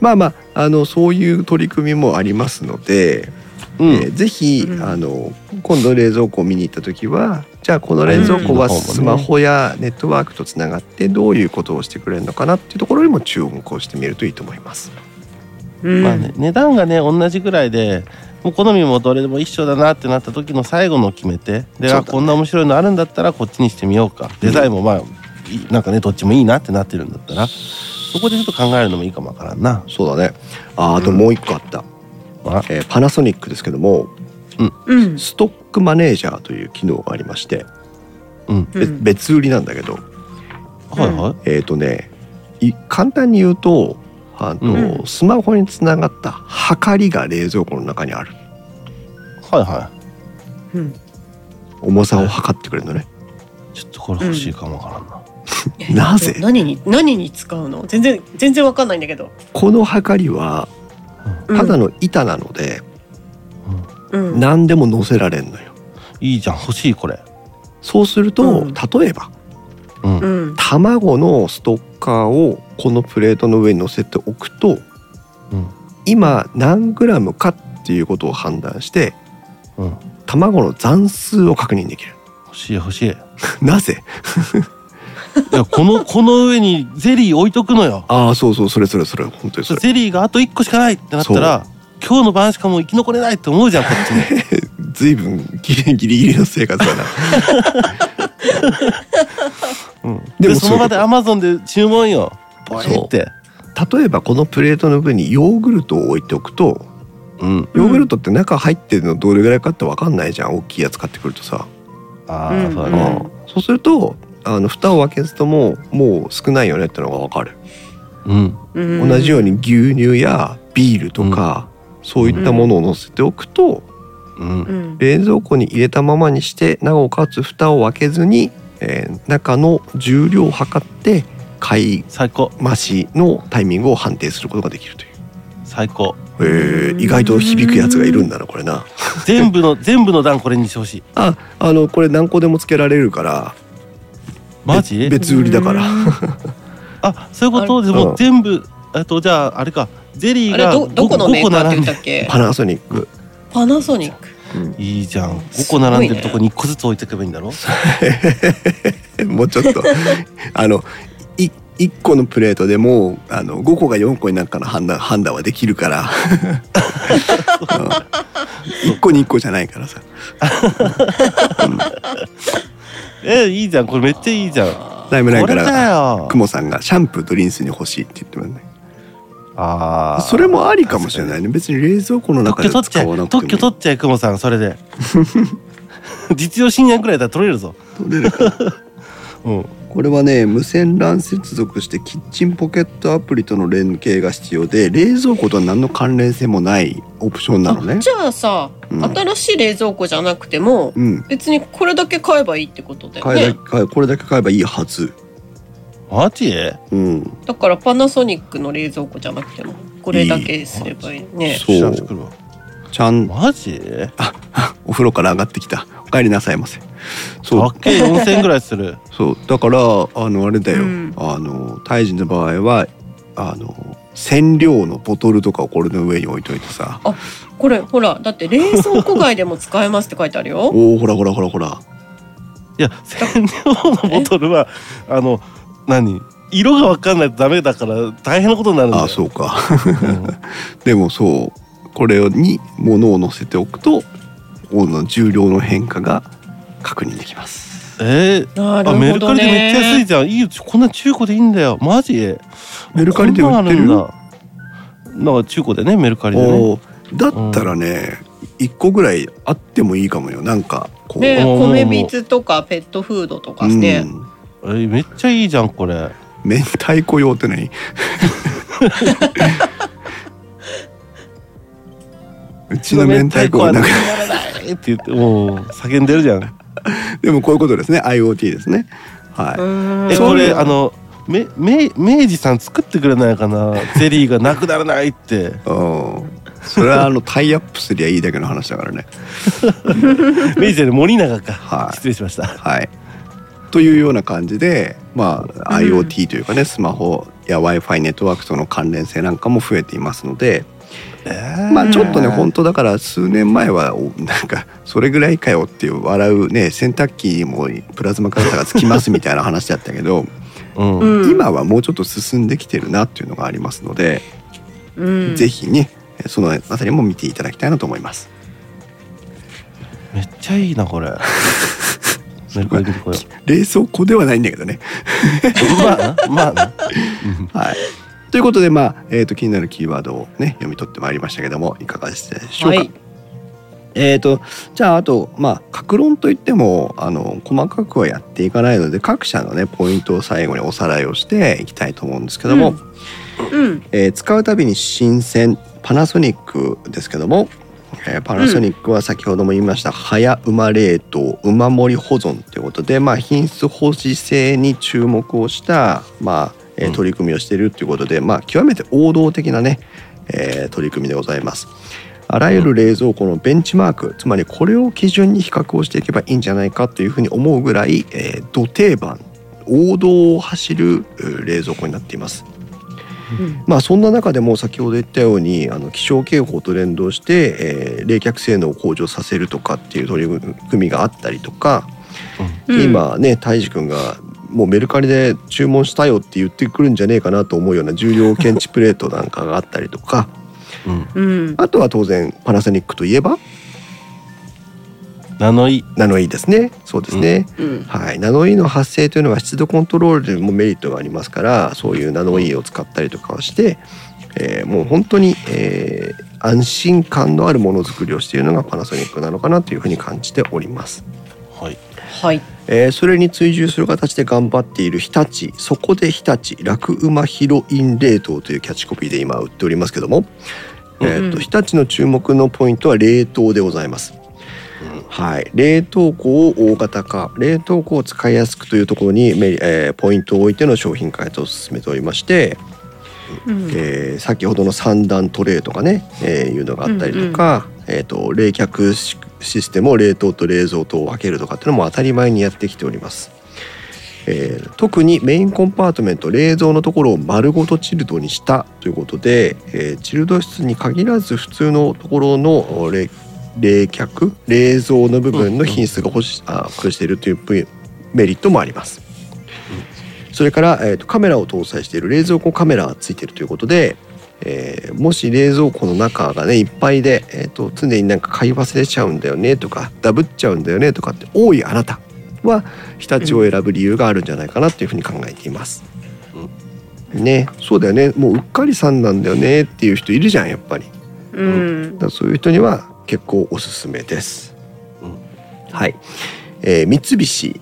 Speaker 1: まあまああのそういう取り組みもありますので
Speaker 2: う
Speaker 1: え
Speaker 2: ん
Speaker 1: ーぜひ、
Speaker 3: うん
Speaker 1: あの今度冷蔵庫を見に行った時はじゃあこの冷蔵庫
Speaker 2: う
Speaker 1: は
Speaker 2: ん
Speaker 1: スマホやネットワークとつながってどういうことをしてくれるのかなっていうところにも注目をしてみるといいと思います。
Speaker 3: うん
Speaker 2: まあね、値段がね同じぐらいでもう好みもどれでも一緒だなってなった時の最後のを決めて
Speaker 1: そう
Speaker 2: で、
Speaker 1: だ
Speaker 2: あ
Speaker 1: ね
Speaker 2: こんな面白いのあるんだったらこっちにしてみようかデザインもまあ、いいなんかねどっちもいいなってなってるんだったらそこでちょっと考えるのもいいかもわからんな。
Speaker 1: そうだねああともう一個あった、
Speaker 2: あ
Speaker 1: えーパナソニックですけども
Speaker 3: うん
Speaker 1: ストックマネージャーという機能がありまして、
Speaker 2: うん、
Speaker 3: う
Speaker 1: べ
Speaker 3: ん
Speaker 1: 別売りなんだけど
Speaker 2: はいはい。
Speaker 1: えっ、とねい簡単に言うとあの、
Speaker 3: う
Speaker 1: スマホにつながった測りが冷蔵庫の中にある
Speaker 2: はいは
Speaker 3: うん
Speaker 1: 重さを測ってくれるのね。
Speaker 2: い。ちょっとこれ欲しいかもわからんな。
Speaker 1: なぜ
Speaker 3: 何に何に使うの全然全然わかんないんだけど
Speaker 1: この測りは
Speaker 3: うん
Speaker 1: ただの板なので、
Speaker 3: うん
Speaker 1: 何でも乗せられんのよ
Speaker 2: いいじゃん欲しいこれ。
Speaker 1: そうすると、
Speaker 3: うん
Speaker 1: 例えば
Speaker 2: うん
Speaker 3: う、ん
Speaker 1: 卵のストッカーをこのプレートの上に乗せておくと、
Speaker 2: うん
Speaker 1: 今何グラムかっていうことを判断して
Speaker 2: うん、
Speaker 1: 卵の残数を確認できる
Speaker 2: 欲しい欲しい。い
Speaker 1: なぜ
Speaker 2: やこの この上にゼリー置いとくのよ。
Speaker 1: ああそうそうそれそれそれ本当にそれ
Speaker 2: ゼリーがあと一個しかないってなったら、今日の晩しかもう生き残れないって思うじゃんこっちも。
Speaker 1: ずいぶんギリギリギリの生活だ な
Speaker 2: うん
Speaker 1: で
Speaker 2: で
Speaker 1: も
Speaker 2: そ
Speaker 1: そうい
Speaker 2: の場で
Speaker 1: うこと
Speaker 2: アマゾンで注文よポイ
Speaker 1: そう
Speaker 2: って
Speaker 1: 例えばこのプレートの上にヨーグルトを置いておくと
Speaker 2: うん
Speaker 1: ヨーグルトって中入ってるのどれぐらいかって分かんないじゃん大きいやつ買ってくるとさ、
Speaker 2: あ
Speaker 3: う
Speaker 2: あ
Speaker 3: ん
Speaker 2: そうだ
Speaker 1: う
Speaker 2: ね
Speaker 1: んそうするとあの蓋を開けずとももう少ないよねってのが分かる
Speaker 2: うん
Speaker 3: うん
Speaker 1: 同じように牛乳やビールとか、そういったものを乗せておくと、
Speaker 2: うん
Speaker 3: うん
Speaker 1: 冷蔵庫に入れたままにしてなおかつ蓋を開けずに、えー中の重量を測って買い
Speaker 2: 最高
Speaker 1: 増しのタイミングを判定することができるという。
Speaker 2: 最高
Speaker 1: えー意外と響くやつがいるんだなこれな
Speaker 2: 全部の 全部の段これにしてほしい
Speaker 1: ああのこれ何個でもつけられるから
Speaker 2: マジ
Speaker 1: 別売りだから
Speaker 2: あそういうことで
Speaker 1: う
Speaker 2: も
Speaker 1: ん
Speaker 2: 全部えっとじゃああれかゼリ
Speaker 3: あ
Speaker 2: ー
Speaker 3: れ
Speaker 2: が
Speaker 3: どどこのメ
Speaker 2: 5
Speaker 3: ー
Speaker 2: 個
Speaker 3: カーって
Speaker 2: 並
Speaker 3: 言
Speaker 2: ん
Speaker 3: った
Speaker 2: で
Speaker 3: っけ
Speaker 1: パナソニック、
Speaker 3: パナソニック
Speaker 1: うん
Speaker 2: いいじゃん5
Speaker 3: す
Speaker 2: 個
Speaker 3: ごいね
Speaker 2: 並んでるとこに1個ずつ置いてけばいいんだろ
Speaker 1: もうちょっ とあのい1個のプレートでもあの5個が4個になるかの判断判断はできるから 1個に1個じゃないからさ
Speaker 2: えいいじゃんこれめっちゃいいじゃんこ
Speaker 1: タイムラインか
Speaker 2: れだ
Speaker 1: ら
Speaker 2: よ
Speaker 1: クモさんがシャンプードリンスに欲しいって言ってますね
Speaker 2: ああ
Speaker 1: それもありかもしれないね別に冷蔵庫の中
Speaker 2: 特
Speaker 1: で使
Speaker 2: 許取っちゃ
Speaker 1: わ
Speaker 2: え
Speaker 1: なくても
Speaker 2: 特許取っちゃえクモさんそれで 実用信念くらいだったら取れるぞ
Speaker 1: 取れるから
Speaker 2: うん
Speaker 1: これはね無線 LAN 接続してキッチンポケットアプリとの連携が必要で冷蔵庫とは何の関連性もないオプションなのね
Speaker 3: あじゃあさ、
Speaker 1: うん
Speaker 3: 新しい冷蔵庫じゃなくても
Speaker 1: うん
Speaker 3: 別にこれだけ買えばいいってことだよ
Speaker 1: 買えだ
Speaker 3: ね
Speaker 1: け買えこれだけ買えばいいはず
Speaker 2: マジ
Speaker 1: うん
Speaker 3: だからパナソニックの冷蔵庫じゃなくてもこれだけすればいいね
Speaker 1: そう
Speaker 2: 知らん作るわ
Speaker 1: ちゃん
Speaker 2: マジ
Speaker 1: お風呂から上がってきたお帰りなさいませそ
Speaker 2: 高
Speaker 1: う
Speaker 2: っけえ4000円ぐらいする
Speaker 1: そうだからあのあれだよ、
Speaker 3: うん
Speaker 1: あのタイ人の場合はあの染料のボトルとかをこれの上に置いといてさ
Speaker 3: これほらだって冷蔵庫外でも使えますって書いてあるよ
Speaker 1: おおほらほらほらほら
Speaker 2: いや専用のボトルはあの何色が分かんないとダメだから大変なことになるんだよ
Speaker 1: あそうか
Speaker 2: うん
Speaker 1: でもそうこれに物を乗せておくと物の重量の変化が確認できます。
Speaker 2: えー
Speaker 3: なる
Speaker 2: あメ
Speaker 3: ほ
Speaker 2: ルカ
Speaker 3: ど
Speaker 2: リでめっちゃ安い
Speaker 3: ね
Speaker 2: じゃんいいよこんな中古でいいんだよマジ
Speaker 1: メルカリで売ってる
Speaker 2: こんなのあるんだなんか中古でねメルカリでね
Speaker 1: おーだったらね、一個ぐらいあってもいいかもよ。なんかこう、
Speaker 3: ね
Speaker 2: おー
Speaker 3: 米びつとかペットフードとか
Speaker 1: うん
Speaker 3: ね、
Speaker 2: えーめっちゃいいじゃんこれ
Speaker 1: 明太子用って何？うちの明太子はなんか
Speaker 2: ならないって言ってもう叫んでるじゃん
Speaker 1: でもこういうことですね。IoT ですね。はい。
Speaker 3: うん
Speaker 2: え
Speaker 1: そう
Speaker 2: こ
Speaker 1: だ
Speaker 2: れ
Speaker 1: よ
Speaker 2: あのめめ明治さん作ってくれないかなゼリーがなくならないって
Speaker 1: うんそれはあのタイアップすりゃいいだけの話だからね。
Speaker 2: 明治じゃない森永か、
Speaker 1: はい
Speaker 2: 失礼しました
Speaker 1: はい。というような感じで、まあ、
Speaker 3: うん
Speaker 1: IoT というかね、スマホや Wi-Fi ネットワークとの関連性なんかも増えていますので、まあちょっとね、本当だから数年前は、おなんか、それぐらいかよっていう笑うね、洗濯機にもプラズマカッターがつきますみたいな話だったけど、
Speaker 2: うん、うん
Speaker 3: うん
Speaker 1: 今はもうちょっと進んできてるなっていうのがありますので、
Speaker 3: うん
Speaker 1: ぜひね、そのあたりも見ていただきたいなと思います。
Speaker 2: めっちゃいいなこれメルカリでこよ
Speaker 1: 冷蔵庫ではないんだけどね。
Speaker 2: うまあなまあなうん
Speaker 1: はい。ということで、まあ、えっ、と、気になるキーワードをね、読み取ってまいりましたけども、いかがでしたでしょう
Speaker 3: は
Speaker 1: か。
Speaker 3: い
Speaker 1: えっ、と、じゃあ、あと、まあ、格論といっても、あの、細かくはやっていかないので、各社のね、ポイントを最後におさらいをしていきたいと思うんですけども、
Speaker 3: うんうん
Speaker 1: えー使うたびに新鮮、パナソニックですけども、えーパナソニックは先ほども言いました、早馬冷凍馬盛り保存ということで、まあ、品質保持性に注目をした、まあえー
Speaker 2: うん
Speaker 1: 取り組みをしているということで、まあ、極めて王道的なね、えー取り組みでございます。あらゆる冷蔵庫のベンチマークつまりこれを基準に比較をしていけばいいんじゃないかというふうに思うぐらい、えー、土定番王道を走るえー冷蔵庫になっています。
Speaker 3: うん
Speaker 1: まあ、そんな中でも先ほど言ったようにあの気象警報と連動して、えー冷却性能を向上させるとかっていう取り組みがあったりとか、
Speaker 3: うん
Speaker 1: 今ねたいじくんがもうメルカリで注文したよって言ってくるんじゃねえかなと思うような重量検知プレートなんかがあったりとか
Speaker 2: うん、
Speaker 3: うん
Speaker 1: あとは当然パナソニックといえば
Speaker 2: ナノイ
Speaker 1: ナノイーですねそうですね。
Speaker 3: うん
Speaker 1: はい、ナノイーの発生というのは湿度コントロールでもメリットがありますからそういうナノイーを使ったりとかをして、えーもう本当に、えー安心感のあるものづくりをしているのがパナソニックなのかなというふうに感じております。
Speaker 2: はい
Speaker 3: はい
Speaker 1: えーそれに追従する形で頑張っている日立そこで日立楽馬ヒロイン冷凍というキャッチコピーで今売っておりますけども、
Speaker 2: うん
Speaker 1: えー、と日立の注目のポイントは冷凍でございます。
Speaker 2: うん
Speaker 1: はい、冷凍庫を大型化冷凍庫を使いやすくというところにメリ、えーポイントを置いての商品開発を進めておりまして、
Speaker 3: うん
Speaker 1: えー先ほどの三段トレーとかね、えーいうのがあったりとか、えー、と冷却シシステムを冷凍と冷蔵とを分けるとかっていうのも当たり前にやってきております。えー特にメインコンパートメント冷蔵のところを丸ごとチルドにしたということで、えーチルド室に限らず普通のところのお冷冷却冷蔵の部分の品質が欲し、あ欲しているというぷメリットもあります。それから、えー、とカメラを搭載している冷蔵庫カメラがついているということで、えーもし冷蔵庫の中がねいっぱいで、えー、と常になんか買い忘れちゃうんだよねとかダブっちゃうんだよねとかって多いあなたは日立を選ぶ理由があるんじゃないかなというふうに考えています。ね、そうだよねもううっかりさんなんだよねっていう人いるじゃんやっぱり。
Speaker 3: うん
Speaker 1: だからそういう人には結構おすすめです。
Speaker 2: うん
Speaker 1: はい、えー三菱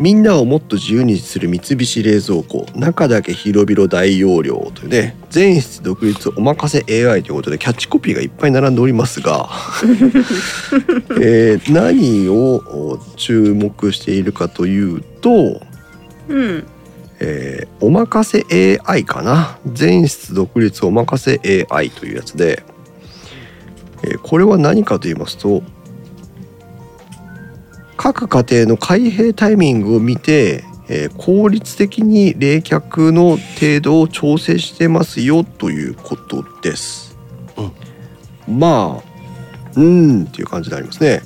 Speaker 1: みんなをもっと自由にする三菱冷蔵庫中だけ広々大容量というね全室独立お任せ AI ということでキャッチコピーがいっぱい並んでおりますが、えー何を注目しているかというと、
Speaker 3: うん
Speaker 1: えーお任せ AI かな全室独立お任せ AI というやつで、えーこれは何かと言いますと各家庭の開閉タイミングを見て、えー効率的に冷却の程度を調整してますよということです。まあうーんっていう感じでありますね。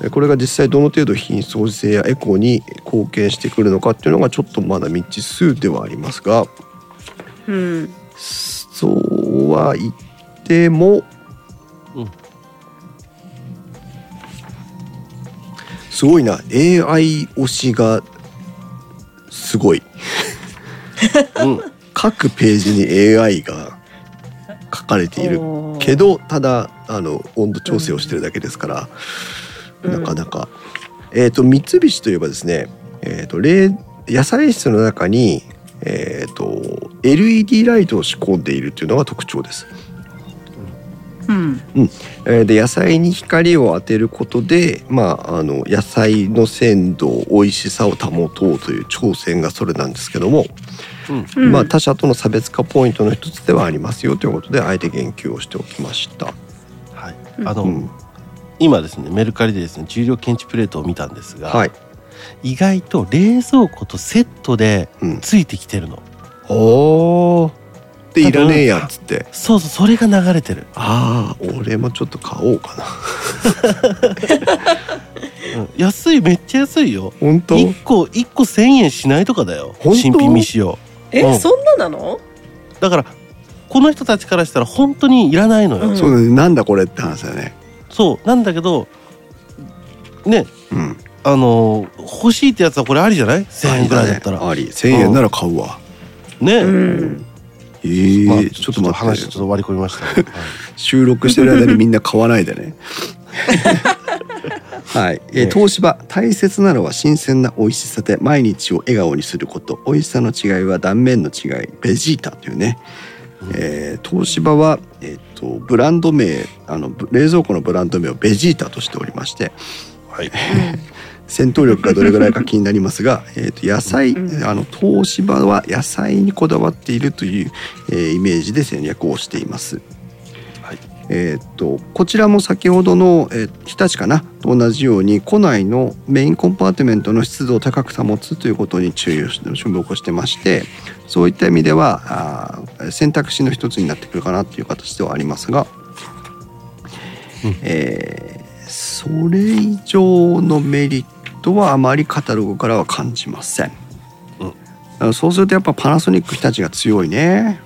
Speaker 1: えーこれが実際どの程度品質保持性やエコに貢献してくるのかっていうのがちょっとまだ未知数ではありますが
Speaker 3: うん
Speaker 1: そうは言っても、
Speaker 2: うん
Speaker 1: すごいな AI 推しがすごい
Speaker 2: うん
Speaker 1: 各ページに AI が書かれている
Speaker 3: おー
Speaker 1: けどただあの温度調整をしてるだけですから、
Speaker 3: うん
Speaker 1: なかなか、えー、と三菱といえばですね、えー、と冷野菜室の中に、えー、と LED ライトを仕込んでいるというのが特徴です。
Speaker 3: うん
Speaker 1: えーで野菜に光を当てることで、まあ、あの野菜の鮮度美味しさを保とうという挑戦がそれなんですけども、
Speaker 2: うん
Speaker 3: うん
Speaker 1: まあ、他者との差別化ポイントの一つではありますよということであえて言及をしておきました。
Speaker 2: はい
Speaker 3: うん
Speaker 2: あの、
Speaker 1: うん
Speaker 2: 今ですねメルカリでですね重量検知プレートを見たんですが、
Speaker 1: はい
Speaker 2: 意外と冷蔵庫とセットで
Speaker 1: うん
Speaker 2: ついてきてるの、
Speaker 1: おーでいらねえやっつって
Speaker 2: そうそうそれが流れてる、
Speaker 1: ああ俺もちょっと買おうかな
Speaker 2: うん安いめっちゃ安いよ
Speaker 1: 本当
Speaker 2: 1個1個1,000円しないとかだよ
Speaker 1: 本当
Speaker 2: 新品未使用う
Speaker 3: え
Speaker 2: ん
Speaker 3: そんななの
Speaker 2: だからこの人たちからしたら本当にいらないのよ、
Speaker 3: うん
Speaker 1: そうだねなんだこれって話だよね
Speaker 2: そうなんだけどね
Speaker 1: うん
Speaker 2: あのー欲しいってやつはこれありじゃない ?1,000 円ぐらいだったら、
Speaker 1: あり1000円なら買うわ
Speaker 2: ね、
Speaker 3: うん
Speaker 1: え
Speaker 2: まあ
Speaker 1: ー、
Speaker 2: ち
Speaker 1: ちょっ
Speaker 2: ょっと
Speaker 1: と
Speaker 2: 待って
Speaker 1: 待っ
Speaker 2: 話ちょ
Speaker 1: て
Speaker 2: っと割り込みました、はい
Speaker 1: 収録してる間にみんな買わないでねはい、えー
Speaker 2: ね
Speaker 1: 東芝大切なのは新鮮な美味しさで毎日を笑顔にすること美味しさの違いは断面の違いベジータというね、えー東芝は、えー、とブランド名あのぶ冷蔵庫のブランド名をベジータとしておりまして
Speaker 2: はい
Speaker 1: 戦闘力がどれぐらいか気になります がえーと野菜
Speaker 3: うん
Speaker 1: あの東芝は野菜にこだわっているという、えーイメージで戦略をしています。
Speaker 2: はい
Speaker 1: えーっとこちらも先ほどの、えー日立かなと同じように庫内のメインコンパーティメントの湿度を高く保つということに注意をして注目をしてましてそういった意味ではあー選択肢の一つになってくるかなという形ではありますが、
Speaker 2: うん
Speaker 1: えーそれ以上のメリットはあまりカタログからは感じません
Speaker 2: うん。
Speaker 1: あのそうするとやっぱパナソニック日立が強いね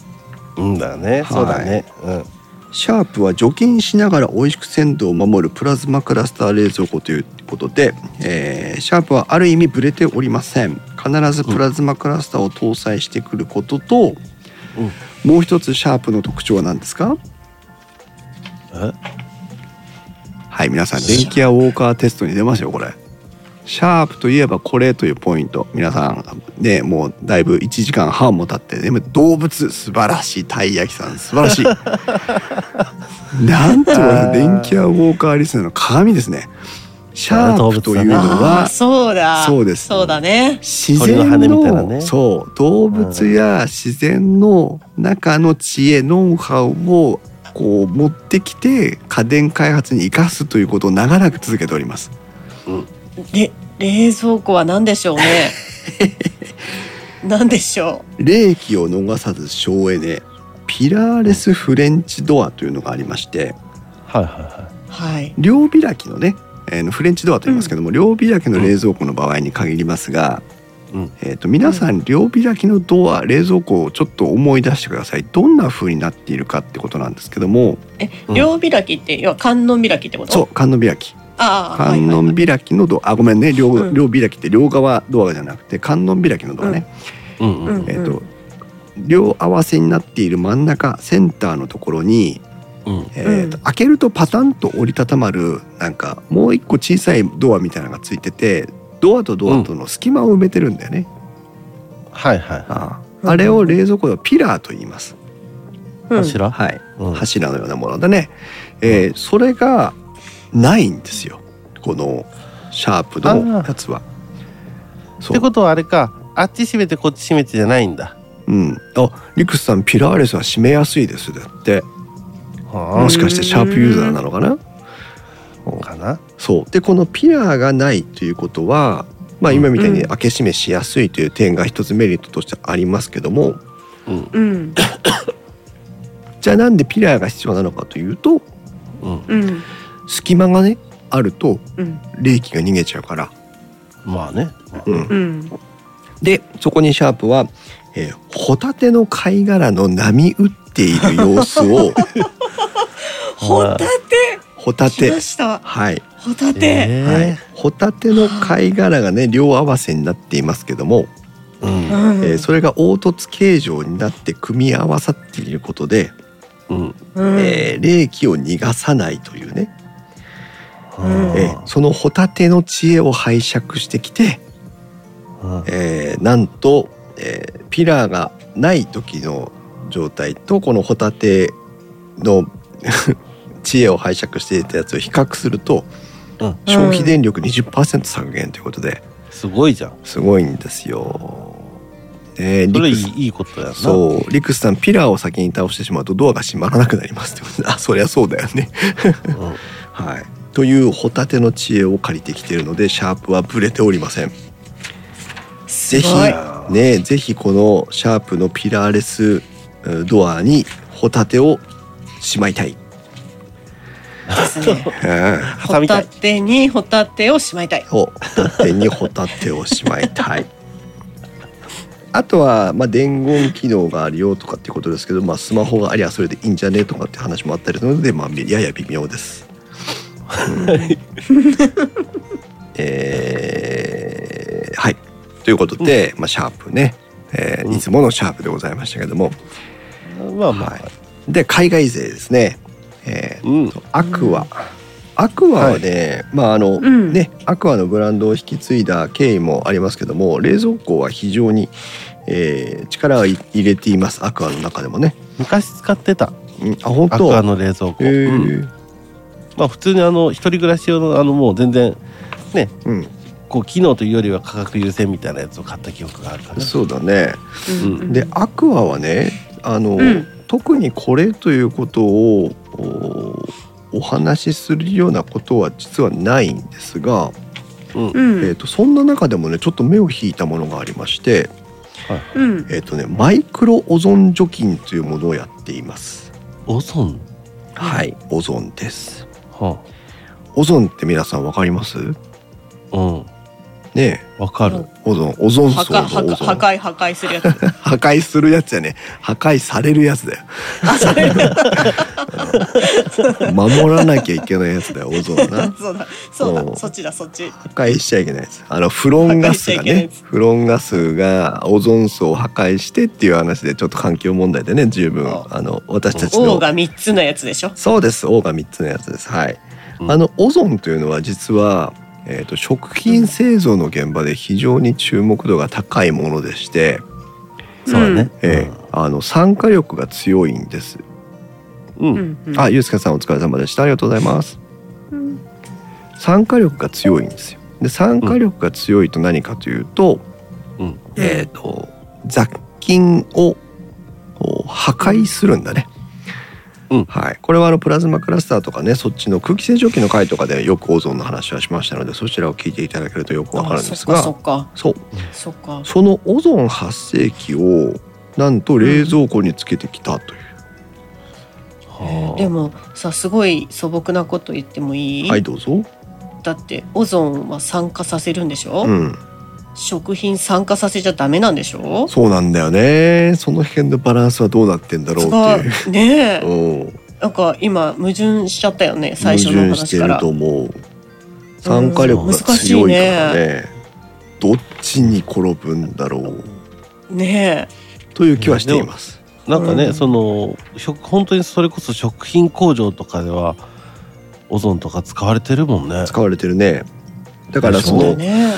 Speaker 2: うんだね、そうだね。うん。
Speaker 1: シャープは除菌しながら美味しく鮮度を守るプラズマクラスター冷蔵庫ということで、えーシャープはある意味ブレておりません必ずプラズマクラスターを搭載してくることと、もう一つシャープの特徴は何ですか
Speaker 2: え
Speaker 1: はい皆さん電気屋ウォーカーテストに出ますよこれシャープといえばこれというポイント皆さんねもうだいぶ1時間半も経って、ね、動物素晴らしいたい焼きさん素晴らしいなんとも電気屋ウォーカーリスナーの鏡ですねシャープというの
Speaker 3: あ
Speaker 1: は
Speaker 3: ーそうだ
Speaker 1: そうです
Speaker 3: そうだね
Speaker 1: 自然の
Speaker 2: 鳥の羽みたいなね
Speaker 1: そう動物や自然の中の知恵ノウハウをこう持ってきて家電開発に生かすということを長らく続けております。
Speaker 3: で冷蔵庫は何でしょうね何でしょ
Speaker 1: 冷気を逃さず省エネピラーレスフレンチドアというのがありまして
Speaker 2: はいはいは
Speaker 3: うはい
Speaker 1: 両開きのね、えーフレンチドアと言いますけども、両開きの冷蔵庫の場合に限りますが、
Speaker 2: うん
Speaker 1: えー、と皆さん両開きのドア冷蔵庫をちょっと思い出してくださいどんな風になっているかってことなんですけども
Speaker 3: え
Speaker 2: うん
Speaker 3: 両開きって要は観音開きってこと
Speaker 1: そう観音開き
Speaker 3: ああ
Speaker 1: 観音開きのドアあごめんね両,、
Speaker 3: うん
Speaker 1: 両開きって両側ドアじゃなくて観音開きのドアね、
Speaker 2: い。うんうん。
Speaker 1: えっ、と両合わせになっている真ん中センターのところに、
Speaker 2: うん。
Speaker 1: えーと開けるとパタンと折りたたまるなんかもう一個小さいドアみたいなのがついててドアとドアとの隙間を埋めてるんだよね、
Speaker 2: はいは
Speaker 1: あああれを冷蔵庫のピラーと言います、
Speaker 2: い。
Speaker 3: うん
Speaker 2: 柱。
Speaker 1: はい、
Speaker 2: うん。
Speaker 1: 柱のようなものでね、えーそれがないんですよこのシャープのやつは。
Speaker 2: っ
Speaker 1: そ
Speaker 2: て
Speaker 1: う
Speaker 2: ことはあれか、あっち閉めてこっち閉めてじゃないんだ。
Speaker 1: うん、あリクスさんピラーレスは締めやすいですだって
Speaker 2: は
Speaker 1: もしかしてシャープユーザーなのかな
Speaker 2: あ。かな。
Speaker 1: そうでこのピラーがないということは、まあ、今みたいに開け閉めしやすいという点が一つメリットとしてありますけども
Speaker 2: うん
Speaker 3: うん
Speaker 1: じゃあなんでピラーが必要なのかというと
Speaker 2: うん。
Speaker 3: うん
Speaker 1: 隙間がねあると
Speaker 3: うん
Speaker 1: 冷気が逃げちゃうから、
Speaker 2: まあね。
Speaker 1: うん、
Speaker 3: うん
Speaker 1: でそこにシャープは、えーホタテの貝殻の波打っている様子 を
Speaker 3: ホタテ
Speaker 1: ホタ
Speaker 3: 来ま
Speaker 1: テ
Speaker 3: した
Speaker 1: はい、
Speaker 3: ホタテ
Speaker 2: え
Speaker 1: はい
Speaker 2: え。、
Speaker 1: ホタテの貝殻がね両合わせになっていますけども、
Speaker 2: うん
Speaker 3: うん
Speaker 1: えーそれが凹凸形状になって組み合わさっていることで、
Speaker 2: うん。
Speaker 3: うん
Speaker 1: えー冷気を逃がさないというね、
Speaker 3: うん
Speaker 1: えーそのホタテの知恵を拝借してきて、
Speaker 2: うん
Speaker 1: えーなんと、えーピラーがない時の状態とこのホタテの 知恵を拝借していたやつを比較すると、
Speaker 2: うん
Speaker 1: 消費電力20%削減ということで、
Speaker 2: すごいじゃん。
Speaker 1: すごいんですよ。ね
Speaker 2: それ
Speaker 1: リ
Speaker 2: い
Speaker 1: クス
Speaker 2: いいいことやな。
Speaker 1: そうリクスさんピラーを先に倒してしまうとドアが閉まらなくなりますってことであそりゃそうだよね。
Speaker 2: うん。
Speaker 1: はい、というホタテの知恵を借りてきているのでシャープはブレておりません。ぜ
Speaker 3: す
Speaker 1: ひ
Speaker 3: ごい
Speaker 1: ねぜひこのシャープのピラーレスうんドアにホタテをしまいたい。
Speaker 3: ですね
Speaker 1: うん
Speaker 2: 挟
Speaker 3: ホ
Speaker 2: みた
Speaker 3: タ
Speaker 2: い
Speaker 3: テにホタテをしまいたい。
Speaker 1: をホタテにホタテをしまいたい。あとは、まあ、伝言機能があるよとかっていうことですけど、まあ、スマホがありゃそれでいいんじゃねとかって話もあったりするので、まあ、やや微妙です。えーはいということで、まあ、シャープね、えー
Speaker 2: うん
Speaker 1: いつものシャープでございましたけども、
Speaker 2: まあまあ。
Speaker 1: はい、で海外勢ですね、え
Speaker 2: うん。
Speaker 1: ーアクア、アクアはね、まああの、
Speaker 3: うん
Speaker 1: ね、アクアのブランドを引き継いだ経緯もありますけども冷蔵庫は非常に、えー力を入れていますアクアの中でもね。
Speaker 2: 昔使ってた。
Speaker 1: うんあ本
Speaker 2: アクア
Speaker 1: 当
Speaker 2: の冷蔵庫。
Speaker 1: へー
Speaker 2: うんまあ普通にあの一人暮らし用のあのもう全然
Speaker 1: うん、
Speaker 2: こう機能というよりは価格優先みたいなやつを買った記憶があるからね。
Speaker 1: そうだね。
Speaker 2: ん
Speaker 1: でアクアはねあの、
Speaker 3: うん
Speaker 1: 特にこれということをおお話しするようなことは実はないんですが、
Speaker 3: う
Speaker 1: えー、
Speaker 3: ん
Speaker 1: とそんな中でもねちょっと目を引いたものがありまして、
Speaker 3: うん
Speaker 1: えーとね、マイクロオゾン除菌というものをやっています。
Speaker 2: オゾン
Speaker 1: はい、オゾンです。
Speaker 2: は
Speaker 1: オゾンって皆さんわかります？
Speaker 2: あうん
Speaker 1: ね
Speaker 2: わかる
Speaker 1: え、オゾン、オゾン
Speaker 3: 破
Speaker 1: 層
Speaker 3: 壊
Speaker 1: の
Speaker 3: 破
Speaker 1: オ
Speaker 3: 壊
Speaker 1: ゾ
Speaker 3: 破
Speaker 1: ン。
Speaker 3: 壊破壊するやつ
Speaker 1: 破壊するやつやね。破壊されるやつだよ。
Speaker 3: あ それ
Speaker 1: 守らなきゃいけないやつだよ、オゾンな。
Speaker 3: そうだそう
Speaker 1: おう
Speaker 3: だそっちだそっち
Speaker 1: 破壊しちゃいけないやつ。あのフロンガスが
Speaker 3: 破壊しちゃいけない
Speaker 1: ね
Speaker 3: や、つ
Speaker 1: フロンガスがオゾン層を破壊してっていう話でちょっと環境問題でね、十分
Speaker 3: あ
Speaker 1: あの私たちの
Speaker 3: O が三つのやつでしょ
Speaker 1: そうです。王が三つのやつです。はい。
Speaker 2: うん
Speaker 1: あのオゾンというのは実は、えー、と食品製造の現場で非常に注目度が高いものでして、
Speaker 2: そうだね、
Speaker 1: えーあの酸化力が強いんです。
Speaker 2: うん、
Speaker 3: う
Speaker 2: うん、
Speaker 3: んうん
Speaker 1: あ、ゆうすけさんお疲れ様でした。ありがとうございます。
Speaker 3: うん
Speaker 1: 酸化力が強いんですよ。で酸化力が強いと何かというと、
Speaker 2: うん
Speaker 1: えっ、と雑菌をこう破壊するんだね。
Speaker 2: うん
Speaker 1: はい、これはあのプラズマクラスターとかねそっちの空気清浄機の回とかでよくオゾンの話はしましたのでそちらを聞いていただけるとよくわかるんですが
Speaker 3: あそっか
Speaker 1: そう
Speaker 3: そっかそっか
Speaker 1: そのオゾン発生器をなんと冷蔵庫につけてきたという、
Speaker 2: はあ
Speaker 3: でもさすごい素朴なこと言ってもいい、
Speaker 1: はいどうぞ、
Speaker 3: だってオゾンは酸化させるんでしょ、
Speaker 1: うん、
Speaker 3: 食品酸化させちゃダメなんでしょ
Speaker 1: そうなんだよねその辺のバランスはどうなってんだろうっていう。
Speaker 3: うね
Speaker 1: う
Speaker 3: え
Speaker 1: ん
Speaker 3: なんか今矛盾しちゃったよね
Speaker 1: 矛
Speaker 3: 最初の
Speaker 1: 盾して
Speaker 3: 話か
Speaker 1: る
Speaker 3: ら
Speaker 1: と思う酸化力が強いからね,、どっちに転ぶんだろう
Speaker 3: ね
Speaker 1: という気はしています、
Speaker 2: なんかね、
Speaker 3: うん
Speaker 2: その食本当にそれこそ食品工場とかではオゾンとか使われてるもんね。
Speaker 1: 使われてるねだから
Speaker 3: え
Speaker 1: そ
Speaker 3: そうだ
Speaker 1: の、
Speaker 3: ね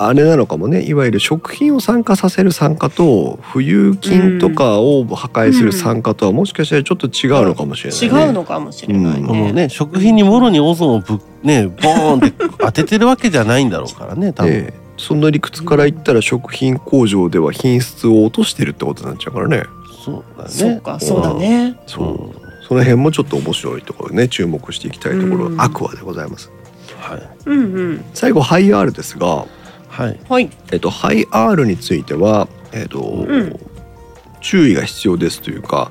Speaker 1: あれなのかもねいわゆる食品を酸化させる酸化と浮遊菌とかを破壊する酸化とはもしかしたらちょっと違うのかもしれない、
Speaker 3: 違
Speaker 1: ね
Speaker 3: うのかもしれない
Speaker 1: うん
Speaker 2: もう
Speaker 3: ね,、
Speaker 2: ね食品にもろにオゾンをぶっねボーン って当ててるわけじゃないんだろうからね多分。
Speaker 1: でその理屈から言ったら食品工場では品質を落としてるってことになっちゃうからね
Speaker 2: そうだね。
Speaker 3: そっかそうだね
Speaker 1: そう、その辺もちょっと面白いところね注目していきたいところ、
Speaker 3: うん
Speaker 1: アクアでございます
Speaker 2: はい
Speaker 3: うんうん
Speaker 1: 最後ハイ R ですが、
Speaker 2: はい。
Speaker 3: はい
Speaker 1: えっと、ハイ R については、えっと
Speaker 3: ん
Speaker 1: 注意が必要ですというか、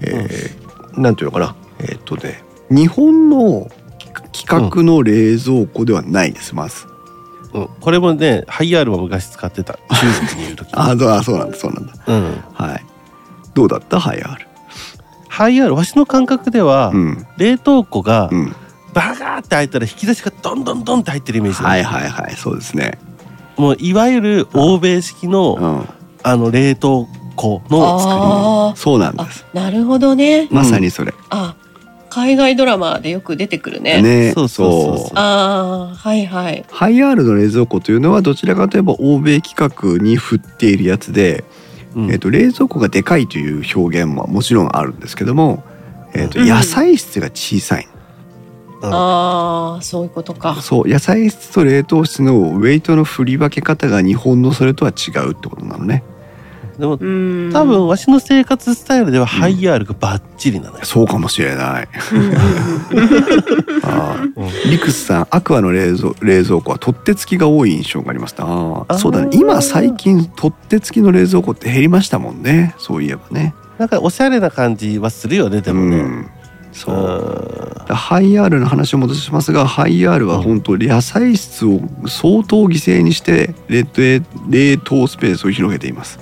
Speaker 1: えーなんていうのかなえっとね日本の規格の冷蔵庫ではないんです、まず。
Speaker 2: うんこれもねハイアールも昔使ってた中国にいる時
Speaker 1: あそうあそうなんだそうなんだ。
Speaker 2: うん。
Speaker 1: はい。どうだったハイ R。
Speaker 2: ハイアールわしの感覚では、
Speaker 1: うん
Speaker 2: 冷凍庫が
Speaker 1: うん。
Speaker 2: バカーって開いたら引き出しがどんどんどんって入ってるイメージだね、
Speaker 1: はいはいはいそうですね。
Speaker 2: もういわゆる欧米式の、
Speaker 1: うん。
Speaker 2: あの冷凍庫の作り
Speaker 3: あ
Speaker 1: そうなん
Speaker 3: ーあ
Speaker 1: です。
Speaker 3: なるほどね
Speaker 1: まさにそれ。
Speaker 3: あ海外ドラマでよく出てくるね
Speaker 1: ね。
Speaker 2: そうそうそうそう
Speaker 3: ああはいはい
Speaker 1: ハイアールの冷蔵庫というのはどちらかといえば欧米規格に振っているやつで、
Speaker 2: うん
Speaker 1: えっと冷蔵庫がでかいという表現ももちろんあるんですけども、えっと
Speaker 3: うん
Speaker 1: 野菜室が小さい、
Speaker 3: ああそういうことか
Speaker 1: そう野菜室と冷凍室のウェイトの振り分け方が日本のそれとは違うってことなのね。
Speaker 2: でも
Speaker 3: うん
Speaker 2: 多分わしの生活スタイルではハイアールがバッチリなのよ、
Speaker 1: そうかもしれない。
Speaker 3: うんうんうん
Speaker 1: あー
Speaker 2: うん
Speaker 1: リクスさん、アクアの冷蔵冷蔵庫は取っ手付きが多い印象がありました。あー
Speaker 2: あー
Speaker 1: そうだね。今最近取っ手付きの冷蔵庫って減りましたもんね。そういえばね。
Speaker 2: なんかおしゃれな感じはするよねでもね、
Speaker 1: う
Speaker 2: うん
Speaker 1: ん、そう。ハイアールの話を戻しますがハイアールは本当野菜室を相当犠牲にして冷凍冷凍スペースを広げています。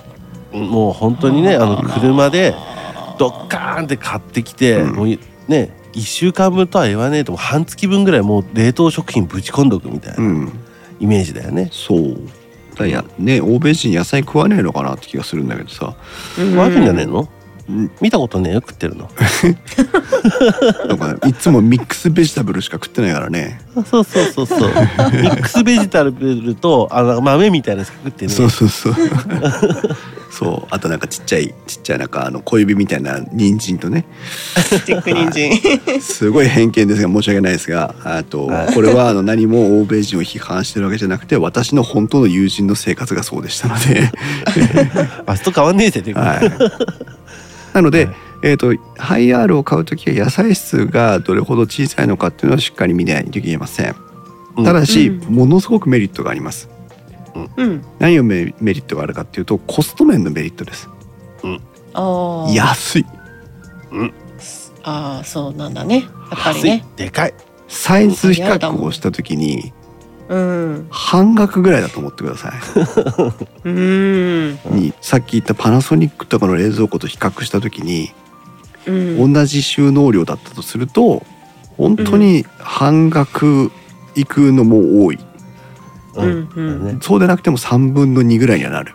Speaker 2: もう本当にねあの車で
Speaker 3: あ
Speaker 2: ドッカーンって買ってきて、
Speaker 1: うん
Speaker 2: もうね1週間分とは言わねえとも半月分ぐらいもう冷凍食品ぶち込んどくみたいな
Speaker 1: うん、
Speaker 2: イメージだよね、
Speaker 1: そうだやね欧米人野菜食わねえのかなって気がするんだけど さ
Speaker 3: ー
Speaker 2: わけじゃねえの
Speaker 1: うん
Speaker 2: 見たことねえよ食って るの
Speaker 1: なんか、いつもミックスベジタブルしか食ってないからね。
Speaker 2: そうそうそうそうミックスベジタルとあの豆みたいなのしか食ってねえ
Speaker 1: そうそうそう。 そうあとなんかちっちゃいちっちゃいなんかあの小指みたいな人参とね
Speaker 3: スティック人参
Speaker 1: すごい偏見ですが申し訳ないですがあと
Speaker 2: はい
Speaker 1: これはあの何も欧米人を批判してるわけじゃなくて私の本当の友人の生活 がそうでしたので、
Speaker 2: わしと変わんねえぜっていうか
Speaker 1: はい、なので、えっ、とハイアールを買うときは野菜室がどれほど小さいのかっていうのはしっかり見ないといけません。
Speaker 2: うん
Speaker 1: ただし、
Speaker 3: うん
Speaker 1: ものすごくメリットがあります。
Speaker 3: うん。
Speaker 1: 何をメメリットがあるかっていうとコスト面のメリットです。
Speaker 3: ああ。。
Speaker 1: 安い。
Speaker 3: ああ、そうなんだね。やっぱり
Speaker 2: 安い
Speaker 3: ね。
Speaker 2: でかい
Speaker 1: サイズ比較をしたときに
Speaker 3: うん。
Speaker 1: 半額ぐらいだと思ってくださ
Speaker 3: うん。
Speaker 1: い。にさっき言ったパナソニックとかの冷蔵庫と比較したときに
Speaker 3: うん。
Speaker 1: 同じ収納量だったとすると本当に半額いくのも多い。
Speaker 3: うんうん
Speaker 2: だね
Speaker 1: そうでなくても3分の2ぐらいにはなる。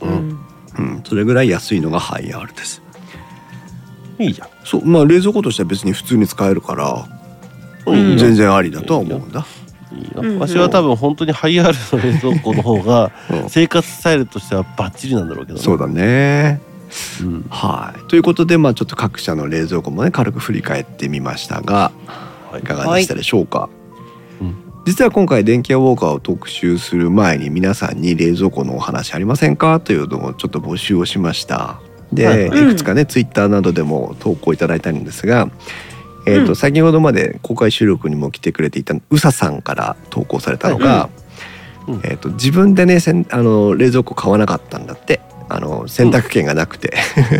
Speaker 2: う
Speaker 3: うんん。
Speaker 1: うん、それぐらい安いのがハイアールです。
Speaker 2: いいじゃん
Speaker 1: そうまあ冷蔵庫としては別に普通に使えるから、
Speaker 3: うん
Speaker 1: 全然ありだとは思うんだ。
Speaker 2: いいよ
Speaker 3: うんうん
Speaker 2: わしは多分本当にハイアールの冷蔵庫の方が
Speaker 1: うん
Speaker 2: 生活スタイルとしてはバッチリなんだろうけどね
Speaker 1: そうだね。
Speaker 2: うん
Speaker 1: はい。ということでまあちょっと各社の冷蔵庫もね軽く振り返ってみましたが、
Speaker 2: はい
Speaker 1: いかがでしたでしょうか。
Speaker 2: うん
Speaker 1: 実は今回電気屋ウォーカーを特集する前に皆さんに冷蔵庫のお話ありませんかというのをちょっと募集をしましたで、
Speaker 2: はい
Speaker 1: い
Speaker 2: はい
Speaker 1: くつかね、ツイッターなどでも投稿いただいたんですが、えーと
Speaker 3: うん
Speaker 1: 先ほどまで公開収録にも来てくれていたうささんから投稿されたのが、
Speaker 2: はいうんうん
Speaker 1: えー、と自分でねせんあの冷蔵庫買わなかったんだってあの洗濯券がなくて、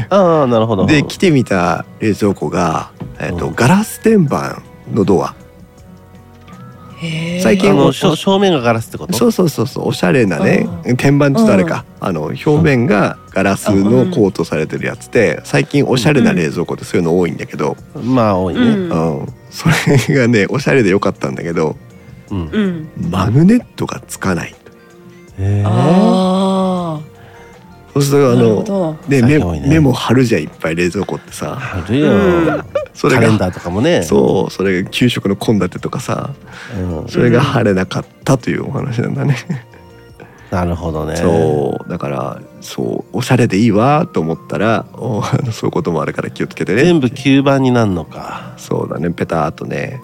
Speaker 2: ああなるほど
Speaker 1: で来てみた冷蔵庫が、えーと
Speaker 2: うん
Speaker 1: ガラス天板のドア
Speaker 3: へえ。
Speaker 1: 最近
Speaker 2: あ
Speaker 1: お
Speaker 2: のしょ正面がガラスってこと
Speaker 1: そうそうそうそうおしゃれなね
Speaker 3: あ。
Speaker 1: 天板ちょっとあれか、あの表面がガラスのコートされてるやつで最近おしゃれな冷蔵庫ってそういうの多いんだけど、
Speaker 2: まあ多いうね
Speaker 1: うんんそれがねおしゃれでよかったんだけど
Speaker 2: うん
Speaker 3: うん。
Speaker 1: マグネットがつかない
Speaker 2: へえ
Speaker 3: あ
Speaker 1: そうすると
Speaker 3: あ。
Speaker 1: あ
Speaker 3: なるほ
Speaker 1: の
Speaker 3: ど。
Speaker 1: ね目
Speaker 2: 最近多いね
Speaker 1: 目も張るじゃんいっぱい冷蔵庫ってさ
Speaker 2: あるよ
Speaker 3: うん
Speaker 1: それ
Speaker 2: カレン
Speaker 1: が
Speaker 2: ダーとかもね
Speaker 1: そうそれが給食の献立とかさ
Speaker 2: うん
Speaker 1: それが晴れなかったというお話なんだね。
Speaker 2: なるほどね
Speaker 1: そうだからそうおしゃれでいいわと思ったらおあのそういうこともあるから気をつけてね
Speaker 2: 全部吸盤になるのか
Speaker 1: そうだねペターっとね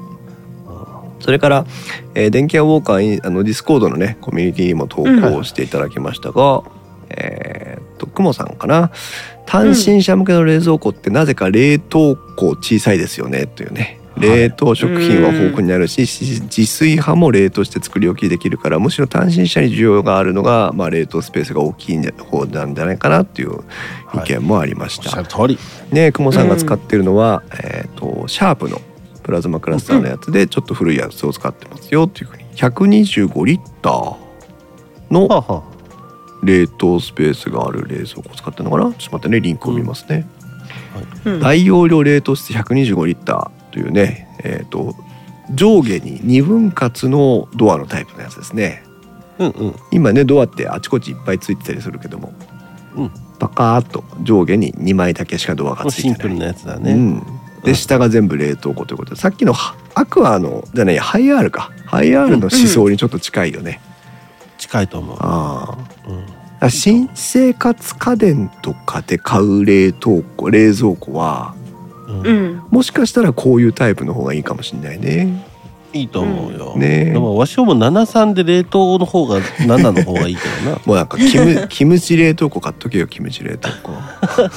Speaker 2: うん
Speaker 1: それから、えー電気屋ウォーカーにあのディスコードのねコミュニティにも投稿していただきましたが、えーっとくもさんかな単身者向けの冷蔵庫ってなぜか冷凍庫小さいですよねというね
Speaker 2: はい
Speaker 1: 冷凍食品は豊富にあるしし自炊派も冷凍して作り置きできるからむしろ単身者に需要があるのが、まあ、冷凍スペースが大きいんじゃ方なんじゃないかなっていう意見もありまし。
Speaker 2: おったしゃる通り
Speaker 1: ねくもさんが使ってるのは、えっ、とシャープのプラズマクラスターのやつでちょっと古いやつを使ってますよっていうふうに125リッター
Speaker 2: は
Speaker 1: の
Speaker 2: あは
Speaker 1: 冷凍スペースがある冷蔵庫を使ってるのかなちょっと待ってねリンクを見ますね、
Speaker 3: うん。
Speaker 1: 大容量冷凍室125リッターというねえっ、と上下に2分割のドアのタイプのやつですね
Speaker 2: あうんうん
Speaker 1: 今ねドアってあちこちいっぱいついてたりするけども、
Speaker 2: うん
Speaker 1: パカーっと上下に2枚だけしかドア
Speaker 2: こ
Speaker 1: が
Speaker 2: の
Speaker 1: ついて
Speaker 2: シ
Speaker 1: な
Speaker 2: ン
Speaker 1: い
Speaker 2: プルなやつだ
Speaker 1: う
Speaker 2: ね
Speaker 1: ん、
Speaker 2: う
Speaker 1: で
Speaker 2: ん
Speaker 1: 下が全部冷凍庫ということでさっきのはアクアのじゃないハイアールかハイアールの思想にちょっと近いよね、
Speaker 2: 近いと思う
Speaker 1: ああ
Speaker 2: うん
Speaker 1: だから新生活家電とかで買う冷凍庫冷蔵庫は
Speaker 2: うん
Speaker 3: うん。
Speaker 1: もしかしたらこういうタイプの方がいいかもしれないね
Speaker 2: いいと思うよ。
Speaker 1: うんねえ。
Speaker 2: でもわしはもう73で冷凍の方が7の方がいいけどな
Speaker 1: もうなんかキ ムキムチ冷凍庫買っとけよキムチ冷凍庫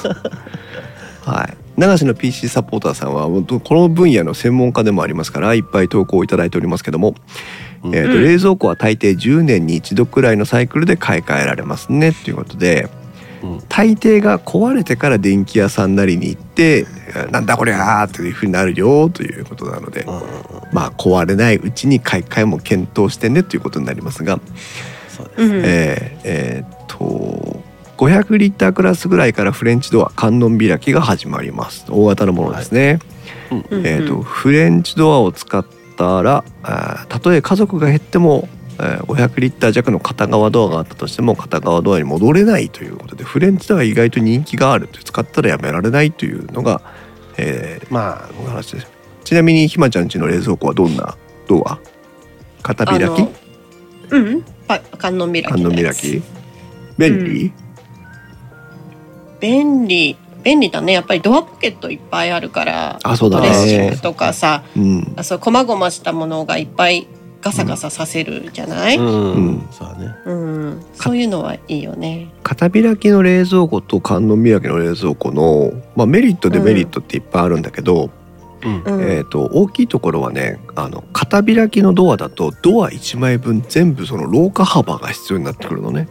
Speaker 1: はい流しの PC サポーターさんは本当この分野の専門家でもありますからいっぱい投稿をいただいておりますけども
Speaker 2: うん
Speaker 1: えーと
Speaker 3: うん
Speaker 1: 冷蔵庫は大抵10年に一度くらいのサイクルで買い替えられますねということで
Speaker 2: うん
Speaker 1: 大抵が壊れてから電気屋さんなりに行って「なんだこりゃ!」というふうになるよということなので
Speaker 2: うんうんうん
Speaker 1: まあ壊れないうちに買い替えも検討してねということになりますが
Speaker 2: そうです。
Speaker 3: うん。
Speaker 1: えーえーっと500リッタークラスぐらいからフレンチドア観音開きが始まります大型のものですね。
Speaker 3: うんうん
Speaker 1: えー、とフレンチドアを使ったらあーたとえ家族が減っても、えー500リッター弱の片側ドアがあったとしても片側ドアに戻れないということでフレンチドアは意外と人気があると使ったらやめられないというのが、えー
Speaker 2: まあ、
Speaker 1: お話ですちなみにひまちゃん家の冷蔵庫はどんなドア片開
Speaker 3: あ
Speaker 1: き
Speaker 3: のうん。パ観音開き。
Speaker 1: 観音開き。便利、
Speaker 3: 便利。便利だね。やっぱりドアポケットいっぱいあるから。
Speaker 1: あそう
Speaker 3: ド
Speaker 1: だ
Speaker 3: レッシング
Speaker 1: ね
Speaker 3: とかさ、
Speaker 1: うん
Speaker 3: そう細々したものがいっぱいガサガサさせるじゃない、うん
Speaker 2: うん、そうだね。
Speaker 3: そういうのはいいよね。
Speaker 1: 片開きの冷蔵庫と観音開きの冷蔵庫の、まあ、メリットデメリットっていっぱいあるんだけど、
Speaker 2: うん
Speaker 3: う、ん
Speaker 1: えー、と大きいところはねあの片開きのドアだとドア1枚分全部その廊下幅が必要になってくるのね。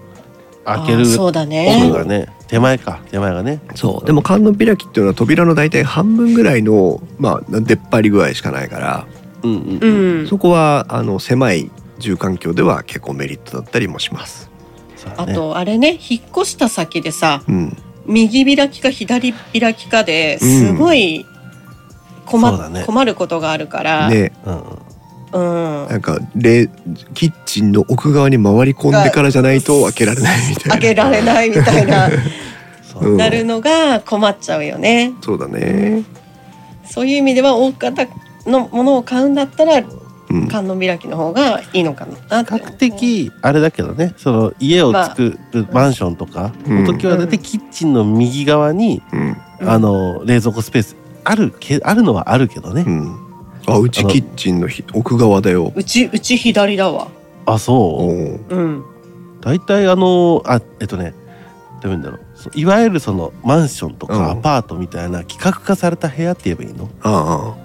Speaker 2: 開け
Speaker 3: あー
Speaker 2: る
Speaker 3: そうだ
Speaker 2: そう
Speaker 3: ね。
Speaker 2: だね。手前か、手前がね。
Speaker 1: そうでも観音開きっていうのは扉の大体半分ぐらいの、まあ、出っ張り具合しかないから、
Speaker 2: うんうん
Speaker 3: う
Speaker 2: うん。
Speaker 3: ん。
Speaker 1: そこはあの狭い住環境では結構メリットだったりもします。
Speaker 2: そうだ
Speaker 3: あ
Speaker 2: ね。
Speaker 3: とあれね引っ越した先でさ
Speaker 1: うん、
Speaker 3: 右開きか左開きかで
Speaker 1: うん
Speaker 3: すごい困,、
Speaker 2: そうだね
Speaker 3: 困ることがあるから、
Speaker 1: ね
Speaker 2: うんうん。
Speaker 3: うん、
Speaker 1: なんかれキッチンの奥側に回り込んでからじゃないと開けられないみたいな。
Speaker 3: 開けられないみたいな
Speaker 2: そう
Speaker 1: うん
Speaker 3: なるのが困っちゃうよね。
Speaker 1: そうだね。
Speaker 3: そういう意味では大方のものを買うんだったら
Speaker 1: うん、
Speaker 3: 観音開きの方がいいのかなって
Speaker 2: 比較的あれだけどねその家を作るマンションとか
Speaker 1: うん
Speaker 2: の時は大体キッチンの右側に、
Speaker 1: うん、
Speaker 3: うん
Speaker 2: あの冷蔵庫スペースあるけあるのはあるけどね、
Speaker 1: うん。あ、うちキッチンのひ奥側だよ。
Speaker 3: うちうち左だわ。
Speaker 2: あ
Speaker 1: お
Speaker 2: そう
Speaker 1: お。
Speaker 3: うん。
Speaker 2: 大体あのあえっとねどういうんだろうそういわゆるそのマンションと
Speaker 1: うん
Speaker 2: かアパートみたいな規格化された部屋って言えばいいの
Speaker 1: あ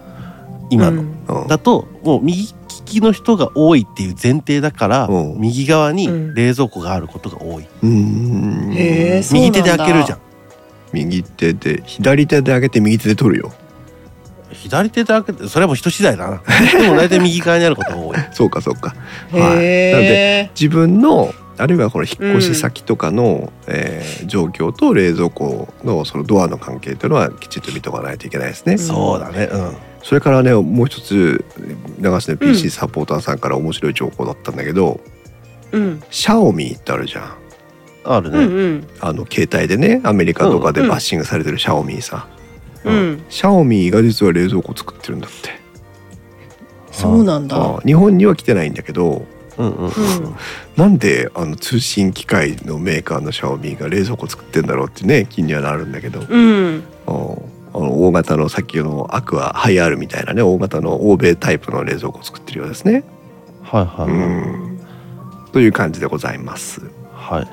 Speaker 2: 今
Speaker 3: う
Speaker 2: の、
Speaker 3: ん
Speaker 1: あ。うん
Speaker 2: だともう右利きの人が多いっていう前提だから、
Speaker 1: うん
Speaker 2: 右側に
Speaker 3: うん
Speaker 2: 冷蔵庫があることが多い、
Speaker 1: うーん。
Speaker 3: へえそうな
Speaker 2: 右
Speaker 3: んだ
Speaker 2: 手で開けるじゃん
Speaker 1: 右手で左手で開けて右手で取るよ。
Speaker 2: 左手で開けてそれはもう人次第だなでも大体右側にあることが多い
Speaker 1: そうかそうか。
Speaker 3: へ
Speaker 1: はいなの
Speaker 3: え。
Speaker 1: 自分のあるいはこの引っ越し先とかの、えー状況と冷蔵庫のそのドアの関係というのはきちっと見とかないといけないですね。
Speaker 3: ん
Speaker 2: そうだねうん
Speaker 1: それからねもう一つ長瀬の
Speaker 3: うん
Speaker 1: PC サポーターさんから面白い情報だったんだけど、
Speaker 3: うん
Speaker 1: シャオミってあるじゃん。
Speaker 2: ある
Speaker 3: うん
Speaker 2: ね、
Speaker 3: うん
Speaker 1: あの携帯でねアメリカとかで
Speaker 3: うん
Speaker 1: バッシングされてるシャオミさん、
Speaker 3: うん。
Speaker 1: シャオミが実は冷蔵庫作ってるんだって
Speaker 3: そうなんだ。
Speaker 1: あ日本には来てないんだけど
Speaker 2: うんうんうん
Speaker 3: うん
Speaker 1: なんであの通信機械のメーカーのシャオミが冷蔵庫作ってんだろうってね気にはなるんだけど、あ
Speaker 3: うん。
Speaker 1: あの大型のさっきのアクアハイアールみたいなね大型の欧米タイプの冷蔵庫作ってるようですね。
Speaker 2: はいはい、
Speaker 1: うんという感じでございます。
Speaker 2: はい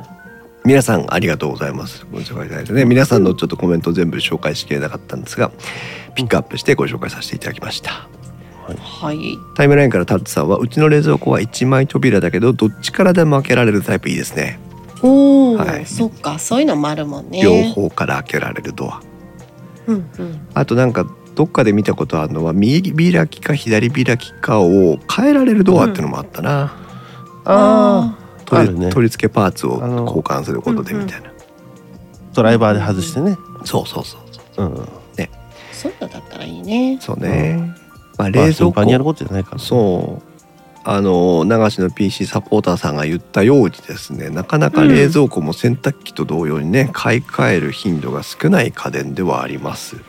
Speaker 1: 皆さんありがとうございます。ご紹介いただいてね、皆さんのちょっとコメント全部紹介しきれなかったんですが、ピックアップしてご紹介させていただきました。
Speaker 3: はい。
Speaker 1: タイムラインからタッツさんはうちの冷蔵庫は一枚扉だけどどっちからでも開けられるタイプいいですね。
Speaker 3: おお、
Speaker 1: はい
Speaker 3: そっか、そういうのもあるもんね。
Speaker 1: 両方から開けられるドア。
Speaker 3: うんうん。
Speaker 1: あとなんかどっかで見たことあるのは右開きか左開きかを変えられるドアってのもあったな。
Speaker 2: あ
Speaker 3: あ
Speaker 2: あ
Speaker 1: 取り
Speaker 2: るね
Speaker 1: 取り付けパーツを交換することでみたいな。
Speaker 2: ードライバーで外してね
Speaker 1: そうそうそうそう。
Speaker 2: うんうん
Speaker 3: あ、そういうのだったらいいね。
Speaker 1: そうね。まあ
Speaker 2: まあ
Speaker 1: 冷蔵
Speaker 2: 頻
Speaker 1: 庫
Speaker 2: 繁にやることじゃないから
Speaker 1: そうあの流しの PC サポーターさんが言ったようにですねなかなか冷蔵庫も洗濯機と同様にね、買い替える頻度が少ない家電ではあります、
Speaker 3: う。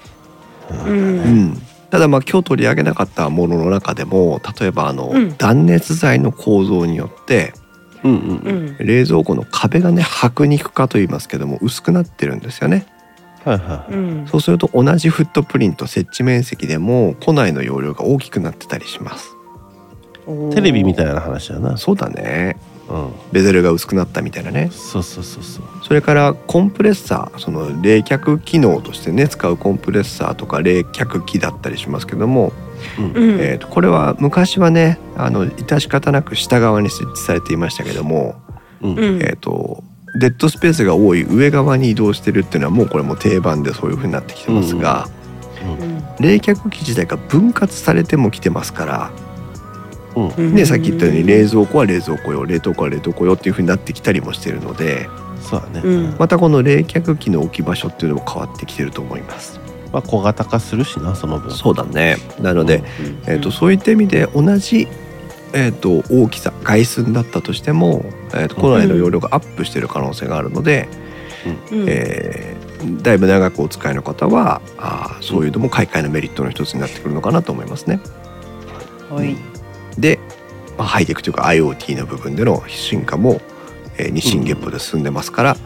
Speaker 1: うんん、ただまあ今日取り上げなかったものの中でも例えばあの、
Speaker 3: うん
Speaker 1: 断熱材の構造によって
Speaker 2: うんうんう
Speaker 3: うんん。
Speaker 1: 冷蔵庫の壁がね白肉化と言いますけども薄くなってるんですよね
Speaker 2: はいはい
Speaker 3: うん。う
Speaker 2: はい
Speaker 3: ん
Speaker 1: そうすると同じフットプリント設置面積でも庫内の容量が大きくなってたりします
Speaker 3: おー
Speaker 2: テレビみたいな話だなうん
Speaker 1: そうだね
Speaker 2: そ
Speaker 1: ベゼルが薄くなったみたいなね
Speaker 2: うそうそうそう
Speaker 1: それからコンプレッサーその冷却機能としてね使うコンプレッサーとか冷却機だったりしますけども、
Speaker 2: うん
Speaker 3: うん。
Speaker 1: えーとこれは昔はねあの致し方なく下側に設置されていましたけども、
Speaker 2: うん
Speaker 3: うん
Speaker 1: えー、とデッドスペースが多い上側に移動してるっていうのはもうこれも定番でそういう風になってきてますが、冷却機自体が分割されてもきてますから、
Speaker 3: うん
Speaker 1: ね、さっき言ったように冷蔵庫は冷蔵庫用冷凍庫は冷凍庫用っていう風になってきたりもしてるので
Speaker 2: そうだね
Speaker 3: うん
Speaker 2: うん
Speaker 1: またこの冷却機の置き場所っていうのも変わってきてると思います。
Speaker 2: まあ小型化するしなその分
Speaker 1: そうだねなので、
Speaker 3: うん
Speaker 1: えー、とそういった意味で同じ、えー、と大きさ外寸だったとしても、えー、と庫内の容量がアップしてる可能性があるので、
Speaker 3: うん
Speaker 1: えーだいぶ長くお使いの方はあーそういうのも買い替えのメリットの一つになってくるのかなと思いますね。
Speaker 3: はい。
Speaker 1: で、まあ、ハイテクというか IoT の部分での進化も、えー日進月歩で進んでますから、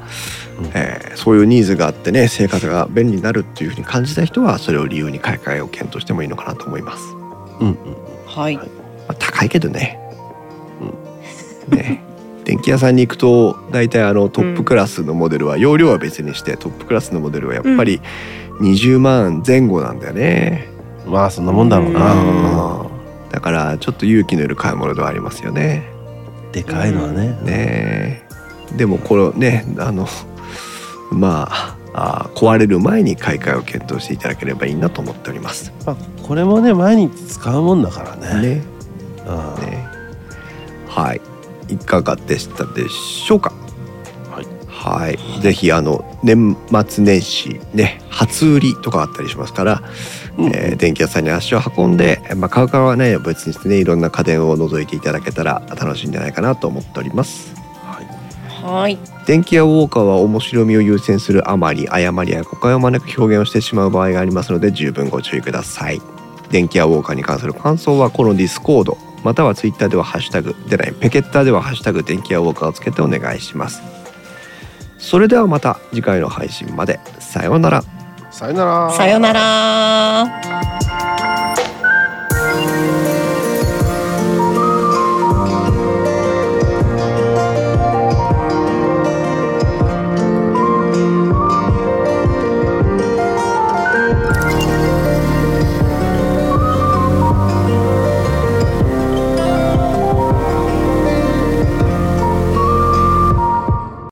Speaker 2: うん
Speaker 1: えーそういうニーズがあってね生活が便利になるっていうふうに感じた人はそれを理由に買い替えを検討してもいいのかなと思います。
Speaker 2: うんうん
Speaker 3: はい。
Speaker 1: まあ高いけどね機屋さんに行くと大体あのトップクラスのモデルは、容量は別にしてトップクラスのモデルはやっぱり20万前後なんだよね、
Speaker 2: まあそんなもんだろう
Speaker 3: う
Speaker 2: な、
Speaker 1: だからちょっと勇気のいる買い物ではありますよね。
Speaker 2: でかいのはね
Speaker 1: ねえでもこれをねあのまああー壊れる前に買い替えを検討していただければいいなと思っております。
Speaker 2: まあ、これもね毎日使うもんだからね
Speaker 1: ね
Speaker 2: うん
Speaker 1: ねはいいかがでしたでしょうか
Speaker 2: はい、
Speaker 1: はい、ぜひあの年末年始ね初売りとかあったりしますから、
Speaker 2: うん
Speaker 1: えー電気屋さんに足を運んで、まあ、買う側はね別にしてねいろんな家電を覗いていただけたら楽しいんじゃないかなと思っております。
Speaker 2: はい
Speaker 3: はい。
Speaker 1: 電気屋ウォーカーは面白みを優先するあまり誤りや誤解を招く表現をしてしまう場合がありますので十分ご注意ください電気屋ウォーカーに関する感想はこのディスコードまたはツイッターではハッシュタグでないペケッターではハッシュタグ電気屋ウォーカーをつけてお願いしますそれではまた次回の配信までさようなら
Speaker 2: さよなら
Speaker 3: さよなら。